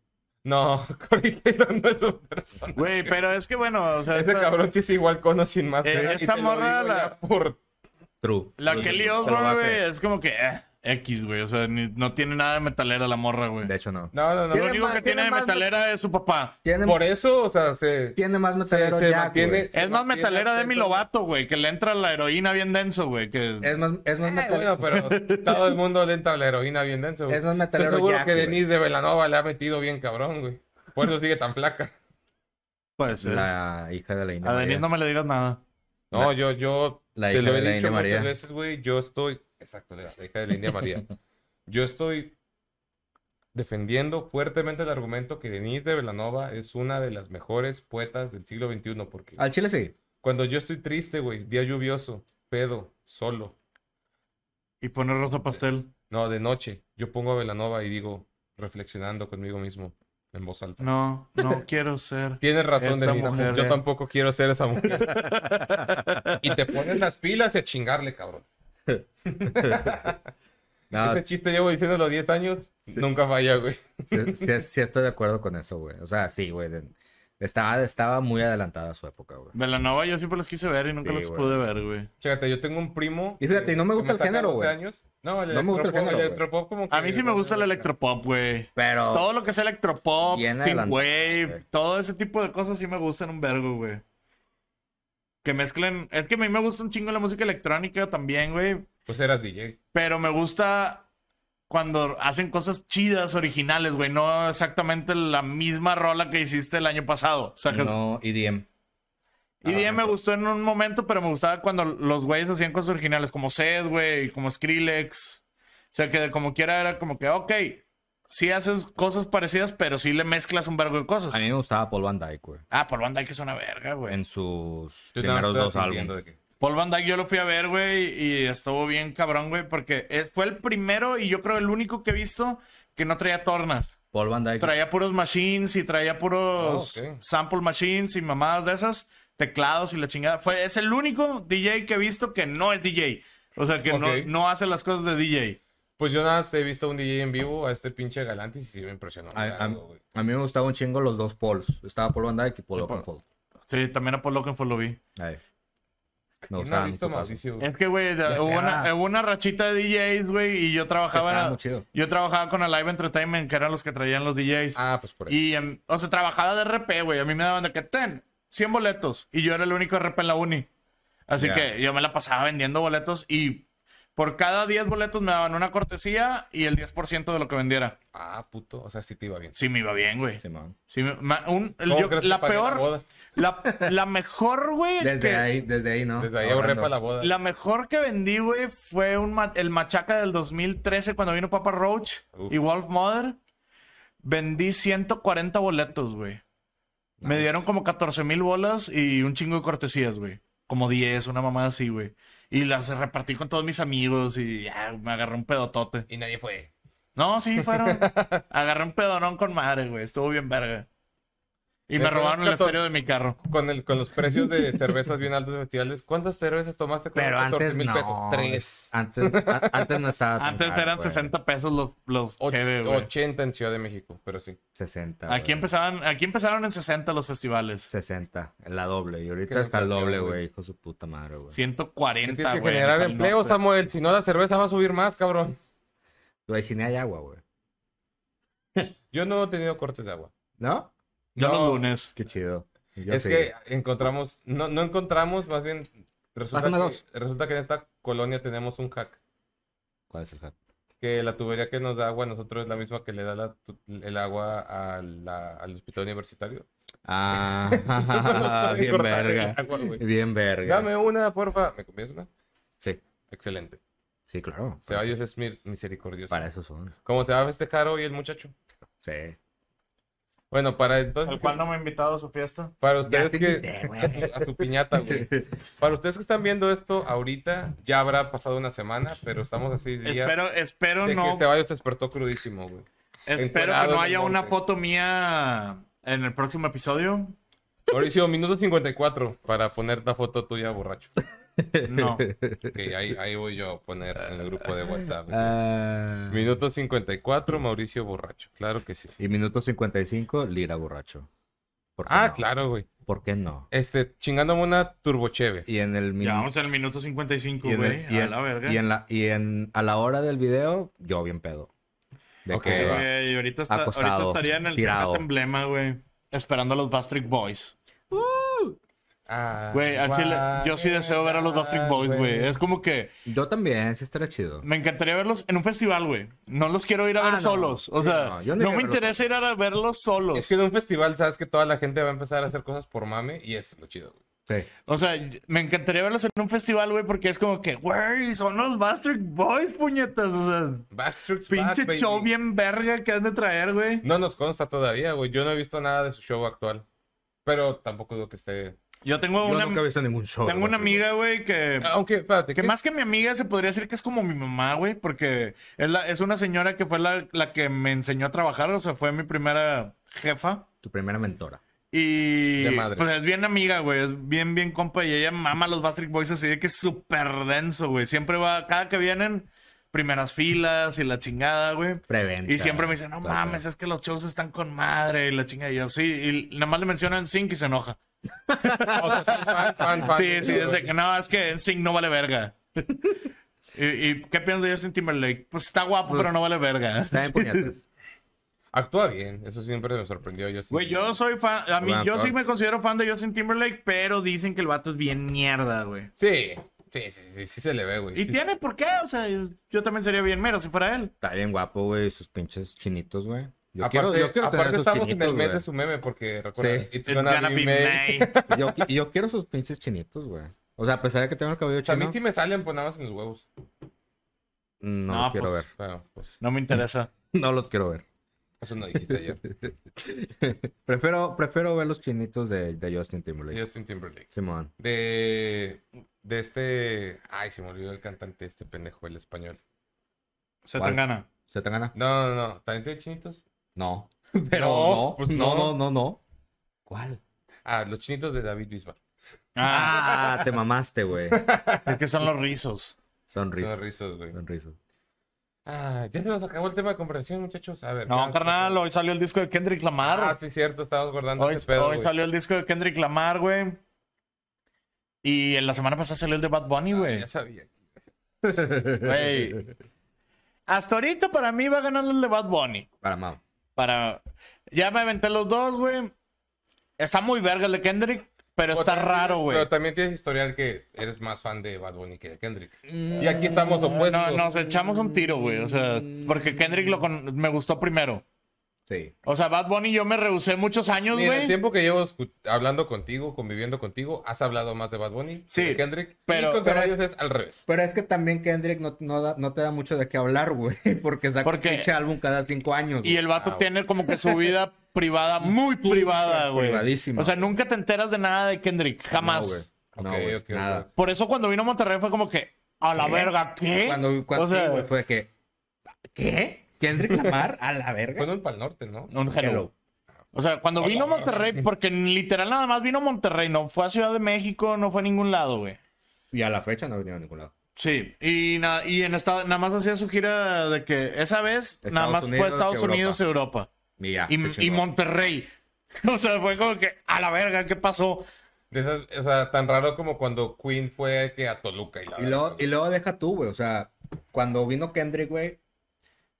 [SPEAKER 1] no, Corey Taylor no es un personaje.
[SPEAKER 2] Güey, pero es que bueno, o sea,
[SPEAKER 1] Ese
[SPEAKER 2] esta-
[SPEAKER 1] cabrón sí es igual con o sin más.
[SPEAKER 2] Eh,
[SPEAKER 1] pena, y
[SPEAKER 2] esta
[SPEAKER 1] te lo
[SPEAKER 2] morra
[SPEAKER 1] digo ya
[SPEAKER 2] la-
[SPEAKER 1] Por...
[SPEAKER 3] True.
[SPEAKER 2] La
[SPEAKER 3] Sí,
[SPEAKER 2] Kelly
[SPEAKER 3] te lo
[SPEAKER 2] Osbourne,
[SPEAKER 3] va a
[SPEAKER 2] güey,
[SPEAKER 3] creer.
[SPEAKER 2] es como que. eh. X, güey. O sea, ni- no tiene nada de metalera la morra, güey.
[SPEAKER 3] De hecho, no.
[SPEAKER 1] No, no, no.
[SPEAKER 2] Lo
[SPEAKER 3] Tiene
[SPEAKER 2] único
[SPEAKER 3] más-
[SPEAKER 2] que
[SPEAKER 3] tiene
[SPEAKER 2] tiene de
[SPEAKER 3] más
[SPEAKER 2] metalera es su papá.
[SPEAKER 3] Tiene,
[SPEAKER 1] Por eso, o sea, se.
[SPEAKER 3] tiene más metalero
[SPEAKER 1] se
[SPEAKER 3] Jack,
[SPEAKER 1] mantiene-
[SPEAKER 3] güey.
[SPEAKER 1] Se
[SPEAKER 2] Es más
[SPEAKER 1] mantiene
[SPEAKER 2] metalera de mi
[SPEAKER 1] atento.
[SPEAKER 2] Lovato, güey, que le entra la heroína bien denso, güey. Que...
[SPEAKER 3] Es más, es más
[SPEAKER 1] Eh,
[SPEAKER 3] metalero.
[SPEAKER 1] bueno, pero todo el mundo le entra la heroína bien denso. güey.
[SPEAKER 3] Es más
[SPEAKER 1] Estoy
[SPEAKER 3] metalero
[SPEAKER 1] seguro
[SPEAKER 3] Jack,
[SPEAKER 1] que
[SPEAKER 3] güey.
[SPEAKER 1] Denise de Velanova le ha metido bien cabrón, güey. Por eso sigue tan flaca.
[SPEAKER 2] Puede ser.
[SPEAKER 3] La hija de la India
[SPEAKER 2] A Denis no me le digas nada.
[SPEAKER 1] No, yo, yo
[SPEAKER 3] La
[SPEAKER 1] te
[SPEAKER 3] hija
[SPEAKER 1] lo
[SPEAKER 3] de
[SPEAKER 1] he
[SPEAKER 3] la
[SPEAKER 1] dicho
[SPEAKER 3] India
[SPEAKER 1] muchas
[SPEAKER 3] María.
[SPEAKER 1] veces, güey. Yo estoy. Exacto, la hija de la India María. Yo estoy defendiendo fuertemente el argumento que Denise de Velanova es una de las mejores poetas del siglo XXI. Porque
[SPEAKER 3] Al chile sí.
[SPEAKER 1] cuando yo estoy triste, güey, día lluvioso, pedo, solo,
[SPEAKER 2] Y pone rosa pastel.
[SPEAKER 1] no, de noche, yo pongo a Velanova y digo, reflexionando conmigo mismo, en voz alta.
[SPEAKER 2] No, no quiero ser.
[SPEAKER 1] Tienes razón,
[SPEAKER 2] Esa
[SPEAKER 1] Denise.
[SPEAKER 2] mujer,
[SPEAKER 1] Yo
[SPEAKER 2] eh.
[SPEAKER 1] tampoco quiero ser esa mujer. y te pones las pilas y a chingarle, cabrón.
[SPEAKER 3] No,
[SPEAKER 1] Ese chiste llevo diciendo los 10 años. Nunca falla, güey.
[SPEAKER 3] sí, sí- sí estoy de acuerdo con eso, güey. O sea, sí, güey. de- Estaba, estaba muy adelantada a su época, güey.
[SPEAKER 2] Velanova yo siempre los quise ver y nunca
[SPEAKER 3] Sí,
[SPEAKER 2] los
[SPEAKER 3] güey.
[SPEAKER 2] pude ver, güey.
[SPEAKER 1] Chécate, yo tengo un primo.
[SPEAKER 3] Y fíjate,
[SPEAKER 1] que-
[SPEAKER 3] y no me
[SPEAKER 1] que
[SPEAKER 3] gusta el
[SPEAKER 1] saca
[SPEAKER 3] género,
[SPEAKER 1] 12
[SPEAKER 3] güey.
[SPEAKER 1] años. No, el
[SPEAKER 3] No me gusta el
[SPEAKER 1] electropop-
[SPEAKER 3] género, güey.
[SPEAKER 1] electropop como que-
[SPEAKER 2] A mí sí me gusta el electropop, güey.
[SPEAKER 3] Pero.
[SPEAKER 2] Todo lo que es electropop,
[SPEAKER 3] Oh. Bien
[SPEAKER 2] synthwave,
[SPEAKER 3] adelantado,
[SPEAKER 2] todo ese tipo de cosas sí me gustan un vergo, güey. Que mezclen... Es que a mí me gusta un chingo la música electrónica también, güey.
[SPEAKER 1] Pues eras DJ.
[SPEAKER 2] Pero me gusta cuando hacen cosas chidas, originales, güey. No exactamente la misma rola que hiciste el año pasado. O sea, que
[SPEAKER 3] No, E EDM.
[SPEAKER 2] Y DM me gustó en un momento, pero me gustaba cuando los güeyes hacían cosas originales, como Zed, güey, como Skrillex. O sea, que de como quiera era como que, ok, sí haces cosas parecidas, pero sí le mezclas un vergo de cosas.
[SPEAKER 3] A mí me gustaba Paul Van Dyke, güey.
[SPEAKER 2] Ah, Paul Van Dyke es una verga, güey.
[SPEAKER 3] En sus
[SPEAKER 1] Yo nada más
[SPEAKER 3] primeros
[SPEAKER 1] estaba
[SPEAKER 3] dos
[SPEAKER 1] sintiendo
[SPEAKER 3] álbumes.
[SPEAKER 1] de que-
[SPEAKER 2] Paul Van Dyke yo lo fui a ver, güey, y estuvo bien cabrón, güey, porque es- fue el primero y yo creo el único que he visto que no traía tornas.
[SPEAKER 3] Paul Van Dyke.
[SPEAKER 2] Traía puros machines y traía puros
[SPEAKER 1] Ah, ok.
[SPEAKER 2] sample machines y mamadas de esas, teclados y la chingada. Fue, es el único DJ que he visto que no es DJ. O sea, que
[SPEAKER 1] Ok.
[SPEAKER 2] no, no hace las cosas de DJ.
[SPEAKER 1] Pues yo nada más he visto un DJ en vivo a este pinche Galantis y sí me impresionó.
[SPEAKER 3] A, a-
[SPEAKER 1] algo, güey.
[SPEAKER 3] a mí me gustaba un chingo los dos Pauls. Estaba Paul Van Dyke y Paul
[SPEAKER 2] Sí, Paul.
[SPEAKER 3] Oakenfold.
[SPEAKER 2] Sí, también a Paul Oakenfold lo vi.
[SPEAKER 3] Ahí.
[SPEAKER 1] ¿Quién no
[SPEAKER 3] Me
[SPEAKER 1] ha
[SPEAKER 3] gustaba
[SPEAKER 1] visto
[SPEAKER 3] mucho Paul.
[SPEAKER 1] Mauricio? güey?
[SPEAKER 2] Es que, güey,
[SPEAKER 3] sé,
[SPEAKER 2] hubo, una,
[SPEAKER 3] ah.
[SPEAKER 2] hubo una rachita de DJs, güey, y yo
[SPEAKER 3] Estaba
[SPEAKER 2] trabajaba...
[SPEAKER 3] muy chido.
[SPEAKER 2] Yo trabajaba con Alive Entertainment, que eran los que traían los DJs.
[SPEAKER 1] Ah, pues por ahí.
[SPEAKER 2] Y, em, o sea, trabajaba de RP, güey. A mí me daban de que ten 100 boletos. Y yo era el único RP en la uni. Así
[SPEAKER 3] Ya.
[SPEAKER 2] que yo me la pasaba vendiendo boletos y por cada 10 boletos me daban una cortesía y el 10% de lo que vendiera.
[SPEAKER 1] Ah, puto. O sea, sí te iba bien.
[SPEAKER 2] Sí, me iba bien, güey.
[SPEAKER 3] Simón.
[SPEAKER 2] Sí me- ma- un-
[SPEAKER 1] ¿Cómo
[SPEAKER 2] yo-
[SPEAKER 1] crees que
[SPEAKER 2] la
[SPEAKER 1] pagué la
[SPEAKER 2] peor, Ah.
[SPEAKER 1] boda?
[SPEAKER 2] la, la mejor, güey.
[SPEAKER 3] Desde
[SPEAKER 2] que-
[SPEAKER 3] ahí, desde ahí, ¿no?
[SPEAKER 1] Desde ahí
[SPEAKER 3] Ahora
[SPEAKER 1] ahorré
[SPEAKER 3] no.
[SPEAKER 1] para la boda.
[SPEAKER 2] La mejor que vendí, güey, fue un ma- el machaca del 2013 cuando vino Papa Roach
[SPEAKER 1] Uf.
[SPEAKER 2] y Wolf Mother. Vendí 140 boletos, güey. Me dieron como 14 mil bolas y un chingo de cortesías, güey. Como 10, una mamada así, güey. Y las repartí con todos mis amigos y ya me agarré un pedotote.
[SPEAKER 1] Y nadie fue.
[SPEAKER 2] No, sí, fueron. agarré un pedonón con madre, güey. Estuvo bien verga. Y me
[SPEAKER 1] Pero
[SPEAKER 2] robaron el
[SPEAKER 1] es que to-
[SPEAKER 2] estéreo de mi carro.
[SPEAKER 1] Con, el, con los precios de cervezas bien altos de festivales, ¿cuántas cervezas tomaste con
[SPEAKER 3] Pero
[SPEAKER 1] 14
[SPEAKER 3] antes
[SPEAKER 1] mil
[SPEAKER 3] no.
[SPEAKER 1] pesos? Tres.
[SPEAKER 3] Antes, a- antes no estaba tan
[SPEAKER 2] Antes
[SPEAKER 3] caro,
[SPEAKER 2] eran
[SPEAKER 3] güey.
[SPEAKER 2] 60 pesos los, los
[SPEAKER 1] Ah, Och-
[SPEAKER 2] cheve, güey.
[SPEAKER 1] 80 en Ciudad de México, pero sí.
[SPEAKER 3] 60. güey.
[SPEAKER 2] Aquí empezaban, aquí empezaron en 60 los festivales.
[SPEAKER 3] 60, la doble. Y ahorita
[SPEAKER 1] que la
[SPEAKER 3] está el
[SPEAKER 1] inflación,
[SPEAKER 3] doble,
[SPEAKER 1] güey.
[SPEAKER 3] güey. Hijo de su puta madre, güey.
[SPEAKER 1] Tienes
[SPEAKER 2] 140,
[SPEAKER 1] que
[SPEAKER 2] güey. pues.
[SPEAKER 1] generar
[SPEAKER 2] al
[SPEAKER 1] empleo,
[SPEAKER 2] norte.
[SPEAKER 1] Samuel. Si no, la cerveza va a subir más, cabrón.
[SPEAKER 3] Güey, si ni hay agua, güey.
[SPEAKER 1] Yo no he tenido cortes de agua.
[SPEAKER 3] ¿No?
[SPEAKER 2] Yo
[SPEAKER 1] No,
[SPEAKER 2] los lunes.
[SPEAKER 3] Qué chido. Yo
[SPEAKER 1] es
[SPEAKER 3] sí.
[SPEAKER 1] que encontramos, no, no encontramos, más bien, resulta
[SPEAKER 3] Pásame
[SPEAKER 1] que,
[SPEAKER 3] dos.
[SPEAKER 1] resulta que en esta colonia tenemos un hack.
[SPEAKER 3] ¿Cuál es el hack?
[SPEAKER 1] Que la tubería que nos da agua a nosotros es la misma que le da la tu- el agua a la- al hospital universitario.
[SPEAKER 3] Ah,
[SPEAKER 1] Pueden
[SPEAKER 3] bien
[SPEAKER 1] cortar el
[SPEAKER 3] verga.
[SPEAKER 1] agua, güey.
[SPEAKER 3] Bien verga.
[SPEAKER 1] Dame una, porfa. ¿Me comienzas una?
[SPEAKER 3] Sí,
[SPEAKER 1] Excelente.
[SPEAKER 3] sí, claro.
[SPEAKER 1] Se va Dios es mi- misericordioso.
[SPEAKER 3] Para eso son.
[SPEAKER 1] Como se va a festejar hoy el muchacho.
[SPEAKER 3] Sí.
[SPEAKER 1] Bueno, para entonces,
[SPEAKER 2] El cual no me ha invitado a su fiesta.
[SPEAKER 1] para
[SPEAKER 3] Ya
[SPEAKER 1] ustedes
[SPEAKER 3] te
[SPEAKER 1] que...
[SPEAKER 3] invité, güey.
[SPEAKER 1] a su, a su piñata, güey. Para ustedes que están viendo esto ahorita, ya habrá pasado una semana, pero estamos así días
[SPEAKER 2] Espero, espero
[SPEAKER 1] de que
[SPEAKER 2] no,
[SPEAKER 1] este baño se despertó crudísimo, güey.
[SPEAKER 2] espero que
[SPEAKER 1] encuerado en
[SPEAKER 2] no
[SPEAKER 1] el
[SPEAKER 2] haya una
[SPEAKER 1] monte.
[SPEAKER 2] foto mía en el próximo episodio.
[SPEAKER 1] Mauricio, minuto 54 para poner la foto tuya borracho.
[SPEAKER 2] No.
[SPEAKER 1] Ok, ahí, ahí voy yo a poner en el grupo de WhatsApp.
[SPEAKER 3] Ah,
[SPEAKER 1] Minuto 54, Mauricio borracho. Claro que sí.
[SPEAKER 3] y minuto 55, Lira borracho. ¿Por qué
[SPEAKER 1] Ah,
[SPEAKER 3] no?
[SPEAKER 1] claro, güey.
[SPEAKER 3] ¿Por qué no?
[SPEAKER 1] Este, chingándome una turbocheve.
[SPEAKER 3] Y en el
[SPEAKER 2] Ya
[SPEAKER 3] minuto.
[SPEAKER 2] vamos al minuto 55,
[SPEAKER 3] Y en, el-
[SPEAKER 2] güey.
[SPEAKER 3] y
[SPEAKER 2] A
[SPEAKER 3] en-
[SPEAKER 2] la verga.
[SPEAKER 3] y en la- y en- a la hora del video, yo bien pedo. De
[SPEAKER 1] Ok,
[SPEAKER 3] que-
[SPEAKER 1] va.
[SPEAKER 2] Güey, ahorita, está-
[SPEAKER 3] Acostado,
[SPEAKER 2] ahorita estaría en el
[SPEAKER 3] tirado.
[SPEAKER 2] Tecate emblema, güey. Esperando a los Bastric Boys.
[SPEAKER 1] Ah,
[SPEAKER 2] Güey, a Chile, yo sí deseo ver a los Bastric Boys, güey. Es como que
[SPEAKER 3] Yo también, sí estaría chido.
[SPEAKER 2] me encantaría verlos en un festival, güey. No los quiero ir a ver
[SPEAKER 3] Ah, no.
[SPEAKER 2] solos. O
[SPEAKER 3] Sí,
[SPEAKER 2] sea,
[SPEAKER 3] no,
[SPEAKER 2] no,
[SPEAKER 3] yo no iría
[SPEAKER 2] me
[SPEAKER 3] a verlos
[SPEAKER 2] interesa ir a verlos solos.
[SPEAKER 1] Es que en un festival sabes que toda la gente va a empezar a hacer cosas por mame y eso es lo chido. güey.
[SPEAKER 3] Sí.
[SPEAKER 2] O sea, me encantaría verlos en un festival, güey, porque es como que, güey, son los Bastric Boys, puñetas. O sea,
[SPEAKER 1] Backstreet's Back,
[SPEAKER 2] pinche
[SPEAKER 1] baby.
[SPEAKER 2] show bien verga que han de traer, güey.
[SPEAKER 1] No nos consta todavía, güey. Yo no he visto nada de su show actual. Pero tampoco dudo que esté.
[SPEAKER 2] Yo tengo
[SPEAKER 3] Yo
[SPEAKER 2] una,
[SPEAKER 3] nunca he visto Ah, ningún show.
[SPEAKER 2] tengo una amiga, güey, que
[SPEAKER 1] Aunque, espérate.
[SPEAKER 2] Que
[SPEAKER 1] ¿qué?
[SPEAKER 2] más que mi amiga, se podría decir que es como mi mamá, güey, porque es, la- es una señora que fue la, la que me enseñó a trabajar, o sea, fue mi primera jefa.
[SPEAKER 3] Tu primera mentora.
[SPEAKER 2] Y
[SPEAKER 1] De madre.
[SPEAKER 2] pues es bien amiga, güey, es bien, bien compa. Y ella mama a los Bastric Boys así de que es súper denso, güey. Siempre va, cada que vienen, primeras filas y la chingada, güey.
[SPEAKER 3] Preventa.
[SPEAKER 2] Y siempre me dice, no
[SPEAKER 3] Claro.
[SPEAKER 2] mames, es que los shows están con madre y la chingada. Y yo, sí, y nada más le mencionan Sync y se enoja.
[SPEAKER 1] O sea, sí, fan, fan, fan.
[SPEAKER 2] Sí, sí, desde que no, es que Sync no vale verga. ¿Y, y qué piensas de Justin Timberlake? Pues está guapo, pero no vale verga.
[SPEAKER 3] Está bien, puñetas.
[SPEAKER 1] Actúa bien. Eso siempre me sorprendió. Yo sí.
[SPEAKER 2] Güey, yo soy fan, a mí,
[SPEAKER 3] Gran
[SPEAKER 2] yo sí
[SPEAKER 3] actor.
[SPEAKER 2] me considero fan de Justin Timberlake, pero dicen que el vato es bien mierda, güey.
[SPEAKER 1] Sí. Sí, sí, sí, sí se le ve, güey.
[SPEAKER 2] Y
[SPEAKER 1] Sí,
[SPEAKER 2] tiene por qué, o sea, yo, yo también sería bien mero si fuera él.
[SPEAKER 3] Está bien guapo, güey. Sus pinches chinitos, güey. Yo
[SPEAKER 1] aparte,
[SPEAKER 3] quiero, yo quiero tener
[SPEAKER 1] aparte
[SPEAKER 3] esos
[SPEAKER 1] estamos en el
[SPEAKER 3] chinitos,
[SPEAKER 1] mes
[SPEAKER 3] güey.
[SPEAKER 1] de su meme porque recuerda,
[SPEAKER 3] Sí.
[SPEAKER 1] it's gonna, be, May.
[SPEAKER 2] May.
[SPEAKER 3] Yo, qui- yo quiero sus pinches chinitos, güey. O sea, a pesar de que tengo el cabello
[SPEAKER 1] O sea, a mí
[SPEAKER 3] chino,
[SPEAKER 1] sí me salen pues nada más en los huevos.
[SPEAKER 3] no,
[SPEAKER 2] No,
[SPEAKER 3] los quiero
[SPEAKER 2] pues.
[SPEAKER 3] ver.
[SPEAKER 1] Pero, pues,
[SPEAKER 2] No me interesa.
[SPEAKER 3] No los quiero ver.
[SPEAKER 1] eso no dijiste ayer.
[SPEAKER 3] Prefiero, prefiero ver los chinitos de, de Justin Timberlake.
[SPEAKER 1] Justin Timberlake.
[SPEAKER 3] Simón.
[SPEAKER 1] De. De este. Ay, se me olvidó el cantante, este pendejo, el español.
[SPEAKER 2] Se
[SPEAKER 3] ¿Cuál?
[SPEAKER 2] te gana.
[SPEAKER 3] ¿Se te gana?
[SPEAKER 1] No, no, no. ¿También tiene chinitos?
[SPEAKER 3] No.
[SPEAKER 1] Pero
[SPEAKER 3] no, no,
[SPEAKER 1] pues no.
[SPEAKER 3] no, no, no, no. ¿Cuál?
[SPEAKER 1] Ah, los chinitos de David Bisbal.
[SPEAKER 2] Ah,
[SPEAKER 3] Ah, te mamaste, güey.
[SPEAKER 2] es que son los rizos.
[SPEAKER 3] Sonrisa.
[SPEAKER 1] Son rizos, güey.
[SPEAKER 3] Sonrisa.
[SPEAKER 1] Ah, ya se nos acabó el tema de conversación, muchachos. A ver.
[SPEAKER 2] No,
[SPEAKER 1] ya-
[SPEAKER 2] carnal, hoy salió el disco de Kendrick Lamar.
[SPEAKER 1] Ah, sí, cierto, estábamos guardando
[SPEAKER 2] Hoy,
[SPEAKER 1] ese pedo.
[SPEAKER 2] hoy
[SPEAKER 1] güey.
[SPEAKER 2] salió el disco de Kendrick Lamar, güey. Y en la semana pasada salió el de Bad Bunny,
[SPEAKER 1] Ah,
[SPEAKER 2] güey.
[SPEAKER 1] ya sabía.
[SPEAKER 2] Güey. Hasta ahorita para mí va a ganar el de Bad Bunny.
[SPEAKER 3] Para Mau.
[SPEAKER 2] Para... Ya me aventé los dos, güey. Está muy verga el de Kendrick, pero está
[SPEAKER 1] Pues Pero también-
[SPEAKER 2] raro, güey.
[SPEAKER 1] Pero también tienes historial que eres más fan de Bad Bunny que de Kendrick. Y aquí estamos
[SPEAKER 3] Pues,
[SPEAKER 1] opuestos.
[SPEAKER 2] Mm, No, nos echamos un tiro, güey. O sea, porque Kendrick lo con- me gustó primero.
[SPEAKER 3] Sí.
[SPEAKER 2] O sea, Bad Bunny yo me rehusé muchos años,
[SPEAKER 1] Mira, el
[SPEAKER 2] güey.
[SPEAKER 1] tiempo que llevo escu- hablando contigo, conviviendo contigo, has hablado más de Bad Bunny
[SPEAKER 2] Sí,
[SPEAKER 1] que de Kendrick.
[SPEAKER 2] pero-
[SPEAKER 1] y con
[SPEAKER 2] pero-
[SPEAKER 1] Ceballos es al revés.
[SPEAKER 3] Pero es que también Kendrick no, no, da- no te da mucho de qué hablar, güey. Porque saca
[SPEAKER 2] Porque-
[SPEAKER 3] un pinche álbum cada cinco años.
[SPEAKER 2] Y
[SPEAKER 3] güey.
[SPEAKER 2] el vato
[SPEAKER 1] Ah,
[SPEAKER 2] tiene como que su vida privada, muy privada, güey.
[SPEAKER 3] privadísima.
[SPEAKER 2] O sea, nunca te enteras de nada de Kendrick, jamás.
[SPEAKER 3] No, güey. No,
[SPEAKER 1] Ok,
[SPEAKER 3] güey,
[SPEAKER 1] ok,
[SPEAKER 3] nada.
[SPEAKER 1] ok.
[SPEAKER 2] Por eso cuando vino a Monterrey fue como que, a la verga, ¿qué?
[SPEAKER 3] Pues Cuando, cuando
[SPEAKER 2] ¿Eh? o sea,
[SPEAKER 3] sí, güey, fue que. ¿Qué? ¿Kendrick Lamar? A la verga.
[SPEAKER 1] Fue en un Pal Norte, ¿no?
[SPEAKER 2] un hello.
[SPEAKER 3] Hello.
[SPEAKER 2] O sea, cuando
[SPEAKER 1] Hola.
[SPEAKER 2] vino a Monterrey, porque literal nada más vino a Monterrey, no fue a Ciudad de México, no fue a ningún lado, güey.
[SPEAKER 3] Y a la fecha no ha venido a ningún lado.
[SPEAKER 2] Sí, y, na- y en esta- nada más hacía su gira de que esa vez nada
[SPEAKER 3] Estados
[SPEAKER 2] más fue a
[SPEAKER 3] Unidos y
[SPEAKER 2] Estados
[SPEAKER 3] Europa. Ah,
[SPEAKER 2] Unidos y Europa.
[SPEAKER 3] Y ya. se
[SPEAKER 2] Y, y
[SPEAKER 3] chingó.
[SPEAKER 2] Monterrey. O sea, fue como que, a la verga, ¿qué pasó?
[SPEAKER 1] De esas- o sea, tan raro como cuando Queen fue que a Toluca y la
[SPEAKER 3] Y
[SPEAKER 1] verdad,
[SPEAKER 3] luego,
[SPEAKER 1] güey.
[SPEAKER 3] y luego deja tú, güey. O sea, cuando vino Kendrick, güey,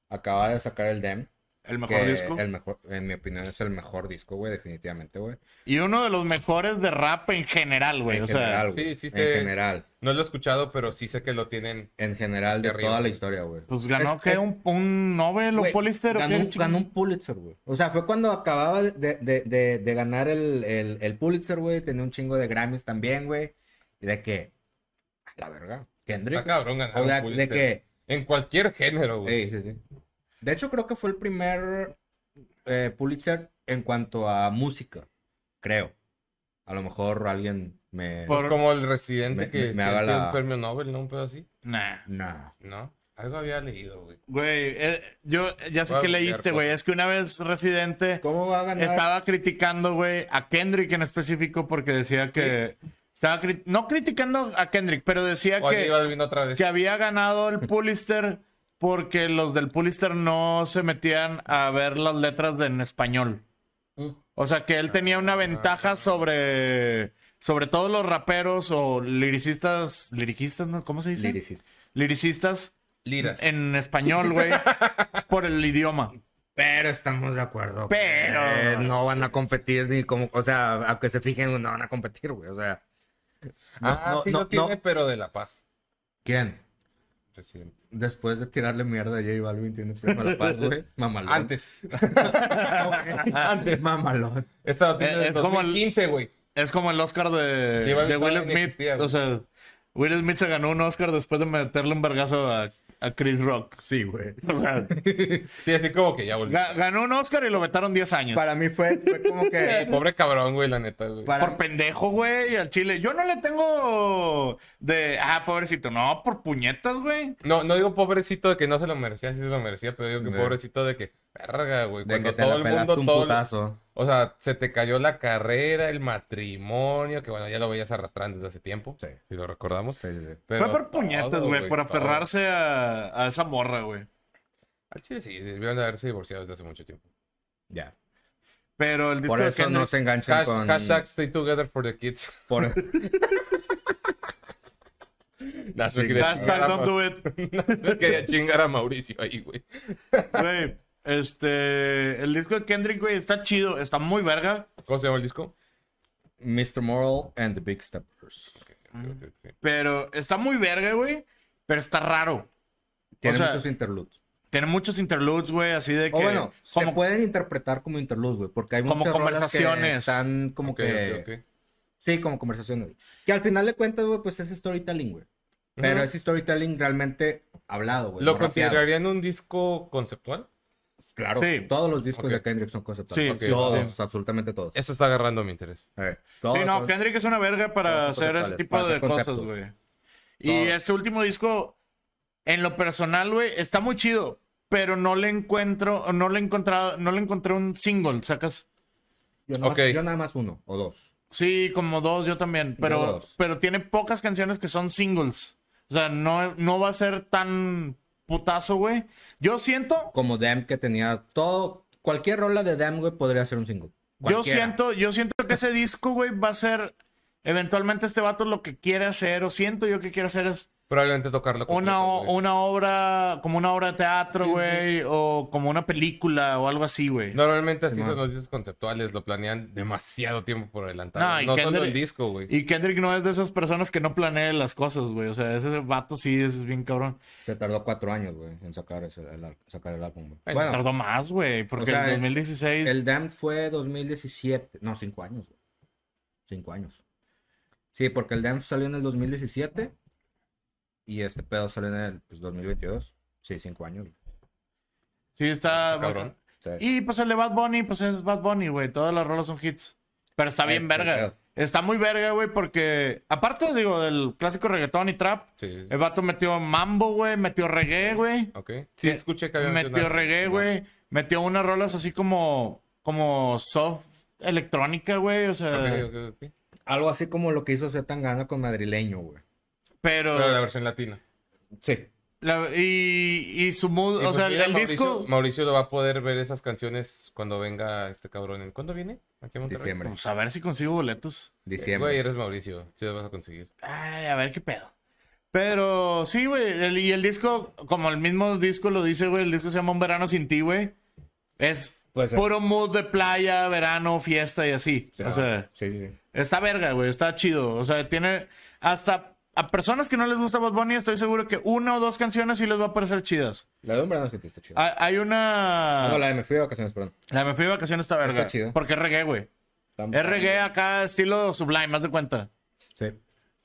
[SPEAKER 3] acaba de sacar el Dem.
[SPEAKER 2] El mejor
[SPEAKER 3] que
[SPEAKER 2] disco.
[SPEAKER 3] El mejor, en mi opinión, es el mejor disco, güey, definitivamente, güey.
[SPEAKER 2] Y uno de los mejores de rap en general, güey.
[SPEAKER 3] En
[SPEAKER 2] O sea,
[SPEAKER 3] general,
[SPEAKER 1] sí,
[SPEAKER 3] güey.
[SPEAKER 1] sí
[SPEAKER 3] en
[SPEAKER 1] se-
[SPEAKER 3] general.
[SPEAKER 1] No lo he escuchado, pero sí sé que lo tienen.
[SPEAKER 3] En general de
[SPEAKER 1] Arriba,
[SPEAKER 3] toda la
[SPEAKER 1] güey.
[SPEAKER 3] historia, güey.
[SPEAKER 2] pues ganó
[SPEAKER 3] Es-
[SPEAKER 2] que
[SPEAKER 3] es-
[SPEAKER 2] un, un Nobel o
[SPEAKER 3] güey,
[SPEAKER 2] Pulitzer o
[SPEAKER 3] ganó,
[SPEAKER 2] qué
[SPEAKER 3] un- ganó un Pulitzer, güey. O sea, fue cuando acababa de, de- de- de ganar el, el- el Pulitzer, güey. Tenía un chingo de Grammys también, güey. Y de que... a La verga. Kendrick.
[SPEAKER 1] Está cabrón ganar
[SPEAKER 3] O
[SPEAKER 1] un
[SPEAKER 3] sea, de
[SPEAKER 1] Pulitzer.
[SPEAKER 3] que...
[SPEAKER 1] En cualquier género, güey.
[SPEAKER 3] Ey, sí, sí. De hecho, creo que fue el primer eh, Pulitzer en cuanto a música. Creo. A lo mejor alguien me...
[SPEAKER 2] Por-
[SPEAKER 1] Es como el residente
[SPEAKER 3] Me-
[SPEAKER 1] que
[SPEAKER 3] me-
[SPEAKER 1] se
[SPEAKER 3] me haga la-
[SPEAKER 1] un premio Nobel, ¿no? Un pedo así.
[SPEAKER 2] Nah.
[SPEAKER 3] No.
[SPEAKER 1] ¿No? Algo había leído, güey.
[SPEAKER 2] Güey, eh, yo ya sé
[SPEAKER 1] Voy a
[SPEAKER 2] que
[SPEAKER 1] buscar
[SPEAKER 2] leíste, güey.
[SPEAKER 1] cosas.
[SPEAKER 2] Es que una vez Residente
[SPEAKER 3] ¿Cómo va a ganar?
[SPEAKER 2] estaba criticando, güey, a Kendrick en específico porque decía que... Estaba cri- no criticando a Kendrick, pero decía
[SPEAKER 1] O
[SPEAKER 2] que...
[SPEAKER 1] ahí iba vino otra vez.
[SPEAKER 2] que había ganado el Pulitzer porque los del Pulitzer no se metían a ver las letras de en español.
[SPEAKER 1] Mm.
[SPEAKER 2] O O sea, que él tenía una ventaja sobre, sobre todos los raperos o liricistas, liricistas, ¿no? ¿Cómo se dice?
[SPEAKER 3] Liricistas.
[SPEAKER 2] Liricistas
[SPEAKER 1] Liras.
[SPEAKER 2] en español, güey, por el idioma.
[SPEAKER 3] Pero estamos de acuerdo. que,
[SPEAKER 2] Pero-
[SPEAKER 3] eh, no van a competir ni como. O sea, aunque se fijen, no van a competir, güey. O sea. no,
[SPEAKER 1] ah,
[SPEAKER 3] no,
[SPEAKER 1] sí
[SPEAKER 3] no,
[SPEAKER 1] lo tiene,
[SPEAKER 3] no.
[SPEAKER 1] pero de La Paz.
[SPEAKER 3] ¿Quién?
[SPEAKER 1] Presidente.
[SPEAKER 3] Después de tirarle mierda a J Balvin, tiene prima la paz, güey. Mamalón.
[SPEAKER 1] Antes.
[SPEAKER 3] Antes, mamalón.
[SPEAKER 1] Esta lo tiene
[SPEAKER 2] Eh,
[SPEAKER 1] en
[SPEAKER 2] es como el-
[SPEAKER 1] 2015, güey.
[SPEAKER 2] Es como el Oscar de,
[SPEAKER 1] Lleva
[SPEAKER 2] de Will
[SPEAKER 1] todavía ni
[SPEAKER 2] Smith.
[SPEAKER 1] existía, güey.
[SPEAKER 2] o sea, Will Smith se ganó un Oscar después de meterle un vergazo a, a Chris Rock.
[SPEAKER 3] Sí, güey.
[SPEAKER 2] O sea,
[SPEAKER 1] Sí, así como que ya volvió.
[SPEAKER 2] ga- ganó un Oscar y lo vetaron 10 años.
[SPEAKER 3] Para mí fue, fue como
[SPEAKER 2] eh,
[SPEAKER 1] Sí,
[SPEAKER 3] que.
[SPEAKER 1] Eh, pobre cabrón, güey, la neta, güey.
[SPEAKER 3] Para-
[SPEAKER 2] Por pendejo, güey, al chile. Yo no le tengo de. Ah, pobrecito. No, por puñetas, güey.
[SPEAKER 1] No, no digo pobrecito de que no se lo merecía, sí se lo merecía, pero digo que
[SPEAKER 3] Sí.
[SPEAKER 1] pobrecito de que, verga, güey,
[SPEAKER 3] Eh. De
[SPEAKER 1] cuando
[SPEAKER 3] que te
[SPEAKER 1] todo
[SPEAKER 3] la
[SPEAKER 1] el
[SPEAKER 3] pelaste
[SPEAKER 1] mundo,
[SPEAKER 3] un
[SPEAKER 1] todo, el-
[SPEAKER 3] putazo.
[SPEAKER 1] o sea, se te cayó la carrera, el matrimonio, que bueno, ya lo veías arrastrando desde hace tiempo,
[SPEAKER 3] Sí.
[SPEAKER 1] si lo recordamos.
[SPEAKER 3] Sí, sí, sí.
[SPEAKER 1] Pero
[SPEAKER 2] Fue por puñetas,
[SPEAKER 1] todo,
[SPEAKER 2] güey, por
[SPEAKER 1] todo.
[SPEAKER 2] aferrarse a, a esa morra, güey.
[SPEAKER 1] Al chile sí, debieron de haberse divorciado desde hace mucho tiempo.
[SPEAKER 3] Ya.
[SPEAKER 2] Pero el disco
[SPEAKER 3] Por
[SPEAKER 2] de
[SPEAKER 3] eso no
[SPEAKER 2] Kendrick-
[SPEAKER 3] se enganchan
[SPEAKER 1] Hash-
[SPEAKER 3] con.
[SPEAKER 1] Hashtag stay together for the kids.
[SPEAKER 3] por-
[SPEAKER 1] No,
[SPEAKER 3] Sí,
[SPEAKER 1] no quería
[SPEAKER 2] Hashtag
[SPEAKER 1] chingar a
[SPEAKER 2] don't
[SPEAKER 1] Ma-
[SPEAKER 2] do it.
[SPEAKER 1] no quería chingar a Mauricio ahí, güey.
[SPEAKER 2] Güey, este. El disco de Kendrick, güey, está chido, está muy verga.
[SPEAKER 1] ¿Cómo se llama el disco?
[SPEAKER 3] Mr. Moral and the Big Steppers.
[SPEAKER 2] Ah. Pero está muy verga, güey. Pero está raro.
[SPEAKER 3] Tiene
[SPEAKER 2] O sea,
[SPEAKER 3] muchos interludes.
[SPEAKER 2] Tiene muchos interludes, güey, así de que.
[SPEAKER 3] O bueno, se
[SPEAKER 2] como,
[SPEAKER 3] pueden interpretar como interludes, güey, porque hay
[SPEAKER 2] Como
[SPEAKER 3] muchas rolas que
[SPEAKER 2] conversaciones.
[SPEAKER 3] están como
[SPEAKER 1] Ok,
[SPEAKER 3] que.
[SPEAKER 1] ok, ok.
[SPEAKER 3] Sí, como conversaciones. Que al final de cuentas, güey, pues es storytelling, güey.
[SPEAKER 1] Ujú.
[SPEAKER 3] Pero es storytelling realmente hablado, güey.
[SPEAKER 1] ¿Lo
[SPEAKER 3] no rapeado.
[SPEAKER 1] considerarían un disco conceptual?
[SPEAKER 3] Claro.
[SPEAKER 2] Sí.
[SPEAKER 3] Todos los discos
[SPEAKER 1] Ok.
[SPEAKER 3] de Kendrick son conceptuales.
[SPEAKER 2] Sí,
[SPEAKER 1] sí,
[SPEAKER 3] todos, absolutamente todos.
[SPEAKER 1] Eso está agarrando mi interés.
[SPEAKER 3] Eh,
[SPEAKER 2] Sí,
[SPEAKER 3] todos,
[SPEAKER 2] no,
[SPEAKER 3] todos.
[SPEAKER 2] Kendrick es una verga
[SPEAKER 3] todos
[SPEAKER 2] para
[SPEAKER 3] son
[SPEAKER 2] hacer ese
[SPEAKER 3] conceptuales,
[SPEAKER 2] tipo
[SPEAKER 3] para
[SPEAKER 2] de
[SPEAKER 3] hacer
[SPEAKER 2] cosas,
[SPEAKER 3] conceptos.
[SPEAKER 2] güey. Y
[SPEAKER 3] Todo.
[SPEAKER 2] este último disco, en lo personal, güey, está muy chido. Pero no le encuentro, no le he encontrado, no le encontré un single, sacas.
[SPEAKER 3] Yo, nada más-
[SPEAKER 1] Ok.
[SPEAKER 3] yo nada más uno o dos.
[SPEAKER 2] Sí, como dos, yo también. Pero,
[SPEAKER 3] Yo dos.
[SPEAKER 2] pero tiene pocas canciones que son singles. O sea, no, no va a ser tan putazo, güey. Yo siento,
[SPEAKER 3] Como Dem que tenía todo. Cualquier rola de Dem, güey, podría ser un single.
[SPEAKER 2] yo
[SPEAKER 3] Cualquiera.
[SPEAKER 2] siento, yo siento que ese disco, güey, va a ser. Eventualmente este vato lo que quiere hacer, o siento yo que quiere hacer es
[SPEAKER 1] Probablemente tocarlo
[SPEAKER 2] una,
[SPEAKER 1] completo,
[SPEAKER 2] o-
[SPEAKER 1] güey.
[SPEAKER 2] una obra, como una obra de teatro, güey, o como una película o algo así, güey.
[SPEAKER 1] Normalmente así
[SPEAKER 3] Simón.
[SPEAKER 1] son los discos conceptuales, lo planean demasiado tiempo por adelantado.
[SPEAKER 2] No,
[SPEAKER 1] No,
[SPEAKER 2] y
[SPEAKER 1] solo
[SPEAKER 2] Kendrick-
[SPEAKER 1] el disco, güey.
[SPEAKER 2] Y Kendrick no es de esas personas que no planean las cosas, güey. O sea, ese vato sí es bien cabrón.
[SPEAKER 3] Se tardó cuatro años, güey, en sacar, ese- el, al- sacar el álbum, güey.
[SPEAKER 2] Ay,
[SPEAKER 3] Bueno,
[SPEAKER 2] se tardó más, güey, porque
[SPEAKER 3] o sea,
[SPEAKER 2] el 2016.
[SPEAKER 3] El Damn fue 2017. No, cinco años, güey. Cinco años. Sí, porque el Damn salió en el 2017 y este pedo salió en el pues, 2022. Sí, cinco años. güey.
[SPEAKER 2] Sí, está.
[SPEAKER 1] Está cabrón.
[SPEAKER 3] O sea,
[SPEAKER 2] Y pues el de Bad Bunny, pues es Bad Bunny, güey. Todas las rolas son hits. Pero está bien
[SPEAKER 3] Es
[SPEAKER 2] verga.
[SPEAKER 3] complicado.
[SPEAKER 2] Está muy verga, güey, porque aparte, digo, del clásico reggaetón y trap,
[SPEAKER 1] Sí.
[SPEAKER 2] el vato metió mambo, güey, metió reggae, güey.
[SPEAKER 1] Ok. Sí, escuché que había
[SPEAKER 2] eh, Metió
[SPEAKER 1] una-
[SPEAKER 2] reggae,
[SPEAKER 1] Simón.
[SPEAKER 2] güey. Metió unas rolas así como, como soft electrónica, güey. O sea,
[SPEAKER 1] Ok, ok, ok.
[SPEAKER 3] Algo así como lo que hizo Zetangana con Madrileño, güey.
[SPEAKER 2] pero.
[SPEAKER 1] Pero la versión latina.
[SPEAKER 3] Sí.
[SPEAKER 2] la- y, y su mood,
[SPEAKER 1] Y
[SPEAKER 2] o
[SPEAKER 1] pues
[SPEAKER 2] sea,
[SPEAKER 1] mira,
[SPEAKER 2] el
[SPEAKER 1] Mauricio-
[SPEAKER 2] disco.
[SPEAKER 1] Mauricio lo va a poder ver esas canciones cuando venga este cabrón. ¿En- ¿Cuándo viene? Aquí a Monterrey.
[SPEAKER 3] Diciembre.
[SPEAKER 2] Pues a ver si consigo boletos.
[SPEAKER 1] Güey,
[SPEAKER 3] Diciembre.
[SPEAKER 1] eres Mauricio. Sí, lo vas a conseguir.
[SPEAKER 2] Ay, a ver qué pedo. Pero sí, güey. el- y el disco, como el mismo disco lo dice, güey, el disco se llama Un Verano Sin Ti, güey. Es
[SPEAKER 3] Pues, eh.
[SPEAKER 2] puro mood de playa, verano, fiesta y así.
[SPEAKER 3] Sí,
[SPEAKER 2] o sea,
[SPEAKER 3] sí, sí, sí.
[SPEAKER 2] está verga, güey. Está chido. O sea, tiene hasta a personas que no les gusta Bad Bunny, estoy seguro que una o dos canciones sí les va a parecer chidas.
[SPEAKER 3] La de hombre no se te está chida.
[SPEAKER 2] Hay, hay una...
[SPEAKER 3] Ah, no, la de me fui de vacaciones, perdón.
[SPEAKER 2] La me fui de vacaciones está verga.
[SPEAKER 3] Está chido.
[SPEAKER 2] Porque es reggae, güey.
[SPEAKER 3] Tam-
[SPEAKER 2] Es reggae acá estilo Sublime, haz de cuenta.
[SPEAKER 3] Sí.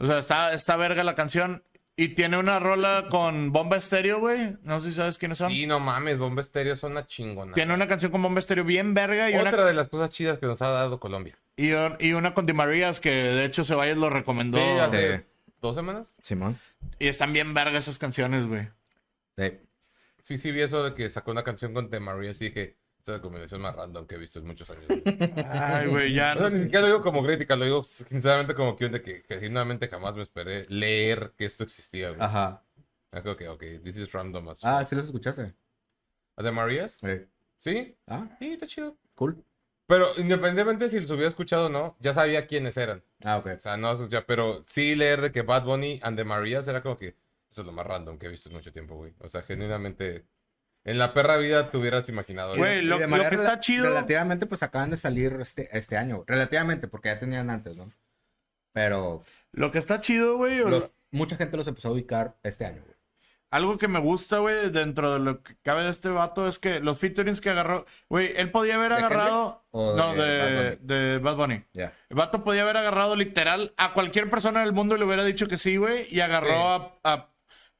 [SPEAKER 2] O sea, está, está verga la canción. Y tiene una rola con Bomba Estéreo, güey. No sé si sabes quiénes son.
[SPEAKER 1] Sí, no mames, Bomba Estéreo son una chingona.
[SPEAKER 2] Tiene una canción con Bomba Estéreo bien verga. Y,
[SPEAKER 1] Otra
[SPEAKER 2] una,
[SPEAKER 1] de las cosas chidas que nos ha dado Colombia.
[SPEAKER 2] y, or- y una con Di Marías, que de hecho Ceballos lo recomendó.
[SPEAKER 1] Sí, hace
[SPEAKER 3] Sí.
[SPEAKER 1] dos semanas.
[SPEAKER 3] Simón.
[SPEAKER 2] Y están bien verga esas canciones, güey.
[SPEAKER 3] Sí.
[SPEAKER 1] Sí, sí, vi eso de que sacó una canción con The Maria. Así que esta es la combinación más random que he visto en muchos años. güey.
[SPEAKER 2] Ay, güey, ya.
[SPEAKER 1] O sea, ni siquiera lo digo como crítica, lo digo sinceramente como que, de que, que genuinamente jamás me esperé leer que esto existía. Güey.
[SPEAKER 3] Ajá.
[SPEAKER 1] Ah, creo que, ok, this is random. As
[SPEAKER 3] Ah, sí los escuchaste.
[SPEAKER 1] ¿A ¿De Marías?
[SPEAKER 3] Sí.
[SPEAKER 1] Sí,
[SPEAKER 3] Ah,
[SPEAKER 1] sí, está chido.
[SPEAKER 3] cool.
[SPEAKER 1] Pero independientemente si los hubiera escuchado o no, ya sabía quiénes eran.
[SPEAKER 3] Ah, ok.
[SPEAKER 1] O sea, no escuchaba, pero sí leer de que Bad Bunny and the Marías era como que eso es lo más random que he visto en mucho tiempo, güey. O sea, genuinamente en la perra vida te hubieras imaginado.
[SPEAKER 3] Y-
[SPEAKER 1] güey.
[SPEAKER 2] Güey,
[SPEAKER 3] y
[SPEAKER 2] lo-
[SPEAKER 3] de
[SPEAKER 2] lo
[SPEAKER 3] manera
[SPEAKER 2] que está
[SPEAKER 3] rela-
[SPEAKER 2] chido-
[SPEAKER 3] Relativamente, pues acaban de salir este, este año. Relativamente, porque ya tenían antes, ¿no? Pero
[SPEAKER 2] Lo que está chido, güey, o
[SPEAKER 3] los-
[SPEAKER 2] lo-
[SPEAKER 3] mucha gente los empezó a ubicar este año, güey.
[SPEAKER 2] algo que me gusta, güey, dentro de lo que cabe de este vato es que los featurings que agarró, güey, él podía haber
[SPEAKER 3] ¿De
[SPEAKER 2] agarrado...
[SPEAKER 3] Kendrick? ¿O
[SPEAKER 2] no, de,
[SPEAKER 3] de
[SPEAKER 2] de Bad Bunny.
[SPEAKER 3] Ya.
[SPEAKER 2] El vato podía haber agarrado literal a cualquier persona del mundo y le hubiera dicho que sí, güey. Y agarró a, a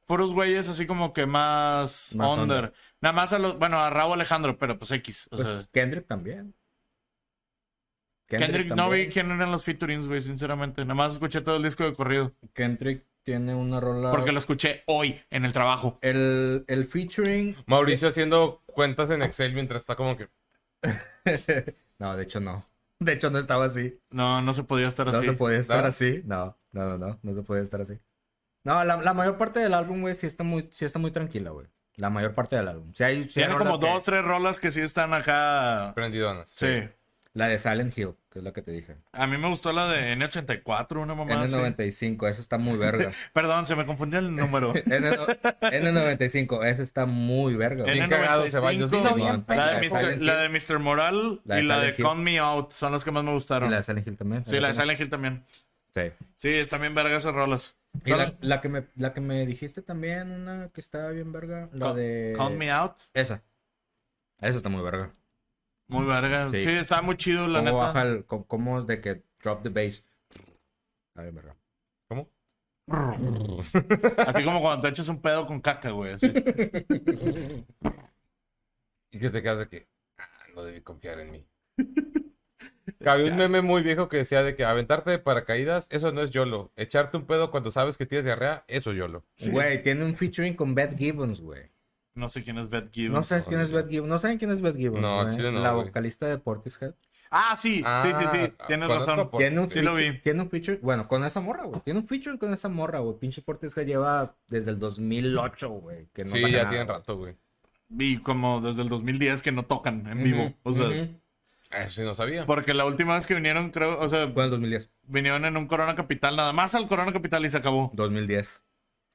[SPEAKER 2] puros güeyes así como que más,
[SPEAKER 3] Más
[SPEAKER 2] under.
[SPEAKER 3] under.
[SPEAKER 2] Nada más a los. Bueno, a Raúl Alejandro, pero pues X. o
[SPEAKER 3] Pues
[SPEAKER 2] sea.
[SPEAKER 3] Kendrick también.
[SPEAKER 2] Kendrick, no
[SPEAKER 3] también.
[SPEAKER 2] vi quién eran los featurings, güey, sinceramente. Nada más escuché todo el disco de corrido.
[SPEAKER 3] Kendrick tiene una rola.
[SPEAKER 2] Porque lo escuché hoy en el trabajo.
[SPEAKER 3] el, el featuring.
[SPEAKER 1] Mauricio haciendo cuentas en Excel mientras está como que
[SPEAKER 3] no, de hecho no. De hecho no estaba así.
[SPEAKER 2] No, no se podía estar
[SPEAKER 3] no
[SPEAKER 2] así.
[SPEAKER 3] se podía estar
[SPEAKER 1] ¿No?
[SPEAKER 3] así. No, no, no, no. No se podía estar así. No, la, la mayor parte del álbum, güey, sí está muy, sí está muy tranquila, güey. La mayor parte del álbum. Sí hay, sí hay
[SPEAKER 2] Tiene como
[SPEAKER 3] rolas que-
[SPEAKER 2] dos, tres rolas que sí están acá.
[SPEAKER 1] prendidonas.
[SPEAKER 2] Sí.
[SPEAKER 3] La de Silent Hill, que es la que te dije.
[SPEAKER 2] A mí me gustó la de N84, una mamá. así.
[SPEAKER 3] N95, eso está muy verga.
[SPEAKER 2] Perdón, se me confundió el número.
[SPEAKER 3] N 95 eso está muy verga. güey.
[SPEAKER 1] Bien cagado, Ceballos.
[SPEAKER 2] N95.
[SPEAKER 1] Bien
[SPEAKER 3] Bien
[SPEAKER 1] mamón.
[SPEAKER 3] pe-
[SPEAKER 2] La de,
[SPEAKER 3] La de
[SPEAKER 2] Mr.,
[SPEAKER 3] Silent
[SPEAKER 2] la de Mr. Moral
[SPEAKER 3] La de
[SPEAKER 2] y la de
[SPEAKER 3] Silent Hill.
[SPEAKER 2] Con Me Out son las que más me
[SPEAKER 3] Y
[SPEAKER 2] gustaron.
[SPEAKER 3] la de Silent Hill también.
[SPEAKER 2] sí, la de Silent Hill también.
[SPEAKER 3] Sí.
[SPEAKER 2] Sí, están bien vergas esas rolas.
[SPEAKER 3] Y la, la que me, la que me dijiste también, una que estaba bien verga, la
[SPEAKER 2] Con-
[SPEAKER 3] de...
[SPEAKER 2] Con Me Out,
[SPEAKER 3] Esa. Esa está muy verga.
[SPEAKER 2] muy verga. Sí,
[SPEAKER 3] Sí.
[SPEAKER 2] está muy chido, la
[SPEAKER 3] ¿Cómo
[SPEAKER 2] neta.
[SPEAKER 3] baja el... co- cómo de que drop the bass? Está bien verga.
[SPEAKER 1] ¿Cómo?
[SPEAKER 2] Así como cuando te echas un pedo con caca, güey. así.
[SPEAKER 1] Y que te quedas de que "Ah, no debí confiar en mí. Había un meme muy viejo que decía de que aventarte de paracaídas, eso no es YOLO. Echarte un pedo cuando sabes que tienes diarrea, eso es YOLO.
[SPEAKER 3] Güey, tiene un featuring con Beth Gibbons, güey.
[SPEAKER 2] No sé quién es Beth Gibbons.
[SPEAKER 3] No sabes quién es Beth Gibbons. No saben quién es Beth Gibbons.
[SPEAKER 1] No,
[SPEAKER 3] güey?
[SPEAKER 1] chile no,
[SPEAKER 3] La
[SPEAKER 1] güey.
[SPEAKER 3] vocalista de Portishead.
[SPEAKER 2] Ah, sí, sí, sí, sí.
[SPEAKER 1] Ah,
[SPEAKER 2] Tienes
[SPEAKER 1] conozco
[SPEAKER 2] razón.
[SPEAKER 1] por-
[SPEAKER 3] Tiene un,
[SPEAKER 2] Sí lo vi.
[SPEAKER 3] Tiene un feature, bueno, con esa morra, güey. Tiene un feature con esa morra, güey. Pinche Portishead lleva desde el 2008, güey. que no
[SPEAKER 1] Sí,
[SPEAKER 3] saca
[SPEAKER 1] ya
[SPEAKER 3] nada,
[SPEAKER 1] tienen
[SPEAKER 3] güey.
[SPEAKER 1] rato, güey.
[SPEAKER 2] Vi como desde el 2010 que no tocan en vivo. O sea,
[SPEAKER 3] Ujú.
[SPEAKER 1] Eso sí no sabía.
[SPEAKER 2] porque la última vez que vinieron, creo, o sea,
[SPEAKER 3] Fue en el 2010.
[SPEAKER 2] vinieron en un Corona Capital, nada más al Corona Capital y se acabó.
[SPEAKER 3] 2010.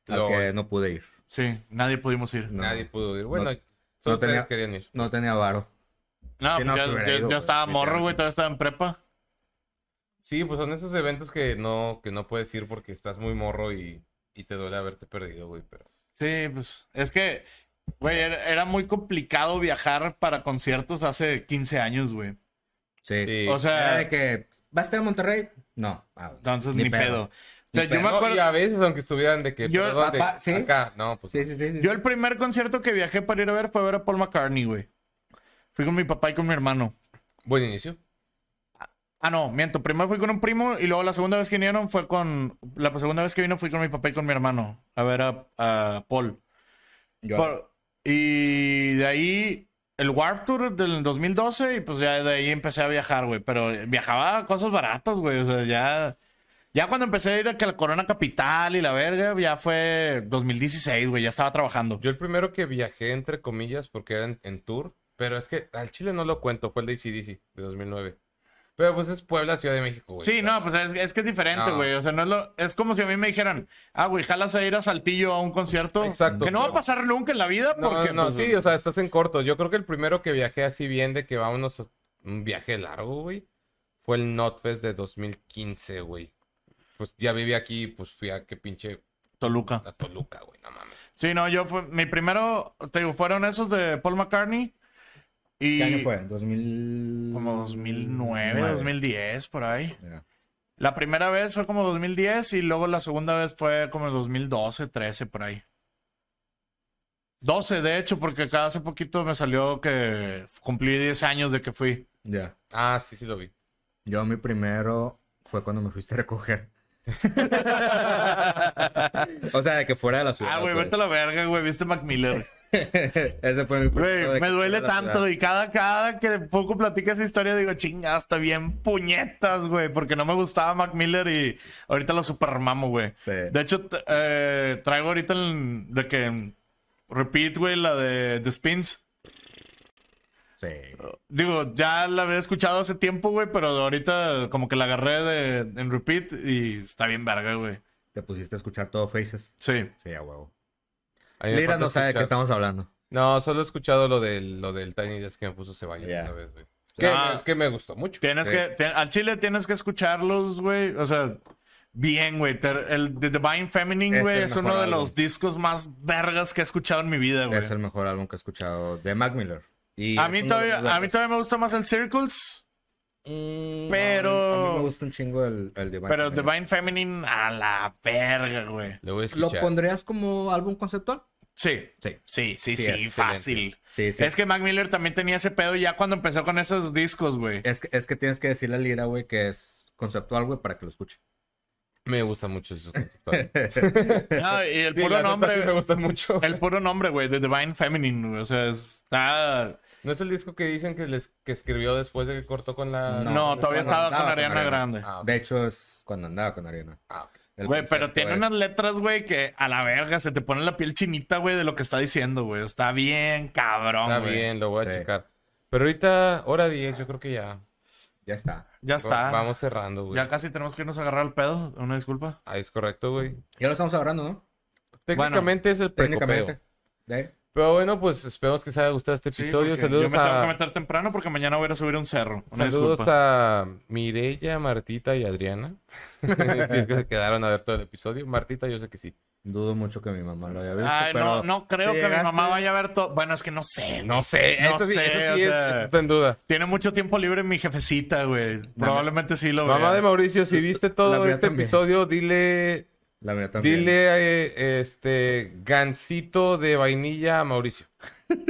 [SPEAKER 3] Al
[SPEAKER 1] Lol.
[SPEAKER 3] que no pude ir.
[SPEAKER 2] Sí, nadie pudimos ir.
[SPEAKER 3] No,
[SPEAKER 1] Nadie pudo ir. Bueno,
[SPEAKER 3] No-
[SPEAKER 1] solo
[SPEAKER 3] no tenía-
[SPEAKER 1] ustedes querían ir.
[SPEAKER 3] no tenía varo.
[SPEAKER 2] No,
[SPEAKER 3] Sí,
[SPEAKER 2] pues
[SPEAKER 3] no,
[SPEAKER 2] yo,
[SPEAKER 3] que hubiera
[SPEAKER 2] yo-
[SPEAKER 3] ido,
[SPEAKER 2] yo
[SPEAKER 3] güey,
[SPEAKER 2] estaba morro, güey,
[SPEAKER 3] literalmente.
[SPEAKER 2] todavía estaba en prepa.
[SPEAKER 1] Sí, pues son esos eventos que no, que no puedes ir porque estás muy morro y, y te duele haberte perdido, güey. Pero
[SPEAKER 2] Sí, pues es que, güey, era, era muy complicado viajar para conciertos hace 15 años, güey.
[SPEAKER 3] Sí.
[SPEAKER 1] sí.
[SPEAKER 2] O
[SPEAKER 3] Era
[SPEAKER 2] sea,
[SPEAKER 3] de que, ¿vas a estar en Monterrey? No. Ah, bueno.
[SPEAKER 2] entonces ni, pedo. O sea,
[SPEAKER 1] Pero
[SPEAKER 2] yo me
[SPEAKER 1] no,
[SPEAKER 2] acuerdo,
[SPEAKER 1] Y a veces, aunque estuvieran de que.
[SPEAKER 2] Yo-
[SPEAKER 1] pero ¿dónde?
[SPEAKER 3] papá, ¿sí?
[SPEAKER 1] Acá. No, pues.
[SPEAKER 3] Sí, sí, sí. sí.
[SPEAKER 2] yo el primer concierto que viajé para ir a ver fue a ver a Paul McCartney, güey. Fui con mi papá y con mi hermano.
[SPEAKER 1] Buen inicio.
[SPEAKER 2] Ah, no, miento. Primero fui con un primo y luego la segunda vez que vinieron fue con... La segunda vez que vino fui con mi papá y con mi hermano a ver a, a Paul.
[SPEAKER 3] Yo-
[SPEAKER 2] Por- y de ahí el Warp Tour del 2012 y pues ya de ahí empecé a viajar, güey. Pero viajaba a cosas baratas, güey. O sea, ya... Ya cuando empecé a ir a que la Corona Capital y la verga, ya fue 2016, güey. Ya estaba trabajando.
[SPEAKER 1] Yo el primero que viajé, entre comillas, porque era en, en tour. Pero es que al Chile no lo cuento. Fue el de ICDC de 2009. Pero pues es Puebla, Ciudad de México, güey.
[SPEAKER 2] Sí, no, pues es, es que es diferente,
[SPEAKER 1] No.
[SPEAKER 2] güey. O sea, no es lo... Es como si a mí me dijeran, ah, güey, jalas a ir a Saltillo a un concierto.
[SPEAKER 1] Exacto,
[SPEAKER 2] Que no va a
[SPEAKER 1] pero-
[SPEAKER 2] pasar nunca en la vida
[SPEAKER 1] No,
[SPEAKER 2] porque...
[SPEAKER 1] no,
[SPEAKER 2] pues,
[SPEAKER 1] sí, o sea, estás en corto. Yo creo que el primero que viajé así bien de que vámonos a un viaje largo, güey, fue el Notfest de 2015, güey. Pues ya viví aquí, pues fui a qué pinche
[SPEAKER 2] Toluca.
[SPEAKER 1] a Toluca, güey, no mames.
[SPEAKER 2] Sí, no, yo fue... Mi primero, te digo, fueron esos de Paul McCartney. Y...
[SPEAKER 3] ¿Qué año fue? ¿2000?
[SPEAKER 2] Como 2009, 2010, por ahí.
[SPEAKER 3] Ya.
[SPEAKER 2] La primera vez fue como 2010 y luego la segunda vez fue como el 2012, 13, por ahí. 12, de hecho, porque acá hace poquito me salió que cumplí 10 años de que fui.
[SPEAKER 3] Ya.
[SPEAKER 1] Ah, sí, sí lo vi.
[SPEAKER 3] Yo mi primero fue cuando me fuiste a recoger. o sea, de que fuera de la ciudad.
[SPEAKER 2] Ah, güey,
[SPEAKER 3] pues.
[SPEAKER 2] vete a la verga, güey, viste Mac Miller.
[SPEAKER 3] Ese fue mi primero de
[SPEAKER 2] Güey,
[SPEAKER 3] que
[SPEAKER 2] me duele
[SPEAKER 3] fuera de la
[SPEAKER 2] tanto
[SPEAKER 3] ciudad.
[SPEAKER 2] y cada, cada que poco platica esa historia digo, chinga, está bien puñetas, güey, porque no me gustaba Mac Miller y ahorita lo supermamo, güey.
[SPEAKER 3] Sí.
[SPEAKER 2] De hecho, t- eh, traigo ahorita el, de que mm, repeat, güey, la de The Spins.
[SPEAKER 3] Sí.
[SPEAKER 2] Digo, ya la había escuchado hace tiempo, güey, pero ahorita como que la agarré de, en repeat y está bien verga, güey.
[SPEAKER 3] Te pusiste a escuchar todo Faces.
[SPEAKER 2] Sí.
[SPEAKER 3] Sí, a huevo.
[SPEAKER 1] A mí me
[SPEAKER 3] Lira
[SPEAKER 1] falta
[SPEAKER 3] no sabe de qué
[SPEAKER 1] escuchar-
[SPEAKER 3] estamos hablando.
[SPEAKER 1] No, solo he escuchado lo del, lo del Tiny Desk que me puso Ceballos
[SPEAKER 3] Ya.
[SPEAKER 1] esa vez, güey. Que,
[SPEAKER 2] Ah.
[SPEAKER 1] que me gustó mucho.
[SPEAKER 2] Tienes
[SPEAKER 3] Sí.
[SPEAKER 2] que, te- al chile tienes que escucharlos, güey. O sea, bien, güey. Te- El The Divine Feminine,
[SPEAKER 3] Es
[SPEAKER 2] güey,
[SPEAKER 3] el
[SPEAKER 2] es
[SPEAKER 3] mejor
[SPEAKER 2] uno de
[SPEAKER 3] álbum.
[SPEAKER 2] los discos más vergas que he escuchado en mi vida, güey.
[SPEAKER 3] Es el mejor álbum que he escuchado de Mac Miller. Y
[SPEAKER 2] A
[SPEAKER 3] es
[SPEAKER 2] mí,
[SPEAKER 3] uno de
[SPEAKER 2] todavía,
[SPEAKER 3] los
[SPEAKER 2] a mí todavía me gusta más el Circles,
[SPEAKER 3] Mm, no,
[SPEAKER 2] Pero-
[SPEAKER 3] a mí- a mí me gusta un chingo el, el Divine.
[SPEAKER 2] pero
[SPEAKER 3] Feminine.
[SPEAKER 2] Divine Feminine a la verga, güey.
[SPEAKER 1] Lo voy a
[SPEAKER 3] ¿Lo
[SPEAKER 1] escuchar.
[SPEAKER 3] pondrías como álbum conceptual?
[SPEAKER 2] Sí,
[SPEAKER 3] Sí.
[SPEAKER 2] sí, sí, sí,
[SPEAKER 3] Sí, excelente.
[SPEAKER 2] fácil.
[SPEAKER 3] Sí, sí.
[SPEAKER 2] Es que Mac Miller también tenía ese pedo ya cuando empezó con esos discos, güey.
[SPEAKER 3] Es que, es que tienes que decirle a Lira, güey, que es conceptual, güey, para que lo escuche.
[SPEAKER 1] Me gusta mucho eso.
[SPEAKER 2] No, y el
[SPEAKER 1] Sí,
[SPEAKER 2] puro
[SPEAKER 1] la neta
[SPEAKER 2] nombre,
[SPEAKER 1] sí me gusta mucho.
[SPEAKER 2] el puro nombre, güey, The Divine Feminine, güey. O sea, está...
[SPEAKER 1] ¿No es el disco que dicen que les que escribió después de que cortó con la...
[SPEAKER 2] No,
[SPEAKER 1] con
[SPEAKER 2] todavía
[SPEAKER 1] la-
[SPEAKER 2] estaba con
[SPEAKER 3] andaba con
[SPEAKER 2] Ariana
[SPEAKER 3] Ariana.
[SPEAKER 2] Grande.
[SPEAKER 1] Ah, ok.
[SPEAKER 3] De hecho, es cuando andaba con Ariana.
[SPEAKER 1] Ah, ok.
[SPEAKER 3] El
[SPEAKER 2] Güey, pero
[SPEAKER 3] concepto
[SPEAKER 2] tiene
[SPEAKER 3] es-
[SPEAKER 2] unas letras, güey, que a la verga se te pone la piel chinita, güey, de lo que está diciendo, güey. Está bien, cabrón,
[SPEAKER 1] Está
[SPEAKER 2] güey.
[SPEAKER 1] bien, lo voy a
[SPEAKER 3] Sí.
[SPEAKER 1] checar. Pero ahorita, hora 10, yo creo que ya.
[SPEAKER 3] Ya está.
[SPEAKER 2] Ya está.
[SPEAKER 1] Vamos cerrando, güey.
[SPEAKER 2] Ya casi tenemos que irnos a agarrar el pedo. Una disculpa.
[SPEAKER 1] Ah, es correcto, güey.
[SPEAKER 3] Ya lo estamos hablando, ¿no?
[SPEAKER 1] Técnicamente es el precopeo.
[SPEAKER 3] Técnicamente. ¿De?
[SPEAKER 1] Pero bueno, pues esperamos que les haya gustado este
[SPEAKER 2] Sí,
[SPEAKER 1] episodio.
[SPEAKER 2] porque yo
[SPEAKER 1] saludos
[SPEAKER 2] me tengo que
[SPEAKER 1] a,
[SPEAKER 2] meter temprano porque mañana voy a ir a subir un cerro. Una
[SPEAKER 1] saludos
[SPEAKER 2] disculpa.
[SPEAKER 1] a Mireya, Martita y Adriana. si es que se quedaron a ver todo el episodio. Martita, yo sé que sí.
[SPEAKER 3] Dudo mucho que mi mamá lo haya
[SPEAKER 1] este
[SPEAKER 3] visto.
[SPEAKER 2] Ay,
[SPEAKER 3] pero
[SPEAKER 2] no, no creo
[SPEAKER 3] si
[SPEAKER 2] que mi
[SPEAKER 3] llegaste-
[SPEAKER 2] mamá vaya a ver todo. Bueno, es que no sé. No sé, no
[SPEAKER 1] eso sí,
[SPEAKER 2] sé.
[SPEAKER 1] eso sí
[SPEAKER 2] o
[SPEAKER 1] es,
[SPEAKER 2] sea,
[SPEAKER 1] eso está en duda.
[SPEAKER 2] Tiene mucho tiempo libre mi jefecita, güey. Probablemente sí lo vea.
[SPEAKER 1] Mamá de Mauricio, si viste todo
[SPEAKER 3] mía
[SPEAKER 1] este
[SPEAKER 3] también.
[SPEAKER 1] episodio, dile,
[SPEAKER 3] La verdad también.
[SPEAKER 1] dile eh, este gancito de vainilla a Mauricio.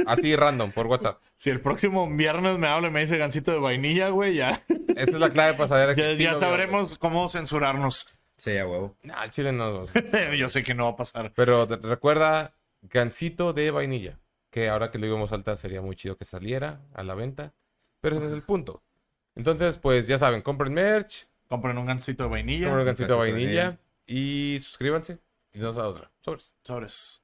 [SPEAKER 1] Así random, por WhatsApp.
[SPEAKER 2] Si el próximo viernes me habla y me dice gancito de vainilla, güey, ya.
[SPEAKER 1] Esa es la clave para saber. a
[SPEAKER 2] Ya,
[SPEAKER 1] quién sí
[SPEAKER 2] ya
[SPEAKER 1] lo vio,
[SPEAKER 2] sabremos cómo censurarnos.
[SPEAKER 3] Sí, a huevo.
[SPEAKER 1] güey. No, al chile no.
[SPEAKER 2] Yo sé que no va a pasar.
[SPEAKER 1] Pero te- recuerda, gancito de vainilla. Que ahora que lo íbamos alta sería muy chido que saliera a la venta. Pero ese no es el punto. Entonces, pues ya saben, compren merch,
[SPEAKER 2] Compren un gancito de vainilla.
[SPEAKER 1] compren gancito de
[SPEAKER 3] gancito de
[SPEAKER 1] vainilla y suscríbanse. Y nos a otra. Sobres.
[SPEAKER 2] Sobres.